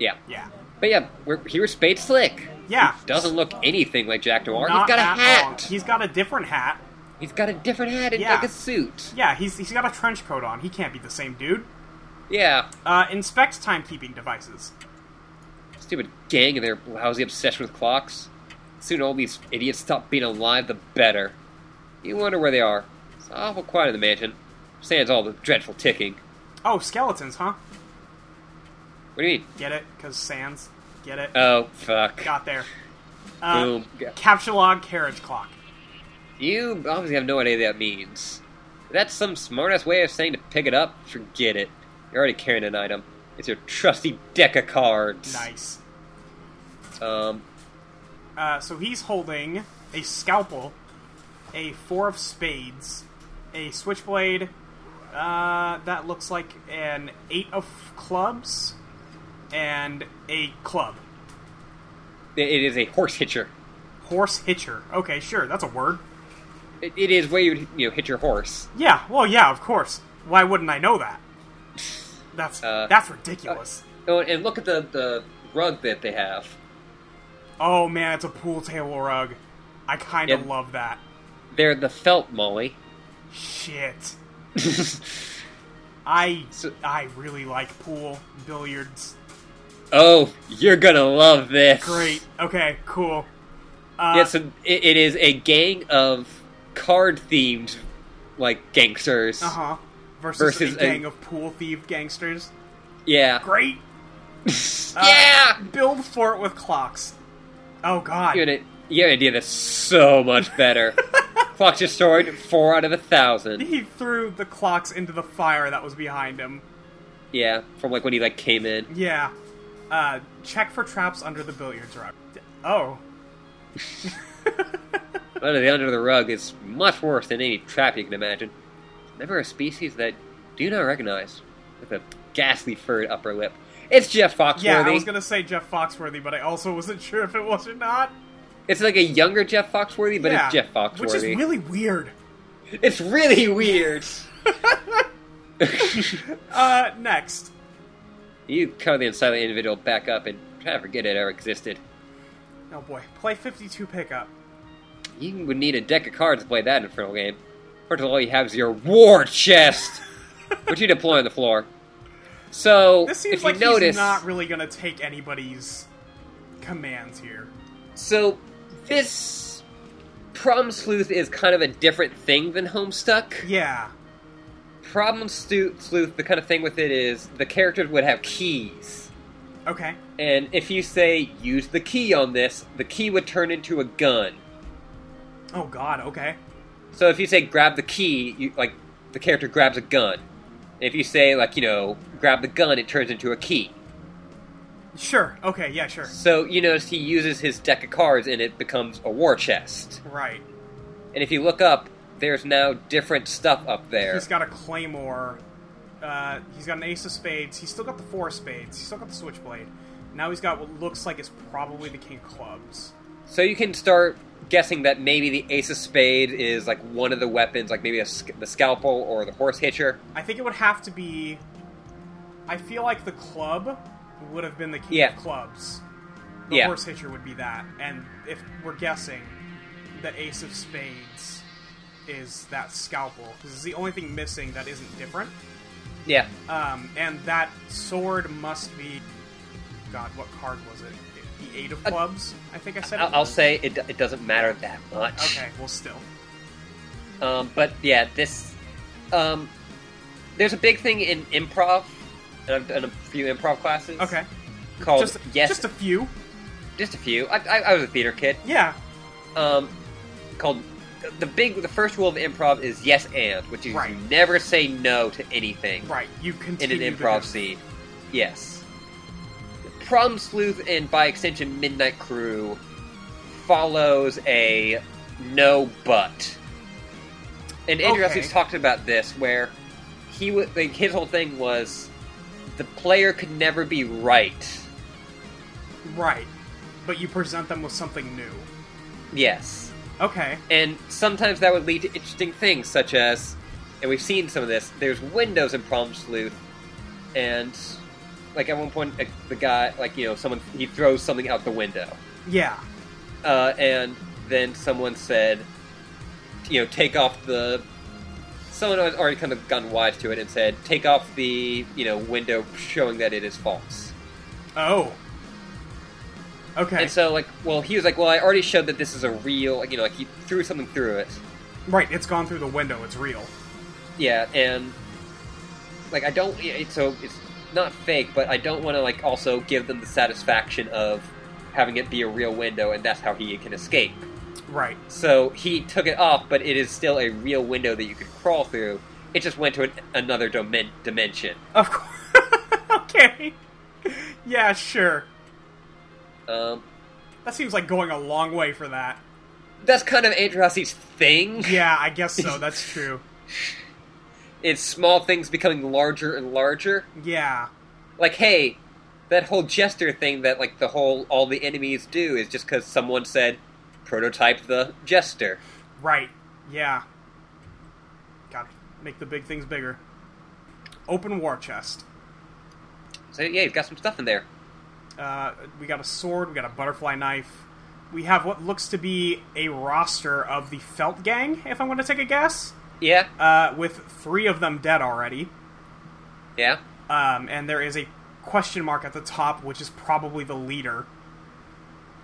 Speaker 1: Yeah,
Speaker 3: Yeah.
Speaker 1: but yeah, we're, here's Spade Slick.
Speaker 3: Yeah.
Speaker 1: Doesn't look anything like Jack Noir.
Speaker 3: Not
Speaker 1: he's got
Speaker 3: at
Speaker 1: a
Speaker 3: all.
Speaker 1: hat.
Speaker 3: He's got a different hat.
Speaker 1: He's got a different hat and
Speaker 3: Yeah.
Speaker 1: like a suit.
Speaker 3: Yeah, he's he's got a trench coat on. He can't be the same dude.
Speaker 1: Yeah,
Speaker 3: Uh, inspect timekeeping devices.
Speaker 1: stupid gang and their lousy obsession with clocks. Soon all these idiots stop being alive, the better. You wonder where they are. It's awful quiet in the mansion. Sans all the dreadful ticking.
Speaker 3: Oh, skeletons, huh?
Speaker 1: What do you mean?
Speaker 3: Get it? Cause sands. Get it?
Speaker 1: Oh, fuck.
Speaker 3: Got there. Uh,
Speaker 1: Boom. Go-
Speaker 3: Capture log carriage clock.
Speaker 1: You obviously have no idea what that means. If that's some smartass way of saying to pick it up, forget it. You're already carrying an item. It's your trusty deck of cards.
Speaker 3: Nice.
Speaker 1: Um,
Speaker 3: Uh, so he's holding a scalpel, a four of spades, a switchblade. Uh, that looks like an eight of clubs, and a club.
Speaker 1: it- it is a horse hitcher.
Speaker 3: Horse hitcher. Okay, sure, that's a word.
Speaker 1: It, it is where you you know, hitch your horse.
Speaker 3: Yeah, well, yeah, of course. Why wouldn't I know that? That's
Speaker 1: Uh,
Speaker 3: that's ridiculous.
Speaker 1: Oh, and look at the, the rug that they have.
Speaker 3: oh man, it's a pool table rug. I kind of
Speaker 1: Yeah.
Speaker 3: love that.
Speaker 1: They're the felt molly. (laughs)
Speaker 3: Shit. I
Speaker 1: So-
Speaker 3: I really like pool billiards.
Speaker 1: oh, you're gonna love this.
Speaker 3: Great. Okay. Cool. Uh,
Speaker 1: Yeah, so it, it is a gang of card themed, like, gangsters.
Speaker 3: Uh huh. Versus,
Speaker 1: Versus
Speaker 3: a
Speaker 1: a-
Speaker 3: gang of pool thief gangsters.
Speaker 1: Yeah.
Speaker 3: Great.
Speaker 1: yeah!
Speaker 3: Build fort with clocks. Oh god.
Speaker 1: You have, an, you have an idea that's so much
Speaker 3: (laughs)
Speaker 1: better. Clock destroyed, four out of a thousand.
Speaker 3: He threw the clocks into the fire that was behind him.
Speaker 1: Yeah, from like when he like came in.
Speaker 3: Yeah. Uh, check for traps under the billiards rug. Oh.
Speaker 1: Under the under the rug is much worse than any trap you can imagine. Remember a species that do not recognize, with a ghastly furred upper lip. It's Jeff Foxworthy.
Speaker 3: Yeah, I was gonna say Jeff Foxworthy, but I also wasn't sure if it was or not.
Speaker 1: It's like a younger Jeff Foxworthy, but
Speaker 3: yeah.
Speaker 1: it's Jeff Foxworthy.
Speaker 3: Which is really weird.
Speaker 1: it's really weird.
Speaker 3: Uh, next.
Speaker 1: you cover the inside of the individual back up and try to forget it ever existed.
Speaker 3: Oh boy. Play 52 pickup.
Speaker 1: You would need a deck of cards to play that infernal game. First of all, you have is your war chest,
Speaker 3: (laughs)
Speaker 1: which you deploy on the floor. So,
Speaker 3: This
Speaker 1: if
Speaker 3: seems
Speaker 1: you
Speaker 3: like he's
Speaker 1: notice,
Speaker 3: not really gonna take anybody's commands here.
Speaker 1: so this problem sleuth is kind of a different thing than Homestuck.
Speaker 3: Yeah.
Speaker 1: Problem stu- sleuth, the kind of thing with it is the characters would have keys,
Speaker 3: Okay.
Speaker 1: and if you say use the key on this, the key would turn into a gun.
Speaker 3: Oh god, okay.
Speaker 1: So if you say grab the key, you like the character grabs a gun. If you say like you know, grab the gun, it turns into a key.
Speaker 3: Sure. Okay. Yeah. Sure.
Speaker 1: So you notice he uses his deck of cards, and it becomes a war chest.
Speaker 3: Right.
Speaker 1: And if you look up, there's now different stuff up there.
Speaker 3: He's got a claymore. Uh, he's got an ace of spades. He's still got the four of spades. He's still got the switchblade. Now he's got what looks like is probably the king of clubs.
Speaker 1: So you can start guessing that maybe the ace of spade is like one of the weapons, like maybe a, sc- the scalpel or the horse hitcher.
Speaker 3: I think it would have to be. I feel like the club would have been the king
Speaker 1: Yeah.
Speaker 3: of clubs. The
Speaker 1: Yeah.
Speaker 3: horse hitcher would be that, and if we're guessing, the ace of spades is that scalpel because it's the only thing missing that isn't different.
Speaker 1: Yeah.
Speaker 3: Um, and that sword must be. God, what card was it? The eight of clubs. I think I said. it
Speaker 1: Uh, I'll, I'll
Speaker 3: was?
Speaker 1: say it, it doesn't matter that much.
Speaker 3: Okay. Well, still.
Speaker 1: Um, but yeah, this um, there's a big thing in improv, and I've done a few improv classes.
Speaker 3: Okay.
Speaker 1: Called
Speaker 3: just
Speaker 1: yes,
Speaker 3: just a few.
Speaker 1: just a few. I, I, I was a theater kid.
Speaker 3: Yeah.
Speaker 1: Um, called the big the first rule of improv is yes and, which is
Speaker 3: Right.
Speaker 1: you never say no to anything.
Speaker 3: Right. You
Speaker 1: in
Speaker 3: continue
Speaker 1: an
Speaker 3: to
Speaker 1: improv
Speaker 3: do-
Speaker 1: scene. Yes. Problem Sleuth and by extension Midnight Crew follows a no but. And Andrew
Speaker 3: Okay.
Speaker 1: Essex talked about this where he wa like, his whole thing was the player could never be right.
Speaker 3: Right. But you present them with something new.
Speaker 1: Yes.
Speaker 3: Okay.
Speaker 1: And sometimes that would lead to interesting things, such as, and we've seen some of this. There's windows in Problem Sleuth, and like at one point, like, the guy, like you know, someone he throws something out the window,
Speaker 3: Yeah.
Speaker 1: uh, and then someone said, you know, take off the. Someone had already kind of gone wise to it and said, take off the you know window, showing that it is false.
Speaker 3: Oh. Okay.
Speaker 1: And so, like, well, he was like, well, I already showed that this is a real, like, you know, like he threw something through it.
Speaker 3: right. It's gone through the window. It's real.
Speaker 1: Yeah, and like I don't. yeah, It's so it's not fake, but I don't want to like also give them the satisfaction of having it be a real window, and that's how he can escape.
Speaker 3: Right.
Speaker 1: So he took it off, but it is still a real window that you could crawl through. It just went to an, another domen- dimension.
Speaker 3: Of course. (laughs) okay. Yeah. Sure.
Speaker 1: Um,
Speaker 3: That seems like going a long way for that.
Speaker 1: that's kind of Androssi's thing.
Speaker 3: Yeah, I guess so. That's true.
Speaker 1: It's small things becoming larger and larger.
Speaker 3: Yeah.
Speaker 1: like hey that whole jester thing that like the whole all the enemies do is just because someone said prototype the jester
Speaker 3: Right. Yeah. Got to make the big things bigger. Open war chest.
Speaker 1: so yeah you've got some stuff in there
Speaker 3: Uh, we got a sword. We got a butterfly knife. We have what looks to be a roster of the Felt Gang, if I'm going to take a guess,
Speaker 1: yeah
Speaker 3: uh, with three of them dead already.
Speaker 1: yeah
Speaker 3: Um, and there is a question mark at the top, which is probably the leader.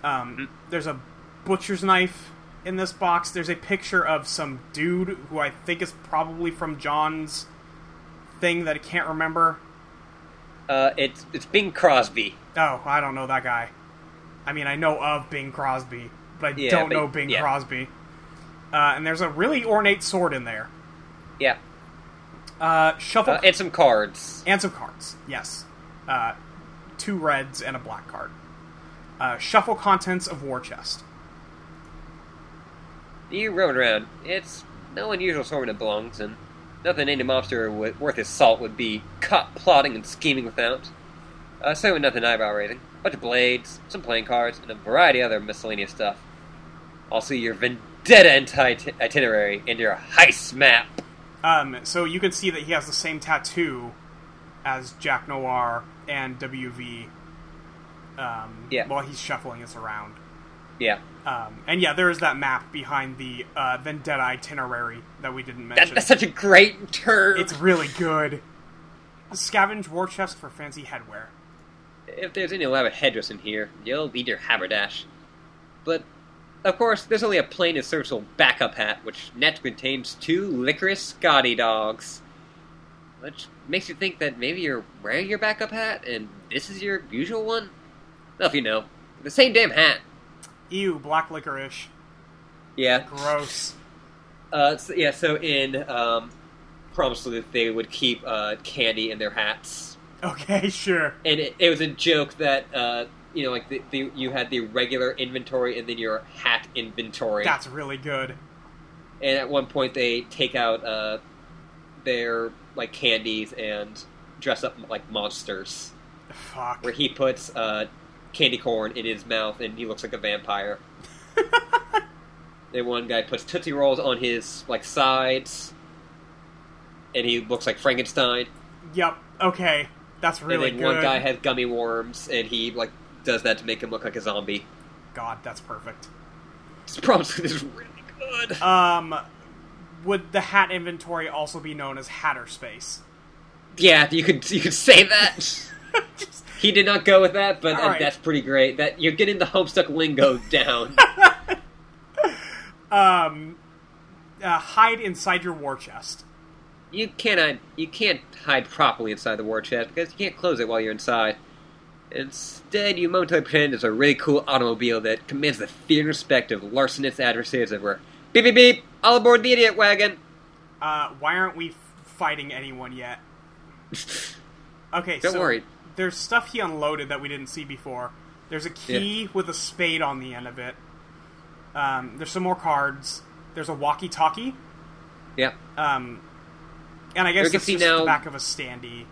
Speaker 3: Um, there's a butcher's knife in this box. There's a picture of some dude who I think is probably from John's thing that I can't remember.
Speaker 1: uh, it's it's bing crosby
Speaker 3: Oh, I don't know that guy. I mean, I know of Bing Crosby, but I
Speaker 1: Yeah,
Speaker 3: don't
Speaker 1: but-
Speaker 3: know Bing
Speaker 1: yeah.
Speaker 3: Crosby. Uh, and there's a really ornate sword in there.
Speaker 1: yeah
Speaker 3: Uh, shuffle
Speaker 1: uh, and some cards
Speaker 3: and some cards. Yes, uh, two reds and a black card. Uh, shuffle contents of war chest.
Speaker 1: you roam around it's no unusual sort that belongs and nothing any mobster wo- worth his salt would be caught plotting and scheming without uh, so nothing eyebrow raising bunch of blades some playing cards and a variety of other miscellaneous stuff also your vendetta iti- itinerary and your heist map.
Speaker 3: Um, so you can see that he has the same tattoo as Jack Noir and WV. Um,
Speaker 1: Yeah.
Speaker 3: While he's shuffling us around.
Speaker 1: Yeah,
Speaker 3: Um, and yeah, there is that map behind the uh, Vendetta itinerary that we didn't mention.
Speaker 1: that, that's such a great term.
Speaker 3: It's really good. Scavenge war chest for fancy headwear.
Speaker 1: If there's any elaborate headdress in here, you'll be your haberdash. But of course, there's only a plain and serviceable backup hat, which net contains two licorice Scotty dogs, which makes you think that maybe you're wearing your backup hat and this is your usual one. Well, if you know, the same damn hat.
Speaker 3: Ew, black licorice.
Speaker 1: Yeah.
Speaker 3: Gross.
Speaker 1: Uh, so, yeah, so in um, promised that they would keep uh, candy in their hats.
Speaker 3: Okay, sure.
Speaker 1: And it, it was a joke that, uh, you know, like the, the, you had the regular inventory and then your hat inventory.
Speaker 3: That's really good.
Speaker 1: and at one point, they take out uh, their, like, candies and dress up like monsters.
Speaker 3: Fuck.
Speaker 1: Where he puts uh, candy corn in his mouth and he looks like a
Speaker 3: (laughs)
Speaker 1: vampire. And one guy puts Tootsie Rolls on his, like, sides. And he looks like Frankenstein.
Speaker 3: Yep. Okay. That's really
Speaker 1: and then
Speaker 3: good.
Speaker 1: one guy has gummy worms, and he like does that to make him look like a zombie.
Speaker 3: God, that's perfect.
Speaker 1: It's probably this is really good.
Speaker 3: Um, would the hat inventory also be known as Hatter Space?
Speaker 1: yeah, you could you could say that.
Speaker 3: Just-
Speaker 1: he did not go with that, but
Speaker 3: All
Speaker 1: uh,
Speaker 3: right.
Speaker 1: that's pretty great. That you're getting the Homestuck lingo down.
Speaker 3: um, uh, hide inside your war chest.
Speaker 1: you cannot you can't hide properly inside the war chest because you can't close it while you're inside. Instead, you momentarily pretend it's a really cool automobile that commands the fear and respect of larcenous adversaries everywhere. Beep beep beep! All aboard the idiot wagon.
Speaker 3: Uh, why aren't we f- fighting
Speaker 1: (laughs)
Speaker 3: anyone yet? Okay,
Speaker 1: Don't
Speaker 3: so
Speaker 1: worry.
Speaker 3: there's stuff he unloaded that we didn't see before. There's a key with a spade on the end of it. Um, there's some more cards. There's a walkie-talkie.
Speaker 1: Yeah.
Speaker 3: Um, and I guess
Speaker 1: We can
Speaker 3: it's
Speaker 1: see
Speaker 3: just
Speaker 1: now-
Speaker 3: the back of a standee.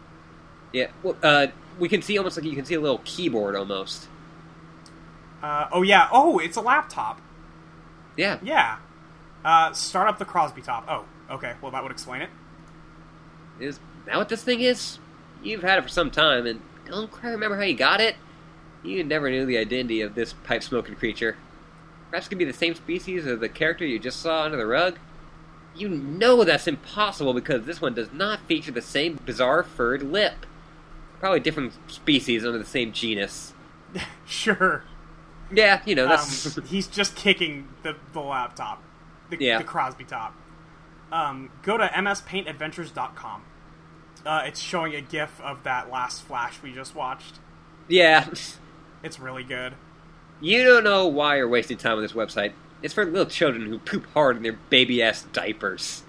Speaker 1: Yeah, well, uh, we can see almost like you can see a little keyboard almost.
Speaker 3: Uh, oh yeah. Oh, it's a laptop.
Speaker 1: Yeah,
Speaker 3: Yeah. Uh, start up the Crosby top. Oh, okay. Well, that would explain it. (laughs)
Speaker 1: is that what this thing is? You've had it for some time, and I don't quite remember how you got it. You never knew the identity of this pipe smoking creature. Perhaps it could be the same species as the character you just saw under the rug. You know that's impossible because this one does not feature the same bizarre furred lip. Probably different species under the same genus.
Speaker 3: Sure.
Speaker 1: Yeah, you know
Speaker 3: Um,
Speaker 1: that's
Speaker 3: he's just kicking the, the laptop. The,
Speaker 1: Yeah.
Speaker 3: the Crosby top. Um, go to mspaintadventures.com. Uh, it's showing a gif of that last flash we just watched.
Speaker 1: (laughs) yeah.
Speaker 3: It's really good.
Speaker 1: You don't know why you're wasting time on this website. It's for little children who poop hard in their baby ass diapers.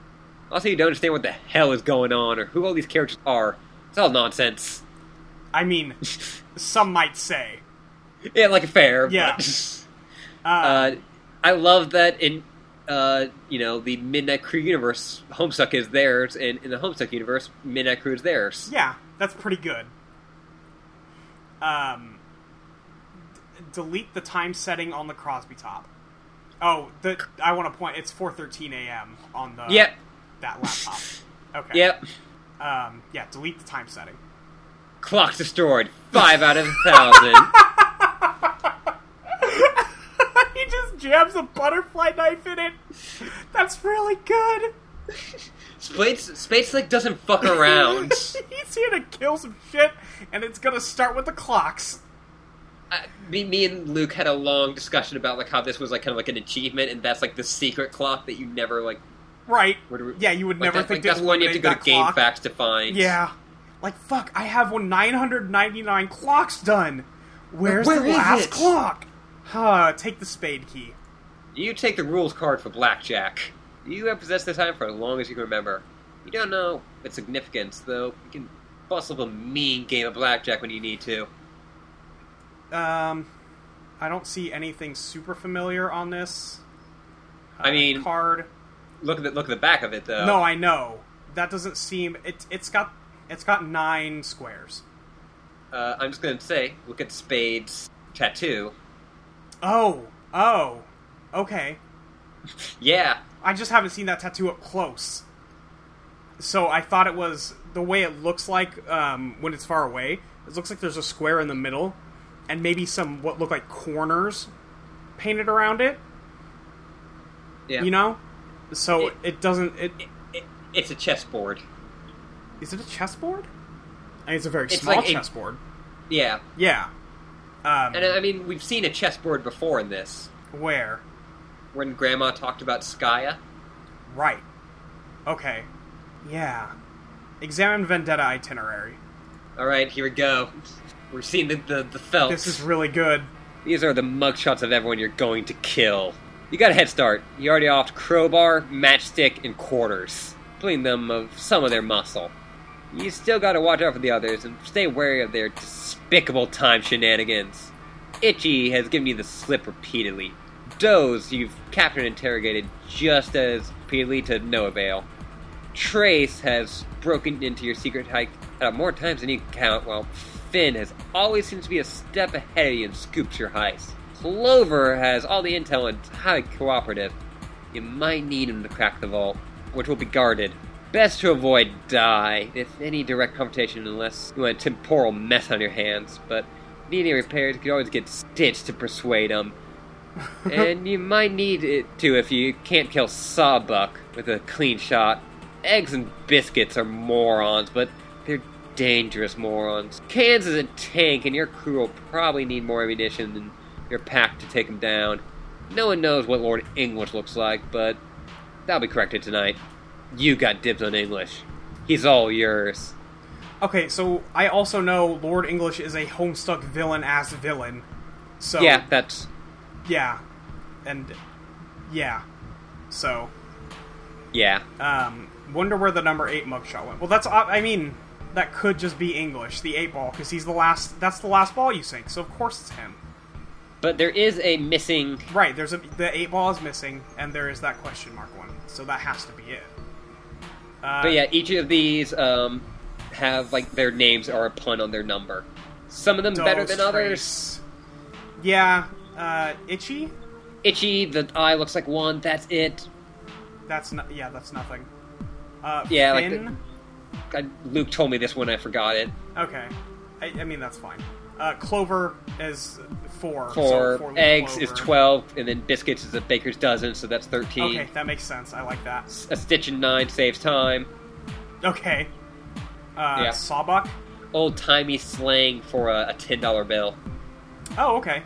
Speaker 1: (laughs) also, you don't understand what the hell is going on or who all these characters are. It's all nonsense. (laughs)
Speaker 3: I mean, some might say.
Speaker 1: Yeah, like fair.
Speaker 3: Yeah.
Speaker 1: But, (laughs)
Speaker 3: Uh,
Speaker 1: uh, I love that in uh, you know the Midnight Crew universe, Homestuck is theirs, and in the Homestuck universe, Midnight Crew is theirs.
Speaker 3: yeah, that's pretty good. Um, d- delete the time setting on the Crosby top. Oh, the I want to point. It's 4:13 a.m. on the
Speaker 1: Yep.
Speaker 3: that laptop.
Speaker 1: (laughs)
Speaker 3: Okay.
Speaker 1: Yep.
Speaker 3: Um, yeah. Delete the time setting. (laughs)
Speaker 1: Clock destroyed. Five out of a thousand.
Speaker 3: he just jabs a butterfly knife in it. That's really good. (laughs)
Speaker 1: Space Space Slick doesn't fuck around.
Speaker 3: He's here to kill some shit, and it's gonna start with the clocks.
Speaker 1: I, me, me and Luke had a long discussion about like how this was like kind of like an achievement, and that's like the secret clock that you never like.
Speaker 3: Right.
Speaker 1: Where do we-
Speaker 3: yeah, you would
Speaker 1: like,
Speaker 3: never
Speaker 1: that-
Speaker 3: think
Speaker 1: like, that's
Speaker 3: to
Speaker 1: one you have to go to
Speaker 3: eliminate
Speaker 1: Game
Speaker 3: that clock.
Speaker 1: Facts to find.
Speaker 3: Yeah. Like fuck, I have one 999 clocks done. Where's
Speaker 1: Where
Speaker 3: the
Speaker 1: is
Speaker 3: last
Speaker 1: it?
Speaker 3: clock? Huh, take the spade key.
Speaker 1: You take the rules card for blackjack. You have possessed the time for as long as you can remember. You don't know its significance, though. You can bust up a mean game of blackjack when you need to.
Speaker 3: Um I don't see anything super familiar on this.
Speaker 1: I
Speaker 3: uh,
Speaker 1: mean,
Speaker 3: card.
Speaker 1: look at the look at the back of it, though.
Speaker 3: No, I know. That doesn't seem it it's got it's got 9 squares.
Speaker 1: uh, I'm just gonna say, look at Spade's tattoo.
Speaker 3: Oh. Oh. Okay.
Speaker 1: Yeah,
Speaker 3: I just haven't seen that tattoo up close. So I thought it was the way it looks like um, when it's far away. It looks like there's a square in the middle, and maybe some what look like corners painted around it.
Speaker 1: yeah.
Speaker 3: You know, so
Speaker 1: It-
Speaker 3: it, doesn't. It
Speaker 1: It- it, it's a chessboard.
Speaker 3: is it a chessboard? I mean, it's a very
Speaker 1: It's
Speaker 3: small
Speaker 1: like a-
Speaker 3: chessboard.
Speaker 1: Yeah,
Speaker 3: Yeah. Um,
Speaker 1: And I mean, we've seen a chessboard before in this,
Speaker 3: where?
Speaker 1: when Grandma talked about Skaya.
Speaker 3: Right. Okay. Yeah. Examine vendetta itinerary.
Speaker 1: All right, here we go. We're seeing the the, the felt.
Speaker 3: This is really good.
Speaker 1: These are the mugshots of everyone you're going to kill. You got a head start. You already offed crowbar, matchstick, and quarters. stripping them of some of their muscle. You still gotta watch out for the others and stay wary of their despicable time shenanigans. Itchy has given you the slip repeatedly. Doze, you've captured and interrogated just as repeatedly to no avail. Trace has broken into your secret hike uh, more times than you can count, while Finn has always seems to be a step ahead of you and scoops your heist. Clover has all the intel and is highly cooperative. You might need him to crack the vault, which will be guarded. Best to avoid die, if any direct confrontation, unless you want a temporal mess on your hands. But if you need any repairs, you can always get Stitch to persuade him. and you might need it too if you can't kill Sawbuck with a clean shot. Eggs and biscuits are morons, but they're dangerous morons. Cans is a tank, and your crew will probably need more ammunition than your pack to take him down. No one knows what Lord English looks like, but that'll be corrected tonight. You got dibs on English. He's all yours.
Speaker 3: Okay, so I also know Lord English is a Homestuck villain ass villain. So
Speaker 1: Yeah, that's
Speaker 3: yeah, and yeah, so
Speaker 1: yeah.
Speaker 3: um, wonder where the number eight mugshot went. Well, that's ob- I mean that could just be English, the eight ball, because he's the last. That's the last ball you sink, so of course it's him.
Speaker 1: But there is a missing
Speaker 3: Right? There's a the eight ball is missing, and there is that question mark one, so that has to be it. Uh,
Speaker 1: But yeah, each of these um, have like their names are a pun on their number. Some of them better than
Speaker 3: Dose
Speaker 1: others.
Speaker 3: Trace. Yeah, uh, itchy.
Speaker 1: Itchy, the eye looks like one. That's it.
Speaker 3: That's not. Yeah, that's nothing. Uh,
Speaker 1: Yeah, like
Speaker 3: Finn.
Speaker 1: God, Luke told me this one. I forgot it.
Speaker 3: Okay, I, I mean that's fine. Uh, Clover is four.
Speaker 1: For
Speaker 3: so four little
Speaker 1: eggs is
Speaker 3: Clover.
Speaker 1: twelve, and then biscuits is a baker's dozen, so that's thirteen.
Speaker 3: Okay, that makes sense. I like that.
Speaker 1: S- A stitch in nine saves time.
Speaker 3: Okay. Uh,
Speaker 1: Yeah.
Speaker 3: Sawbuck.
Speaker 1: Old timey slang for a, a ten dollar bill.
Speaker 3: Oh, okay.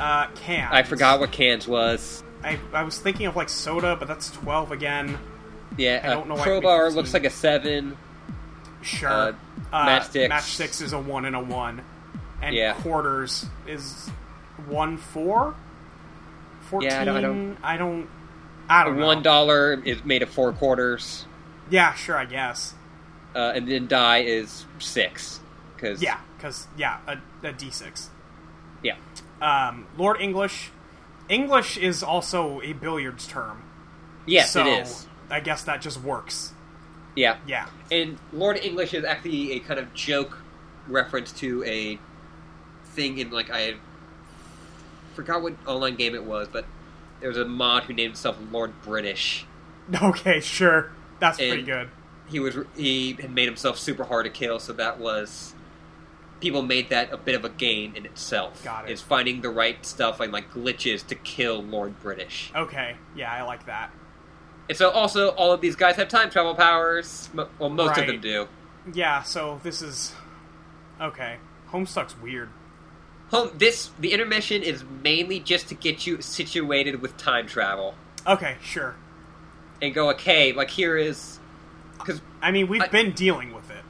Speaker 3: Uh, cans.
Speaker 1: I forgot what cans was.
Speaker 3: I, I was thinking of like soda, but that's twelve again.
Speaker 1: Yeah,
Speaker 3: I
Speaker 1: uh,
Speaker 3: don't know why it
Speaker 1: crowbar
Speaker 3: makes me-
Speaker 1: looks like a seven.
Speaker 3: Sure.
Speaker 1: Uh, matchsticks.
Speaker 3: Matchsticks is a one and a one, and
Speaker 1: Yeah.
Speaker 3: quarters is one four. Fourteen.
Speaker 1: Yeah, I don't- I don't-
Speaker 3: I don't. I
Speaker 1: A
Speaker 3: don't know.
Speaker 1: one dollar is made of four quarters.
Speaker 3: Yeah, sure. I guess.
Speaker 1: uh, and then die is six because
Speaker 3: Yeah, because yeah, a, a D six.
Speaker 1: yeah
Speaker 3: Um, Lord English. English is also a billiards term.
Speaker 1: yes
Speaker 3: so
Speaker 1: it is
Speaker 3: I guess that just works.
Speaker 1: yeah
Speaker 3: Yeah. (laughs)
Speaker 1: and Lord English is actually a kind of joke reference to a thing in like I forgot what online game it was but there was a mod who named himself Lord British
Speaker 3: Okay, sure. That's
Speaker 1: And-
Speaker 3: pretty good.
Speaker 1: he was he had made himself super hard to kill so that was people made that a bit of a game in itself
Speaker 3: Got it.
Speaker 1: is finding the right stuff and like glitches to kill Lord British
Speaker 3: Okay, yeah, I like that.
Speaker 1: And so, also, all of these guys have time travel powers. Mo- Well, most of them
Speaker 3: Right.
Speaker 1: do.
Speaker 3: Yeah, so this is okay. Homestuck's weird.
Speaker 1: Home, this the intermission is mainly just to get you situated with time travel
Speaker 3: Okay, sure.
Speaker 1: and go, okay, like here is, because
Speaker 3: I mean, we've
Speaker 1: I-
Speaker 3: been dealing with it.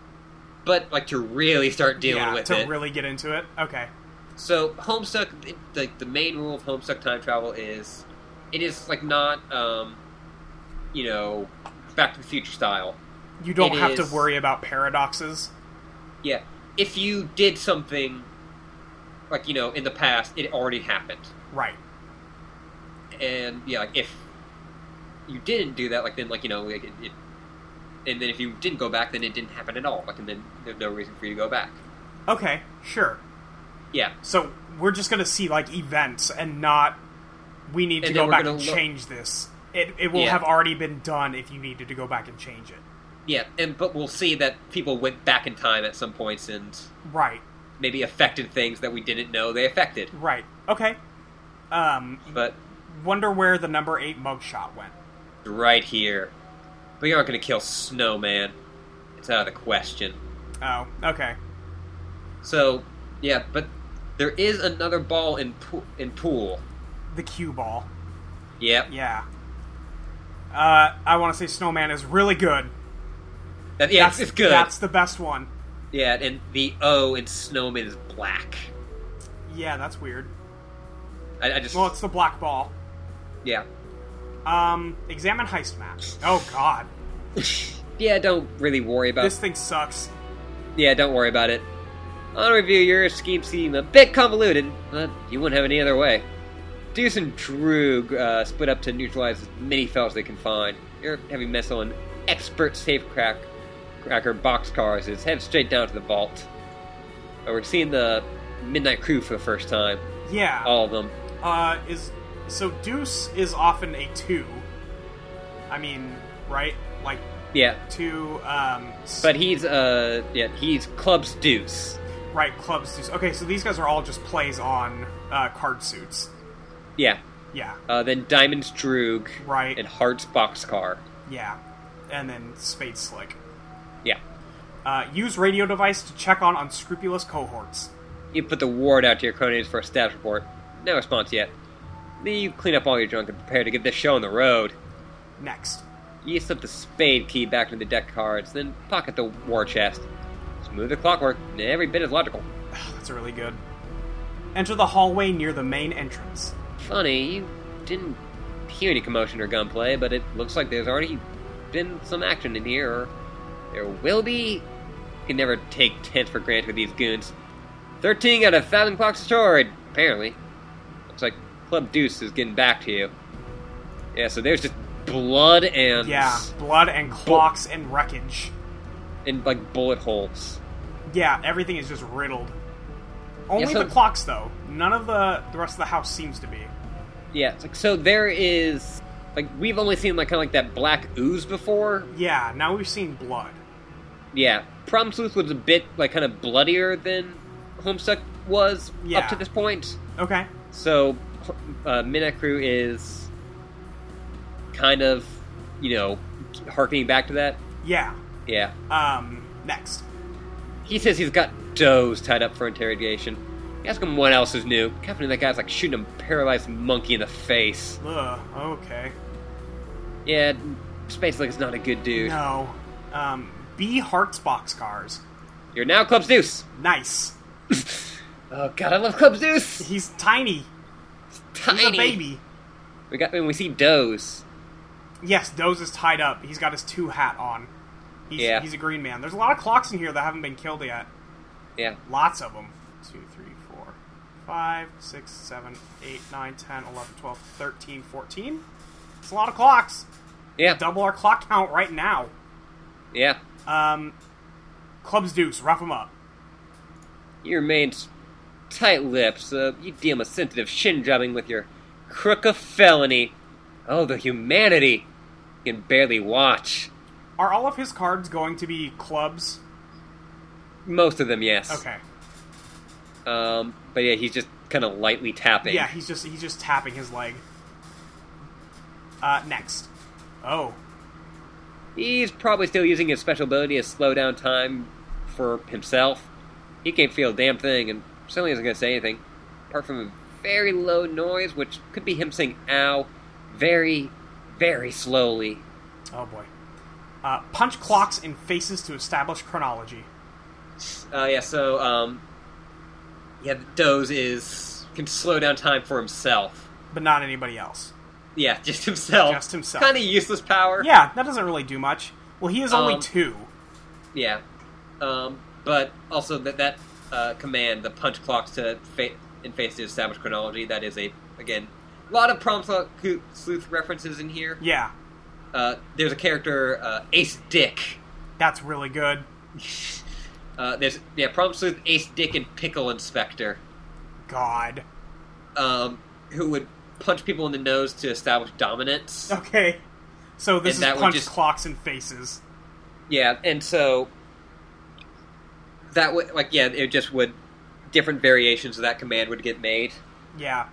Speaker 1: but like to really start dealing
Speaker 3: yeah,
Speaker 1: with
Speaker 3: to
Speaker 1: it.
Speaker 3: really get into it. Okay,
Speaker 1: so, Homestuck, it- like the main rule of Homestuck time travel is, it is like not, um, you know, Back to the Future style.
Speaker 3: you don't
Speaker 1: It
Speaker 3: have
Speaker 1: is-
Speaker 3: to worry about paradoxes.
Speaker 1: Yeah, if you did something, like you know, in the past, it already happened.
Speaker 3: Right.
Speaker 1: and yeah, like if you didn't do that, like then like you know, like it, it, and then if you didn't go back, then it didn't happen at all. Like and then there's no reason for you to go back.
Speaker 3: Okay, sure.
Speaker 1: Yeah,
Speaker 3: So we're just gonna see like events and not. We need to
Speaker 1: And then
Speaker 3: go
Speaker 1: we're
Speaker 3: back
Speaker 1: gonna
Speaker 3: and
Speaker 1: look-
Speaker 3: change this. It it will
Speaker 1: Yeah.
Speaker 3: have already been done if you needed to go back and change it.
Speaker 1: yeah, and but we'll see that people went back in time at some points and
Speaker 3: Right.
Speaker 1: maybe affected things that we didn't know they affected.
Speaker 3: Right. Okay. Um,
Speaker 1: But
Speaker 3: wonder where the number eight mugshot went.
Speaker 1: right here, we aren't going to kill Snowman. It's out of the question.
Speaker 3: Oh, okay.
Speaker 1: So yeah, but there is another ball in pool. In pool.
Speaker 3: The cue ball.
Speaker 1: Yep.
Speaker 3: Yeah. Uh, I want to say Snowman is really good.
Speaker 1: That, yeah,
Speaker 3: that's,
Speaker 1: it's good.
Speaker 3: That's the best one.
Speaker 1: Yeah, and the O in Snowman is black.
Speaker 3: Yeah, that's weird.
Speaker 1: I, I just
Speaker 3: Well, it's the black ball.
Speaker 1: yeah.
Speaker 3: Um, examine heist map. Oh God.
Speaker 1: yeah, don't really worry about
Speaker 3: This thing sucks.
Speaker 1: Yeah, don't worry about it. On review, your scheme seemed a bit convoluted, but you wouldn't have any other way. Deuce and Droog uh, split up to neutralize as many fells they can find. Your heavy missile and expert safe crack, cracker boxcars is headed straight down to the vault. Uh, we're seeing the Midnight Crew for the first time.
Speaker 3: Yeah.
Speaker 1: All of them.
Speaker 3: Uh, is so Deuce is often a two. I mean, right? Like
Speaker 1: Yeah.
Speaker 3: two. Um, s-
Speaker 1: But he's, uh, yeah, he's Club's Deuce.
Speaker 3: right clubs. Deuce. Okay, so these guys are all just plays on uh, card suits.
Speaker 1: Yeah.
Speaker 3: Yeah.
Speaker 1: Uh, then Diamond's Droog.
Speaker 3: Right.
Speaker 1: And Heart's Boxcar.
Speaker 3: Yeah, and then Spade Slick.
Speaker 1: Yeah.
Speaker 3: Uh, use radio device to check on unscrupulous cohorts.
Speaker 1: You put the ward out to your cronies for a status report. No response yet. Then you clean up all your junk and prepare to get this show on the road.
Speaker 3: Next.
Speaker 1: You slip the spade key back into the deck cards, then pocket the war chest. Smooth the clockwork, and every bit is logical.
Speaker 3: That's really good. Enter the hallway near the main entrance.
Speaker 1: Funny, you didn't hear any commotion or gunplay, but it looks like there's already been some action in here, or there will be. You can never take 10 for granted with these goons. 13 out of 1,000 clocks destroyed, apparently. Looks like Club Deuce is getting back to you. Yeah, so there's just blood and.
Speaker 3: Yeah, blood and clocks and wreckage.
Speaker 1: And, like, bullet holes.
Speaker 3: Yeah, everything is just riddled. Only
Speaker 1: so-
Speaker 3: the clocks, though. None of the the rest of the house seems to be.
Speaker 1: Yeah, it's like, so there is. Like, we've only seen, like, kind of like that black ooze before,
Speaker 3: Yeah, now we've seen blood.
Speaker 1: Yeah, Problem Sleuth was a bit like kind of bloodier than Homestuck was
Speaker 3: Yeah.
Speaker 1: up to this point.
Speaker 3: Okay.
Speaker 1: So uh, Midnight Crew is kind of, you know, harkening back to that.
Speaker 3: Yeah.
Speaker 1: Yeah,
Speaker 3: Um. Next.
Speaker 1: he says he's got does tied up for interrogation. You ask him what else is new. Company that guy's like shooting a paralyzed monkey in the face.
Speaker 3: Ugh. Okay.
Speaker 1: Yeah, Space Link is not a good dude.
Speaker 3: No. Um. B Hearts boxcars.
Speaker 1: You're now Club Zeus.
Speaker 3: Nice.
Speaker 1: Oh god, I love Club Zeus.
Speaker 3: He's tiny.
Speaker 1: Tiny
Speaker 3: He's a baby.
Speaker 1: We got when we see does.
Speaker 3: Yes, Doze is tied up. He's got his two hat on. He's,
Speaker 1: Yeah.
Speaker 3: he's a green man. There's a lot of clocks in here that haven't been killed yet.
Speaker 1: Yeah,
Speaker 3: Lots of them. Two, three, four, five, six, seven, eight, nine, 10, 11, 12, 13, 14. It's a lot of clocks.
Speaker 1: yeah,
Speaker 3: Double our clock count right now.
Speaker 1: yeah.
Speaker 3: Um, Clubs Deuce, rough him up.
Speaker 1: You remained tight-lipped, so you deem a sensitive shin-drubbing with your crook of felony. Oh, the humanity! You can barely watch.
Speaker 3: Are all of his cards going to be clubs?
Speaker 1: Most of them, yes.
Speaker 3: Okay.
Speaker 1: Um, but yeah, he's just kind of lightly tapping.
Speaker 3: Yeah, he's just he's just tapping his leg. Uh, next. Oh,
Speaker 1: He's probably still using his special ability to slow down time for himself. He can't feel a damn thing, and certainly isn't going to say anything, apart from a very low noise, which could be him saying "ow," very, very slowly.
Speaker 3: Oh boy. Uh, punch clocks in faces to establish chronology.
Speaker 1: Uh, yeah, so, um, yeah, Doze is, can slow down time for himself.
Speaker 3: But not anybody else.
Speaker 1: Yeah, (laughs) just himself.
Speaker 3: Just himself.
Speaker 1: Kind of useless power.
Speaker 3: Yeah, that doesn't really do much. Well, he is only
Speaker 1: Um,
Speaker 3: two.
Speaker 1: Yeah. Um, but also that, that, uh, command, the punch clocks to fa- in face to establish chronology, that is a, again, a lot of Prom Slo- Coo- Sleuth references in here.
Speaker 3: Yeah,
Speaker 1: Uh, there's a character, uh, Ace Dick.
Speaker 3: that's really good.
Speaker 1: Uh, there's, yeah, Prom Sleuth, Ace Dick, and Pickle Inspector.
Speaker 3: God.
Speaker 1: Um, who would punch people in the nose to establish
Speaker 3: Oh,
Speaker 1: dominance.
Speaker 3: Okay. So this
Speaker 1: And that
Speaker 3: is
Speaker 1: would
Speaker 3: punch
Speaker 1: just-
Speaker 3: clocks in faces.
Speaker 1: Yeah, and so that would like yeah, it just would different variations of that command would get made.
Speaker 3: Yeah.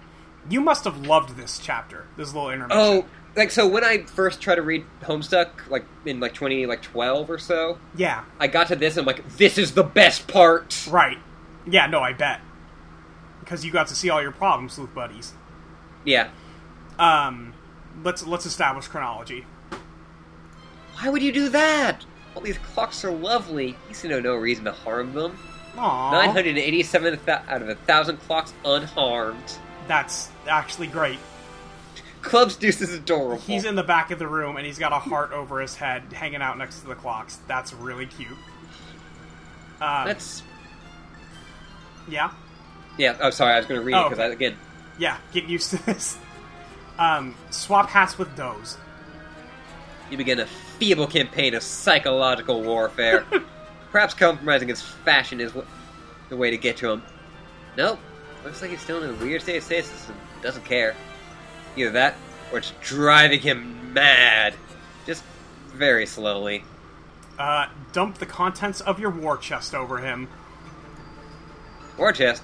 Speaker 3: You must have loved this chapter. This little intermission.
Speaker 1: Oh, like so when I first tried to read Homestuck, like in like twenty like twelve or so,
Speaker 3: Yeah.
Speaker 1: I got to this and I'm like, this is the best part.
Speaker 3: Right. Yeah. No, I bet. Because you got to see all your problems, sleuth buddies.
Speaker 1: Yeah.
Speaker 3: Um, let's let's establish chronology.
Speaker 1: Why would you do that? All these clocks are lovely. You see no no reason to harm them.
Speaker 3: Aww.
Speaker 1: Nine hundred and eighty seven out of a thousand clocks unharmed.
Speaker 3: That's actually great.
Speaker 1: Clubs Deuce is adorable.
Speaker 3: He's in the back of the room and he's got a heart over his head hanging out next to the clocks. That's really cute. Uh,
Speaker 1: That's
Speaker 3: yeah.
Speaker 1: yeah. I'm sorry, I was going to read
Speaker 3: Oh,
Speaker 1: it because again,
Speaker 3: Yeah, get used to (laughs) this. Um, swap hats with those.
Speaker 1: you begin a feeble campaign of psychological warfare. Perhaps compromising his fashion is wh- the way to get to him. Nope. Looks like he's still in a weird state of stasis and doesn't care. Either that, or it's driving him mad. Just very slowly.
Speaker 3: Uh, dump the contents of your war chest over him.
Speaker 1: War chest?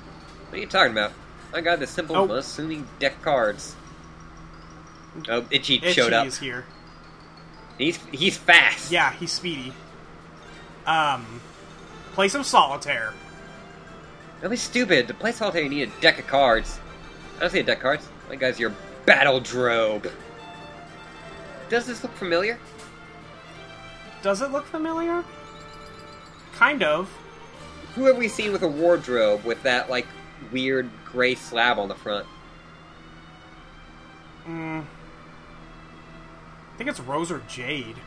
Speaker 1: What are you talking about? I got this simple,
Speaker 3: Oh.
Speaker 1: unassuming deck of cards. Oh, Itchy,
Speaker 3: Itchy
Speaker 1: showed up.
Speaker 3: is here.
Speaker 1: He's he's fast.
Speaker 3: Yeah, he's speedy. Um, play some solitaire.
Speaker 1: Don't be stupid. To play solitaire, you need a deck of cards. I don't see a deck of cards. That guy's your battle drobe. Does this look familiar?
Speaker 3: Does it look familiar? Kind of.
Speaker 1: Who have we seen with a wardrobe with that like weird gray slab on the front?
Speaker 3: Mm. I think it's Rose or Jade.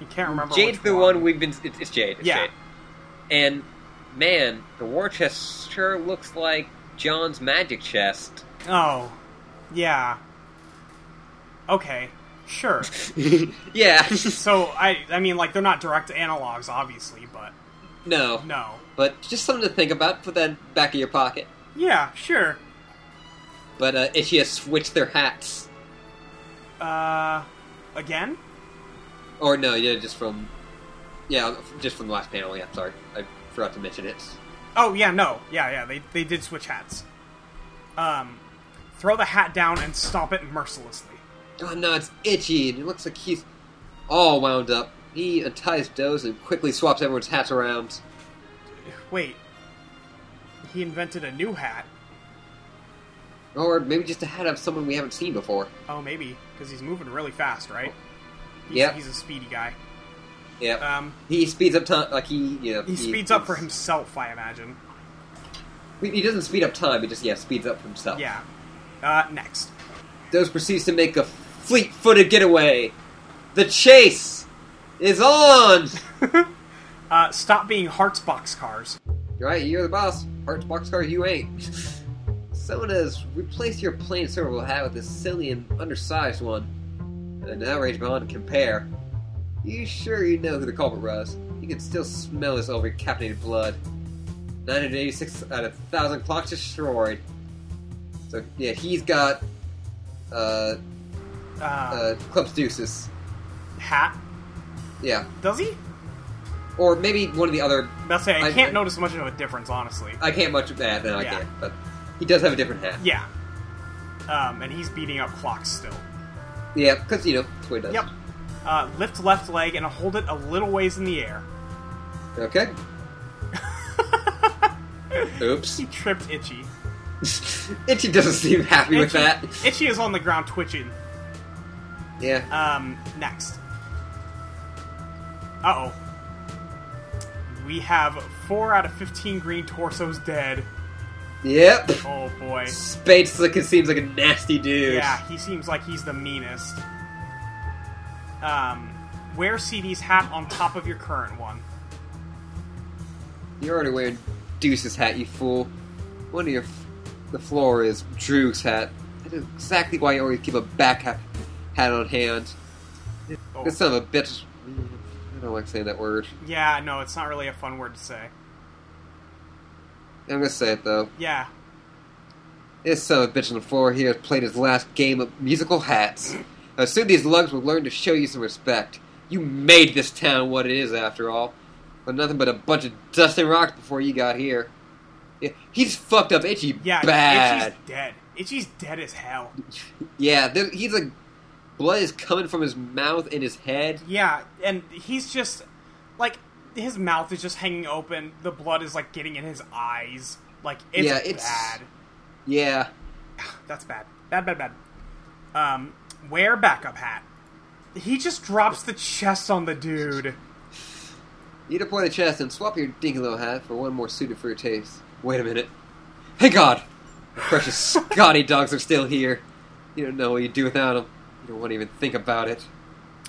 Speaker 3: You can't remember.
Speaker 1: Jade's
Speaker 3: which
Speaker 1: the
Speaker 3: one.
Speaker 1: one we've been. It's, it's Jade. It's
Speaker 3: Yeah.
Speaker 1: Jade. And man, the war chest sure looks like John's magic chest.
Speaker 3: Oh, yeah. Okay, sure.
Speaker 1: yeah. (laughs)
Speaker 3: so I, I mean, like they're not direct analogs, obviously, but
Speaker 1: no.
Speaker 3: no.
Speaker 1: But just something to think about. Put that in the back of your pocket.
Speaker 3: Yeah, sure.
Speaker 1: But uh, Itchy has switched their hats.
Speaker 3: Uh, again?
Speaker 1: Or no, yeah, just from yeah, just from the last panel. Yeah, sorry, I forgot to mention it.
Speaker 3: Oh yeah, no, yeah, yeah. They they did switch hats. Um, throw the hat down and stomp it mercilessly.
Speaker 1: Oh no, it's itchy. and It looks like he's all wound up. He unties those and quickly swaps everyone's hats around.
Speaker 3: Wait, he invented a new hat.
Speaker 1: Or maybe just a hat of someone we haven't seen before.
Speaker 3: Oh, maybe because he's moving really fast, right? He's,
Speaker 1: Yeah.
Speaker 3: he's a speedy guy.
Speaker 1: Yeah,
Speaker 3: Um,
Speaker 1: he speeds up time. Like he, you know,
Speaker 3: he speeds up for himself, I imagine.
Speaker 1: He doesn't speed up time. He just yeah speeds up for himself.
Speaker 3: Yeah. Uh, next.
Speaker 1: Those proceeds to make a fleet-footed getaway. The chase is on.
Speaker 3: Uh, stop being Hearts box cars.
Speaker 1: You're right, you're the boss. Hearts boxcar, you ain't. (laughs) Sona's replace your plain servable hat with this silly and undersized one. And now rage beyond and compare. You sure you know who the culprit was? You can still smell his overcaffeinated blood. 986 out of 1,000 clocks destroyed. So, yeah, he's got, uh,
Speaker 3: Uh,
Speaker 1: uh, Club's Deuces.
Speaker 3: hat?
Speaker 1: Yeah.
Speaker 3: Does he?
Speaker 1: Or maybe one of the other.
Speaker 3: That's it. I,
Speaker 1: I-
Speaker 3: can't
Speaker 1: I-
Speaker 3: notice much of a difference, honestly.
Speaker 1: I can't much of that, no, I
Speaker 3: Yeah.
Speaker 1: can't. But he does have a different hat.
Speaker 3: yeah. Um, and he's beating up clocks still.
Speaker 1: Yeah, because, you know, that's what he does.
Speaker 3: Yep. Uh, lift left leg and hold it a little ways in the air. (laughs)
Speaker 1: Okay. Oops. (laughs)
Speaker 3: He tripped Itchy.
Speaker 1: Itchy doesn't seem happy with
Speaker 3: Itchy,
Speaker 1: that.
Speaker 3: Itchy is on the ground twitching.
Speaker 1: Yeah.
Speaker 3: Um, next. Uh oh. We have 4 out of 15 green torsos dead.
Speaker 1: Yep.
Speaker 3: Oh boy.
Speaker 1: Spade Slick seems like a nasty dude.
Speaker 3: Yeah, he seems like he's the meanest. Um, wear CD's hat on top of your current one.
Speaker 1: You're already wearing Deuce's hat, you fool. One of your. F- the floor is Droog's hat. That is exactly why you always keep a back ha- hat on hand.
Speaker 3: Oh.
Speaker 1: This son of a bitch. I don't like saying that word.
Speaker 3: Yeah, no, it's not really a fun word to say.
Speaker 1: I'm gonna say it though.
Speaker 3: Yeah.
Speaker 1: This son of a bitch on the floor here has played his last game of musical hats. I assume these lugs will learn to show you some respect. You made this town what it is, after all. But nothing but a bunch of dust and rocks before you got here. Yeah, he's fucked up itchy
Speaker 3: Yeah,
Speaker 1: bad.
Speaker 3: Itchy's dead. Itchy's dead as hell.
Speaker 1: Yeah, there, he's like blood is coming from his mouth and his head.
Speaker 3: Yeah, and he's just like his mouth is just hanging open. The blood is like getting in his eyes. Like it's
Speaker 1: Yeah, it's-
Speaker 3: bad.
Speaker 1: Yeah,
Speaker 3: That's bad. Bad, bad, bad. Um, wear backup hat. He just drops the chest on the dude.
Speaker 1: you deploy the chest and swap your dinky little hat for one more suited for your taste. Wait a minute. Hey God, the precious Scotty dogs are still here. You don't know what you do without him. You don't want to even think about it.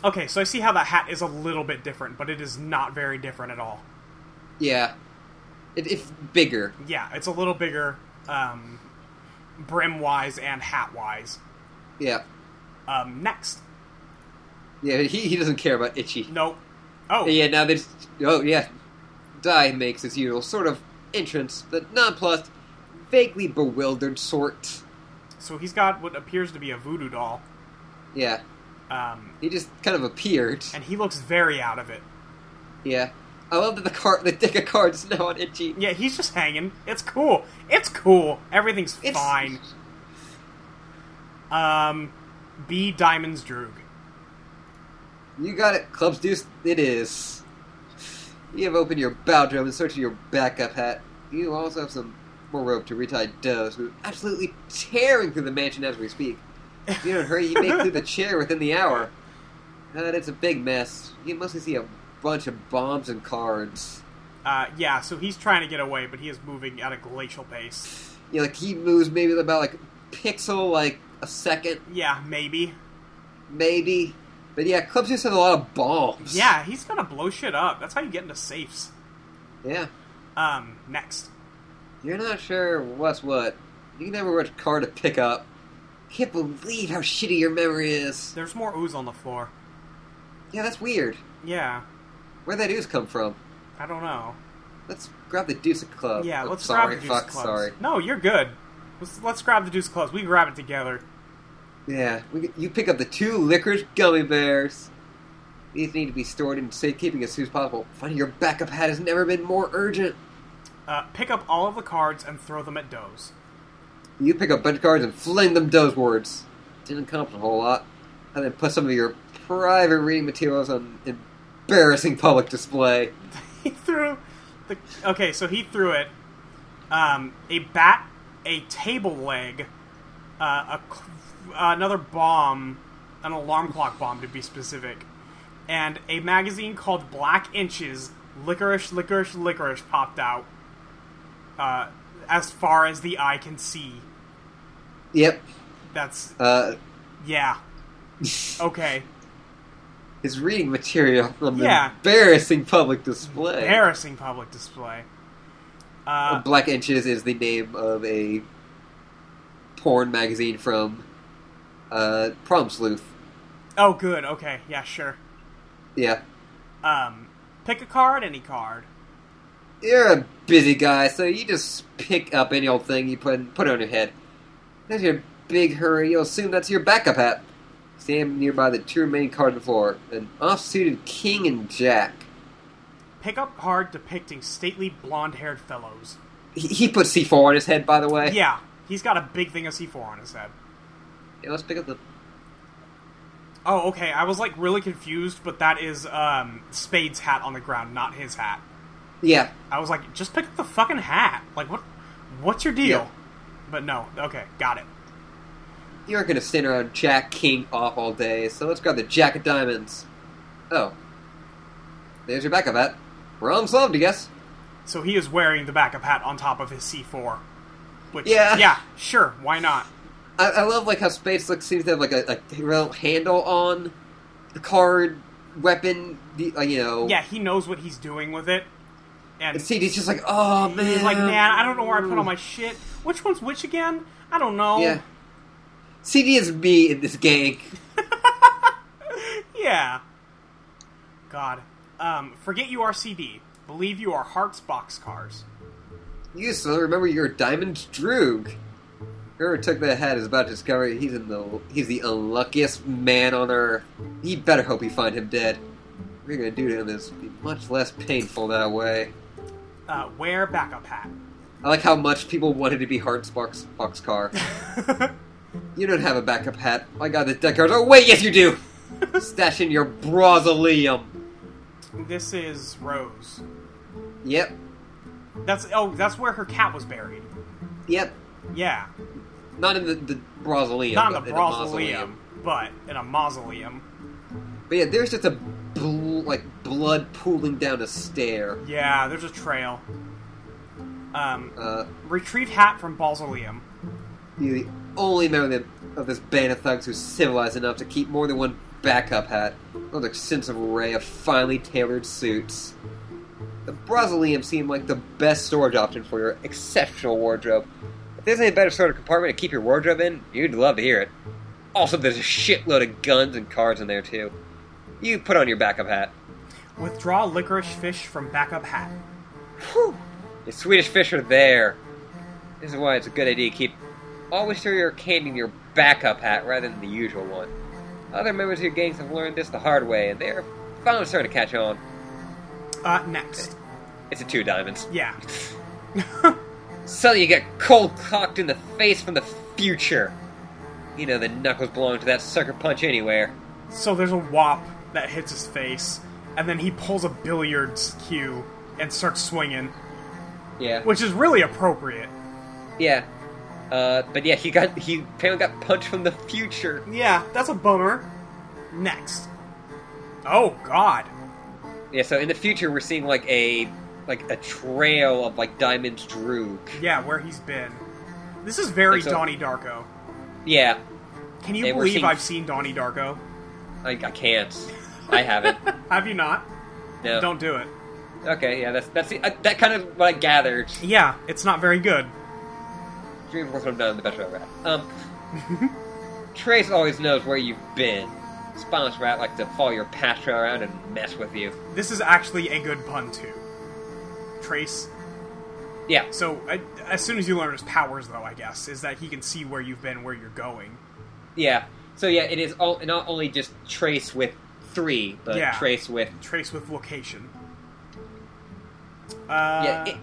Speaker 3: Okay, so I see how that hat is a little bit different, but it is not very different at all.
Speaker 1: Yeah, it, it's bigger.
Speaker 3: Yeah, it's a little bigger, um, brim wise and hat wise.
Speaker 1: Yeah,
Speaker 3: Um, next.
Speaker 1: yeah. He, he doesn't care about itchy.
Speaker 3: Nope. Oh,
Speaker 1: Yeah, now there's. Oh, yeah. Dai makes his usual sort of entrance, the nonplussed, vaguely bewildered sort.
Speaker 3: so he's got what appears to be a voodoo doll,
Speaker 1: Yeah,
Speaker 3: um,
Speaker 1: he just kind of appeared.
Speaker 3: and he looks very out of it.
Speaker 1: Yeah. I love that the card, the deck of cards is now on itchy.
Speaker 3: Yeah, he's just hanging. It's cool. It's cool. Everything's
Speaker 1: It's-
Speaker 3: fine. Um, B Diamonds Droog.
Speaker 1: You got it, Clubs Deuce, it is. You have opened your bow drum in search of your backup hat. You also have some more rope to retie Does, who's absolutely tearing through the mansion as we speak. If you don't hurry, you may
Speaker 3: (laughs)
Speaker 1: clear the chair within the hour. And it's a big mess. You mostly see a bunch of bombs and cards.
Speaker 3: Uh, yeah, so he's trying to get away, but he is moving at a glacial pace.
Speaker 1: You know, like he moves maybe about like pixel, like a second,
Speaker 3: Yeah, maybe.
Speaker 1: maybe. But yeah, Clubs Deuce has a lot of bombs.
Speaker 3: Yeah, he's gonna blow shit up. That's how you get into safes.
Speaker 1: Yeah.
Speaker 3: Um, next.
Speaker 1: You're not sure what's what. You never know which car to pick up. Can't believe how shitty your memory is.
Speaker 3: There's more ooze on the floor.
Speaker 1: Yeah, that's weird.
Speaker 3: Yeah,
Speaker 1: Where'd that ooze come from?
Speaker 3: I don't know.
Speaker 1: Let's grab the Deuce Club.
Speaker 3: yeah,
Speaker 1: Oh,
Speaker 3: let's
Speaker 1: sorry,
Speaker 3: grab the Deuce
Speaker 1: fuck,
Speaker 3: Clubs.
Speaker 1: sorry.
Speaker 3: No, you're good. Let's, let's grab the Deuce Clubs. We can grab it together.
Speaker 1: Yeah, we, you pick up the two licorice gummy bears. These need to be stored in safekeeping as soon as possible. Finding your backup hat has never been more urgent.
Speaker 3: Uh, pick up all of the cards and throw them at Doe's.
Speaker 1: You pick up a bunch of cards and fling them those words. Didn't accomplish a whole lot. And then put some of your private reading materials on embarrassing public display.
Speaker 3: (laughs) he threw the okay so he threw it um, a bat a table leg uh, a, c- another bomb an alarm clock bomb to be specific and a magazine called black inches licorice licorice licorice popped out uh, as far as the eye can see
Speaker 1: Yep.
Speaker 3: that's
Speaker 1: Uh,
Speaker 3: yeah okay
Speaker 1: his reading material from
Speaker 3: Yeah.
Speaker 1: embarrassing public display.
Speaker 3: embarrassing public display uh,
Speaker 1: Black Inches is the name of a porn magazine from uh, Prom Sleuth.
Speaker 3: oh good okay yeah sure
Speaker 1: Yeah.
Speaker 3: Um, pick a card, any card.
Speaker 1: You're a busy guy, so you just pick up any old thing you put in, put on your head. That's your big hurry. You'll assume that's your backup hat. Stand nearby the two remaining cards on the floor: an off-suited king and jack.
Speaker 3: Pick up card depicting stately blonde-haired fellows.
Speaker 1: He, he put C four on his head, by the way.
Speaker 3: Yeah, he's got a big thing of C4 on his head.
Speaker 1: Yeah, let's pick up the
Speaker 3: Oh, okay. I was like really confused, but that is um Spade's hat on the ground, not his hat.
Speaker 1: yeah.
Speaker 3: I was like, just pick up the fucking hat. Like, what? What's your deal?
Speaker 1: Yeah.
Speaker 3: But no. Okay, got it.
Speaker 1: You aren't going to stand around Jack King off all day, so let's grab the Jack of Diamonds. Oh. There's your backup hat. We're all enslaved, I guess.
Speaker 3: So he is wearing the backup hat on top of his C4. Which,
Speaker 1: Yeah.
Speaker 3: yeah, sure. Why not?
Speaker 1: I, I love like how Space Look seems to have like a, a real handle on the card, weapon, the, uh, you know.
Speaker 3: Yeah, he knows what he's doing with it. And
Speaker 1: And CD's just like, oh man.
Speaker 3: He's like, man, I don't know where I put all my shit. Which one's which again? I don't know.
Speaker 1: Yeah. CD is me in this gang.
Speaker 3: Yeah. God. Um, forget you are CD. Believe you are Hearts Boxcars.
Speaker 1: You still remember your Diamond Droog. Whoever took that hat is about to discover he's in the he's the unluckiest man on earth. He better hope he find him dead. What you're gonna do to him is be much less painful that way.
Speaker 3: Uh, wear backup hat. (laughs)
Speaker 1: I like how much people wanted to be Hearts Box Boxcar. you don't have a backup hat. I got the deck cards. Oh wait, yes you
Speaker 3: (laughs)
Speaker 1: do. Stash in your brausoleum.
Speaker 3: This is Rose.
Speaker 1: Yep,
Speaker 3: That's oh, that's where her cat was buried.
Speaker 1: yep.
Speaker 3: Yeah,
Speaker 1: Not in the, the brausoleum.
Speaker 3: not in
Speaker 1: but
Speaker 3: the
Speaker 1: in
Speaker 3: mausoleum, but in a mausoleum.
Speaker 1: But yeah, there's just a bl- like blood pooling down a stair.
Speaker 3: Yeah, there's a trail. Um,
Speaker 1: Uh,
Speaker 3: retrieve hat from mausoleum.
Speaker 1: you only remember the of this band of thugs who's civilized enough to keep more than one backup hat, an extensive array of finely tailored suits. The Brasileum seemed like the best storage option for your exceptional wardrobe. If there's any better sort of compartment to keep your wardrobe in, you'd love to hear it. Also, there's a shitload of guns and cards in there, too. You put on your backup hat.
Speaker 3: Withdraw licorice fish from backup hat.
Speaker 1: Whew. Your Swedish fish are there. This is why it's a good idea to keep always throw your candy in your backup hat rather than the usual one. Other members of your gangs have learned this the hard way, and they're finally starting to catch on.
Speaker 3: Uh, next.
Speaker 1: It's a two diamonds.
Speaker 3: Yeah.
Speaker 1: Suddenly you get cold cocked in the face from the future. You know the knuckles belong to that sucker punch anywhere.
Speaker 3: So there's a wop that hits his face, and then he pulls a billiards cue and starts swinging,
Speaker 1: Yeah.
Speaker 3: which is really appropriate.
Speaker 1: Yeah. Uh, but yeah, he got he apparently got punched from the future.
Speaker 3: Yeah, that's a bummer. Next. Oh, God.
Speaker 1: Yeah, so in the future we're seeing like a like a trail of like Diamond's droog.
Speaker 3: Yeah, where he's been. This is very
Speaker 1: It's a-
Speaker 3: Donnie Darko.
Speaker 1: Yeah,
Speaker 3: Can you
Speaker 1: They were
Speaker 3: believe
Speaker 1: seeing-
Speaker 3: I've seen Donnie Darko?
Speaker 1: I, I can't. I
Speaker 3: (laughs)
Speaker 1: haven't.
Speaker 3: Have you not?
Speaker 1: No.
Speaker 3: Don't do it.
Speaker 1: Okay, yeah, that's that's the, uh, that kind of what I gathered.
Speaker 3: Yeah, it's not very good.
Speaker 1: Dream of what I've done the best I've ever had. Um,
Speaker 3: (laughs)
Speaker 1: Trace always knows where you've been. Spineless Rat like to follow your path around and mess with you.
Speaker 3: This is actually a good pun too. Trace.
Speaker 1: Yeah,
Speaker 3: So I, as soon as you learn his powers, though, I guess is that he can see where you've been, where you're going.
Speaker 1: yeah. So yeah, it is all not only just Trace with three, but
Speaker 3: Yeah.
Speaker 1: Trace with
Speaker 3: Trace with location. Uh,
Speaker 1: yeah.
Speaker 3: yeah,
Speaker 1: It,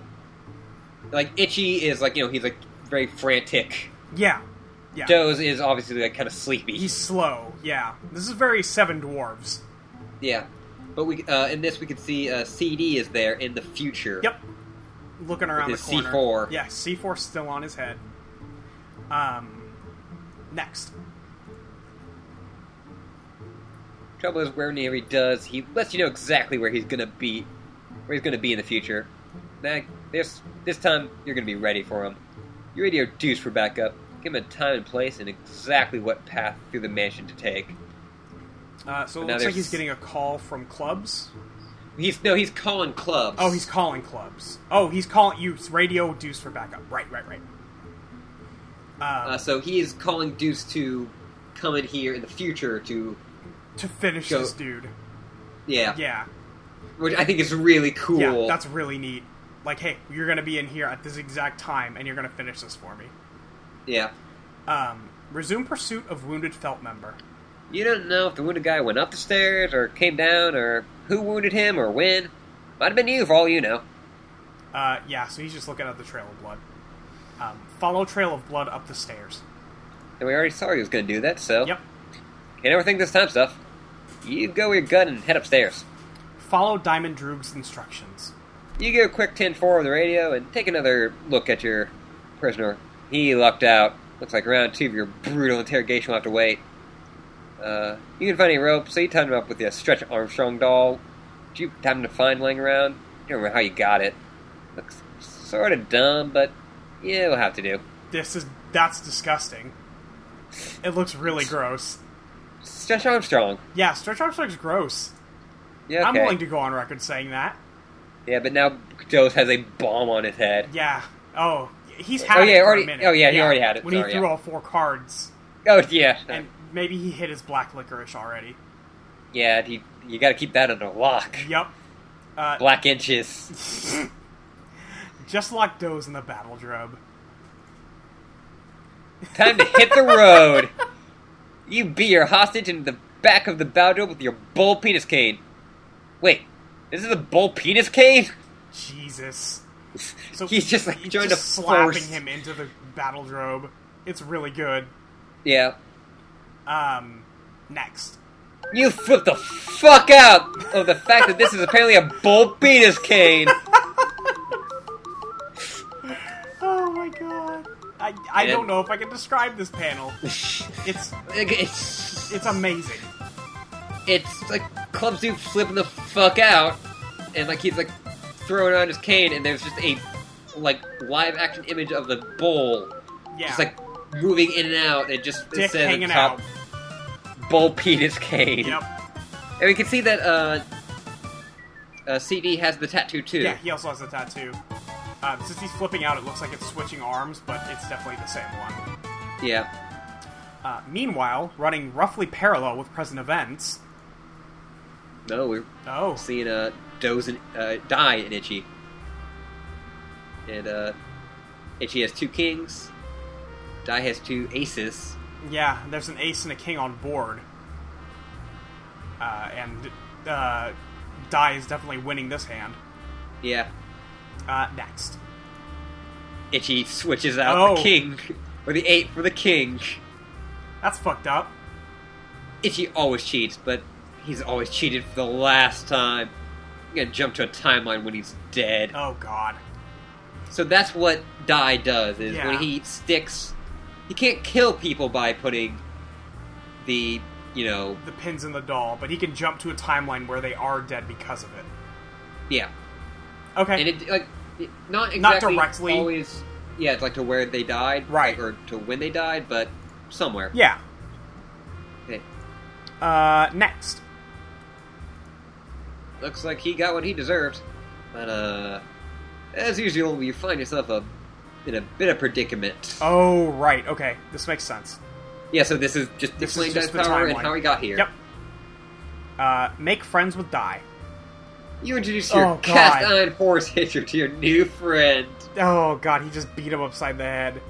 Speaker 1: like Itchy is like you know he's like very frantic.
Speaker 3: yeah, yeah.
Speaker 1: Doze is obviously like kind of sleepy.
Speaker 3: He's slow. Yeah, this is very Seven Dwarves.
Speaker 1: Yeah, but we uh, in this we can see uh, CD is there in the future.
Speaker 3: Yep. Looking around
Speaker 1: With his
Speaker 3: the corner.
Speaker 1: C4.
Speaker 3: Yeah, C four still on his head. Um, next. Uh,
Speaker 1: Trouble is, whenever he does, he lets you know exactly where he's gonna be, where he's gonna be in the future. Now, this this time you're gonna be ready for him. You radio Deuce for backup. Give him a time and place and exactly what path through the mansion to take.
Speaker 3: Uh, so it
Speaker 1: Now
Speaker 3: looks like
Speaker 1: there's-
Speaker 3: he's getting a call from clubs.
Speaker 1: He's no, he's calling clubs.
Speaker 3: Oh, he's calling clubs. Oh, he's calling you radio Deuce for backup. Right, right, right.
Speaker 1: uh, so he is calling Deuce to come in here in the future to
Speaker 3: To finish
Speaker 1: Go-
Speaker 3: this dude.
Speaker 1: yeah,
Speaker 3: Yeah,
Speaker 1: which I think is really cool.
Speaker 3: yeah, that's really neat. Like, hey, you're gonna be in here at this exact time, and you're gonna finish this for me.
Speaker 1: yeah.
Speaker 3: Um, resume pursuit of wounded felt member.
Speaker 1: You don't know if the wounded guy went up the stairs or came down or who wounded him or when. Might have been you for all you know.
Speaker 3: Uh, yeah, so he's just looking at the trail of blood. Um, follow trail of blood up the stairs.
Speaker 1: And we already saw he was going to do that, so.
Speaker 3: Yep.
Speaker 1: Can't ever think this time stuff. You go with your gun and head upstairs.
Speaker 3: Follow Diamond Droog's instructions.
Speaker 1: You get a quick 10 4 over the radio and take another look at your prisoner. He lucked out. Looks like round two of your brutal interrogation will have to wait. Uh, you can find any rope, so you tied him up with the stretch Armstrong doll. Did you time to find laying around? You don't remember how you got it. Looks sort of dumb, but yeah, it'll have to do.
Speaker 3: This is that's disgusting. It looks really gross.
Speaker 1: Stretch Armstrong.
Speaker 3: Yeah, Stretch Armstrong's gross.
Speaker 1: Yeah,
Speaker 3: I'm
Speaker 1: okay.
Speaker 3: willing to go on record saying that.
Speaker 1: Yeah, but now Dose has a bomb on his head.
Speaker 3: Yeah. Oh, he's
Speaker 1: Oh,
Speaker 3: had
Speaker 1: yeah,
Speaker 3: it for
Speaker 1: already-
Speaker 3: a minute.
Speaker 1: oh, yeah, he already had it.
Speaker 3: When
Speaker 1: Sorry,
Speaker 3: he threw
Speaker 1: yeah.
Speaker 3: all four cards,
Speaker 1: Oh yeah,
Speaker 3: and maybe he hit his black licorice already.
Speaker 1: yeah. You, you got to keep that under lock.
Speaker 3: Yep. Uh,
Speaker 1: Black inches.
Speaker 3: just like Doze in the battle drobe.
Speaker 1: Time to hit the road. You beat your hostage into the back of the bow drill with your bull penis cane. Wait, this is a bull penis cane? (laughs)
Speaker 3: Jesus. So
Speaker 1: He's just, like,
Speaker 3: he's
Speaker 1: joined
Speaker 3: just
Speaker 1: a
Speaker 3: slapping
Speaker 1: force.
Speaker 3: him into the battle drobe. It's really good.
Speaker 1: Yeah.
Speaker 3: Um, next.
Speaker 1: You flip the fuck out of the fact that this is apparently a bull penis
Speaker 3: (laughs)
Speaker 1: cane.
Speaker 3: Oh my god. I, I
Speaker 1: Yeah.
Speaker 3: don't know if I can describe this panel. It's
Speaker 1: It's
Speaker 3: it's amazing.
Speaker 1: it's like club dude flipping the fuck out, and like he's like throwing on his cane, and there's just a like live action image of the bull
Speaker 3: Yeah.
Speaker 1: just like moving in and out. It just it
Speaker 3: Dick
Speaker 1: says at the
Speaker 3: hanging
Speaker 1: top,
Speaker 3: out.
Speaker 1: bull penis cave.
Speaker 3: Yep.
Speaker 1: And we can see that uh, uh, CD has the tattoo too.
Speaker 3: Yeah, he also has a tattoo. Uh, since he's flipping out, it looks like it's switching arms, but it's definitely the same one.
Speaker 1: Yeah.
Speaker 3: Uh, meanwhile, running roughly parallel with present events.
Speaker 1: No, we're
Speaker 3: Oh,
Speaker 1: seeing uh, Doze and uh, Die and Itchy. And uh, Itchy has two kings. Die has two aces.
Speaker 3: yeah, there's an ace and a king on board. Uh, and uh, Dai is definitely winning this hand.
Speaker 1: Yeah.
Speaker 3: Uh, next.
Speaker 1: Itchy switches out the
Speaker 3: Oh.
Speaker 1: king (laughs) or the eight for the king.
Speaker 3: That's fucked up.
Speaker 1: Itchy always cheats, but he's always cheated for the last time. I'm gonna jump to a timeline when he's dead.
Speaker 3: Oh god.
Speaker 1: So that's what Die does is
Speaker 3: Yeah.
Speaker 1: when he sticks he can't kill people by putting the you know
Speaker 3: The pin's in the doll, but he can jump to a timeline where they are dead because of it.
Speaker 1: yeah.
Speaker 3: Okay.
Speaker 1: And it like it- not exactly
Speaker 3: Not directly.
Speaker 1: always yeah, it's like to where they died,
Speaker 3: Right.
Speaker 1: Or to when they died, but somewhere.
Speaker 3: yeah.
Speaker 1: Okay.
Speaker 3: Uh, next.
Speaker 1: Looks like he got what he deserved. But uh as usual you find yourself a in a bit of predicament.
Speaker 3: Oh, right. Okay. This makes sense.
Speaker 1: Yeah, so this is just
Speaker 3: This
Speaker 1: explain
Speaker 3: is just
Speaker 1: Die's
Speaker 3: the
Speaker 1: power and
Speaker 3: timeline.
Speaker 1: how he got here.
Speaker 3: Yep. Uh, make friends with Die.
Speaker 1: You introduce your
Speaker 3: Oh, God.
Speaker 1: cast iron horse (laughs) hitcher to your new friend.
Speaker 3: Oh god, he just beat him upside the head.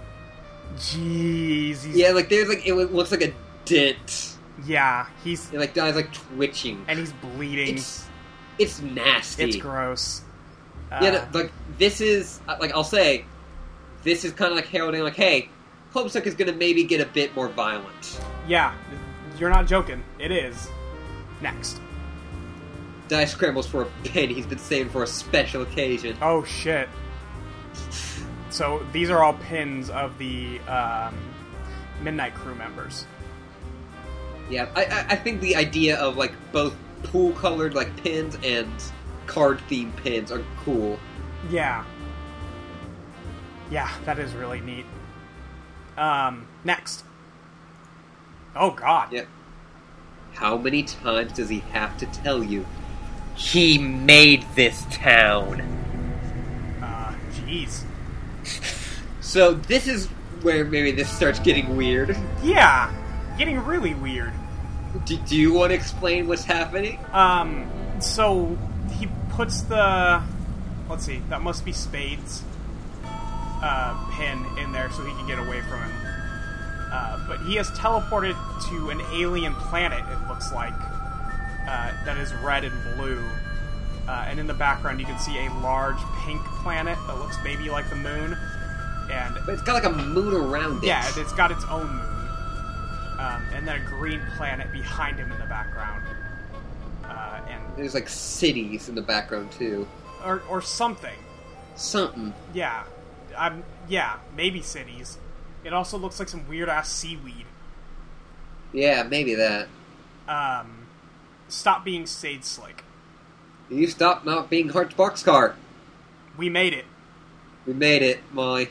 Speaker 3: Jeez. He's,
Speaker 1: Yeah, like there's like it looks like a dent.
Speaker 3: Yeah, He's
Speaker 1: It like dies like twitching.
Speaker 3: and he's bleeding. It's,
Speaker 1: it's it's nasty.
Speaker 3: gross. Uh,
Speaker 1: yeah, no, like this is uh, like I'll say, this is kind of like heralding like, hey, Homestuck is gonna maybe get a bit more violent.
Speaker 3: Uh, yeah. You're not joking. It is. Next.
Speaker 1: Die scrambles for a (laughs) pin he's been saving for a special occasion.
Speaker 3: Oh shit. So these are all pins of the um, Midnight Crew members.
Speaker 1: Yeah, I, I, I think the idea of like both pool colored like pins and card themed pins are cool.
Speaker 3: Yeah. Yeah, that is really neat. Um, next. Oh god.
Speaker 1: Yep. How many times does he have to tell you? He made this town.
Speaker 3: Uh, jeez.
Speaker 1: So this is where maybe this starts getting weird.
Speaker 3: Yeah, getting really weird.
Speaker 1: Do, do you want to explain what's happening?
Speaker 3: Um, so he puts the let's see, that must be Spade's uh, pin in there so he can get away from him. Uh, but he has teleported to an alien planet. It looks like uh, that is red and blue. Uh, and in the background, you can see a large pink planet that looks maybe like the moon. And
Speaker 1: But it's got like a moon around it.
Speaker 3: yeah, it- it's got its own moon. Um, and then a green planet behind him in the background. Uh, and
Speaker 1: There's like cities in the background too.
Speaker 3: or, or something.
Speaker 1: Something.
Speaker 3: Yeah. I'm yeah, maybe cities. It also looks like some weird ass seaweed.
Speaker 1: Yeah, maybe that.
Speaker 3: Um stop being sage slick.
Speaker 1: You stopped not being Hart's boxcar.
Speaker 3: We made it.
Speaker 1: We made it, Molly.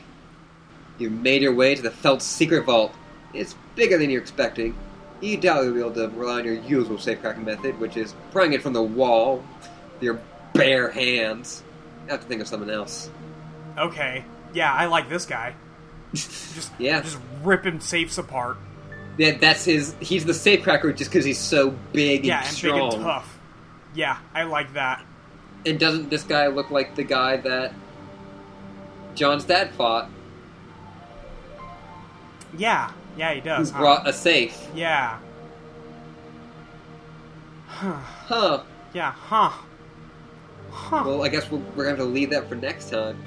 Speaker 1: You made your way to the Felt Secret Vault. It's bigger than you're expecting. You doubt you'll be able to rely on your usual safecracking method, which is prying it from the wall with your bare hands. I have to think of something else.
Speaker 3: Okay. Yeah, I like this
Speaker 1: (laughs)
Speaker 3: guy. Just
Speaker 1: Yeah.
Speaker 3: just ripping safes apart.
Speaker 1: Yeah, that's his. He's the safecracker just because he's so big
Speaker 3: Yeah,
Speaker 1: and
Speaker 3: and
Speaker 1: strong.
Speaker 3: big and tough. Yeah, I like that.
Speaker 1: And doesn't this guy look like the guy that John's dad fought,
Speaker 3: Yeah. Yeah, he does.
Speaker 1: who
Speaker 3: huh?
Speaker 1: brought a safe?
Speaker 3: Yeah.
Speaker 1: Huh.
Speaker 3: Yeah, huh. Huh.
Speaker 1: Well, I guess we're, we're going to have to leave that for next time.